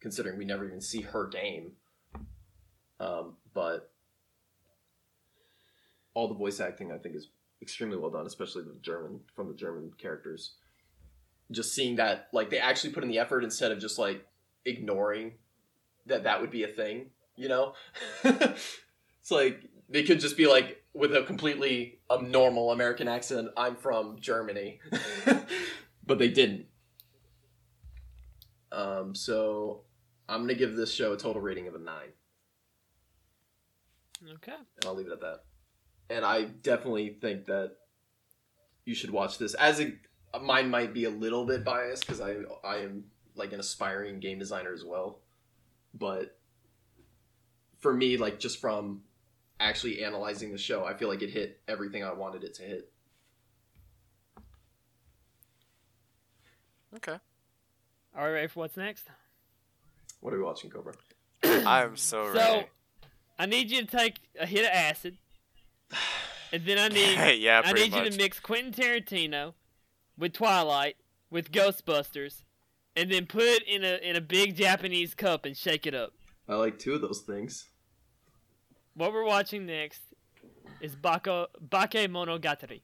considering we never even see her game. Um, but all the voice acting, I think, is extremely well done, especially the German from the German characters. Just seeing that, like they actually put in the effort instead of just like ignoring that that would be a thing, you know. It's like they could just be like with a completely abnormal American accent. I'm from Germany, but they didn't. Um, so I'm gonna give this show a total rating of a nine, Okay. and I'll leave it at that. And I definitely think that you should watch this. As a mine might be a little bit biased because I I am like an aspiring game designer as well, but for me, like just from actually analyzing the show, I feel like it hit everything I wanted it to hit. Okay. Are we ready for what's next? What are we watching, Cobra? I'm so So ready. I need you to take a hit of acid, and then I need Hey, yeah, I pretty need much. you to mix Quentin Tarantino with Twilight with Ghostbusters, and then put it in a in a big Japanese cup and shake it up. I like two of those things. What we're watching next is Bako Bake Monogatari.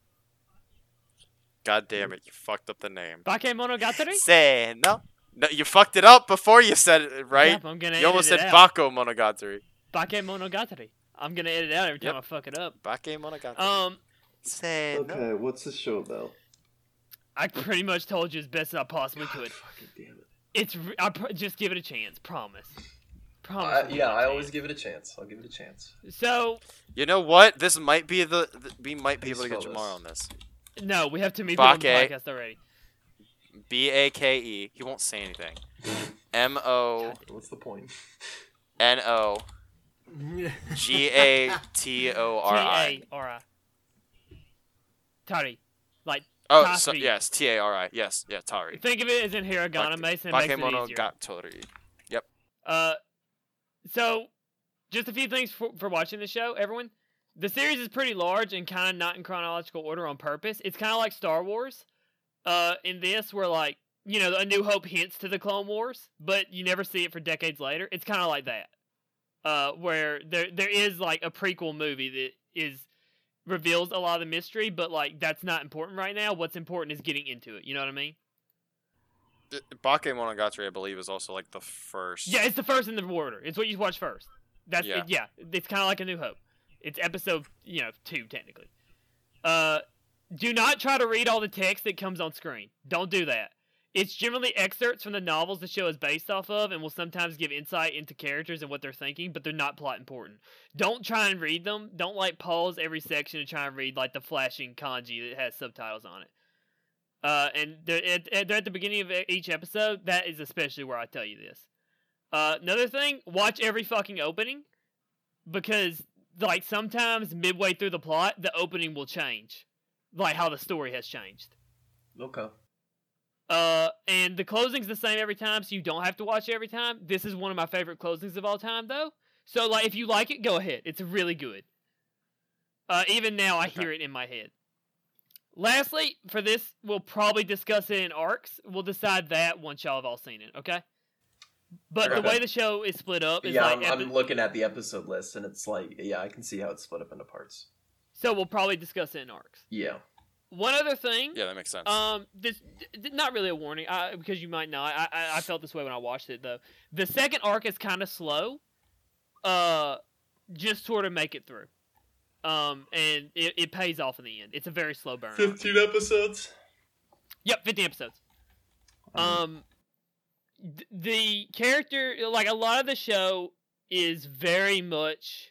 God damn it, you fucked up the name. Bake Monogatari? Say no. No, you fucked it up before you said it right. Yep, I'm gonna you almost edit said it out. Bako Monogatari. Bake Monogatari. I'm gonna edit it out every time Yep. I fuck it up. Bake Monogatari. Um, Say no. Okay, what's the show though? I pretty much told you as best as I possibly could. Fucking damn it. It's re- I pr- just give it a chance. Promise. Promise. I, I'll give yeah, it a I chance. always give it a chance. I'll give it a chance. So You know what? This might be the, th- we might be How do able you to spell get Jamar this? on this. no, we have too many people on the Bake. podcast already. B A K E. He won't say anything. M O What's the point? N O G A T O R I. T A R I. Tari. Like Oh, so, Tari. yes, T A R I. Yes, yeah, Tari. think of it as in hiragana, Bake- Mason. It makes it Bakemono easier. Gatori. Uh, so, just a few things for, for watching the show, everyone. The series is pretty large and kind of not in chronological order on purpose. It's kind of like Star Wars. Uh, in this, where like you know, A New Hope hints to the Clone Wars, but you never see it for decades later. It's kind of like that. Uh, where there there is like a prequel movie that is reveals a lot of the mystery, but like that's not important right now. What's important is getting into it. You know what I mean? Bakemono Gatori, Uh, I believe, is also like the first. Yeah, it's the first in the order. It's what you watch first. That's Yeah. yeah. yeah it's kind of like a New Hope. It's episode you know two technically. Uh, do not try to read all the text that comes on screen. Don't do that. It's generally excerpts from the novels the show is based off of, and will sometimes give insight into characters and what they're thinking, but they're not plot important. Don't try and read them. Don't like pause every section and try and read like the flashing kanji that has subtitles on it. Uh, and they're at, at- they're at the beginning of e- each episode. That is especially where I tell you this. Uh, another thing, watch every fucking opening because like sometimes midway through the plot, the opening will change, like how the story has changed. Okay. Uh, and the closing's the same every time, so you don't have to watch it every time. This is one of my favorite closings of all time, though. So, like, if you like it, go ahead. It's really good. Uh, even now, I hear it in my head. Lastly, for this, we'll probably discuss it in arcs. We'll decide that once y'all have all seen it, okay? But the Okay. way the show is split up is yeah, like I'm, epi- I'm looking at the episode list, and it's like, yeah, I can see how it's split up into parts. so we'll probably discuss it in arcs. Yeah. One other thing, Yeah, that makes sense. Um, this th- not really a warning, I, because you might not. I, I I felt this way when I watched it though. The second arc is kind of slow. Uh, just sort of make it through. Um, and it, it pays off in the end. It's a very slow burn. arc. episodes. Yep, 50 episodes. Um, th- the character, like a lot of the show, is very much.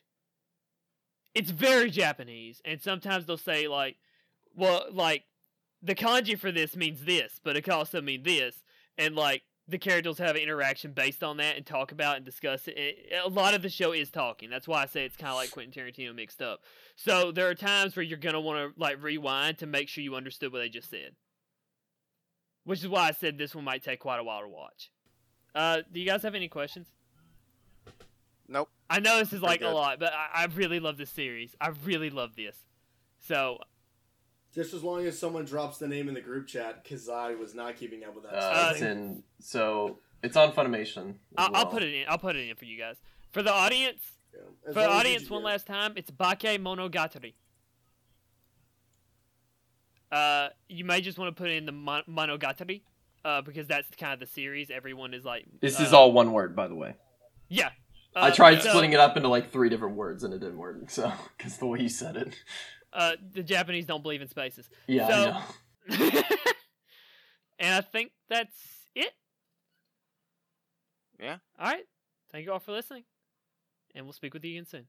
It's very Japanese, and sometimes they'll say like, "Well, like, the kanji for this means this, but it can also mean this," and like the characters have an interaction based on that and talk about and discuss it. it a lot of the show is talking. That's why I say it's kind of like Quentin Tarantino mixed up. So there are times where you're gonna want to like rewind to make sure you understood what they just said which is why I said this one might take quite a while to watch. Uh, do you guys have any questions? nope. I know this is Pretty like a good. lot, but I, I really love this series. I really love this. So Just as long as someone drops the name in the group chat, because I was not keeping up with that. Uh, Uh, it's in. So it's on Funimation. as I, I'll well. put it in. I'll put it in for you guys. For the audience, Yeah. As for long the as you audience, do one it. last time, it's Bake Monogatari. Uh, you may just want to put in the mon- Monogatari, uh, because that's kind of the series. Everyone is like. This is uh, all one word, by the way. Yeah. Uh, I tried splitting it up into like three different words and it didn't work. So, because the way you said it, Uh, the Japanese don't believe in spaces. yeah, So- I know. and I think that's it. Yeah. All right. Thank you all for listening. And we'll speak with you again soon.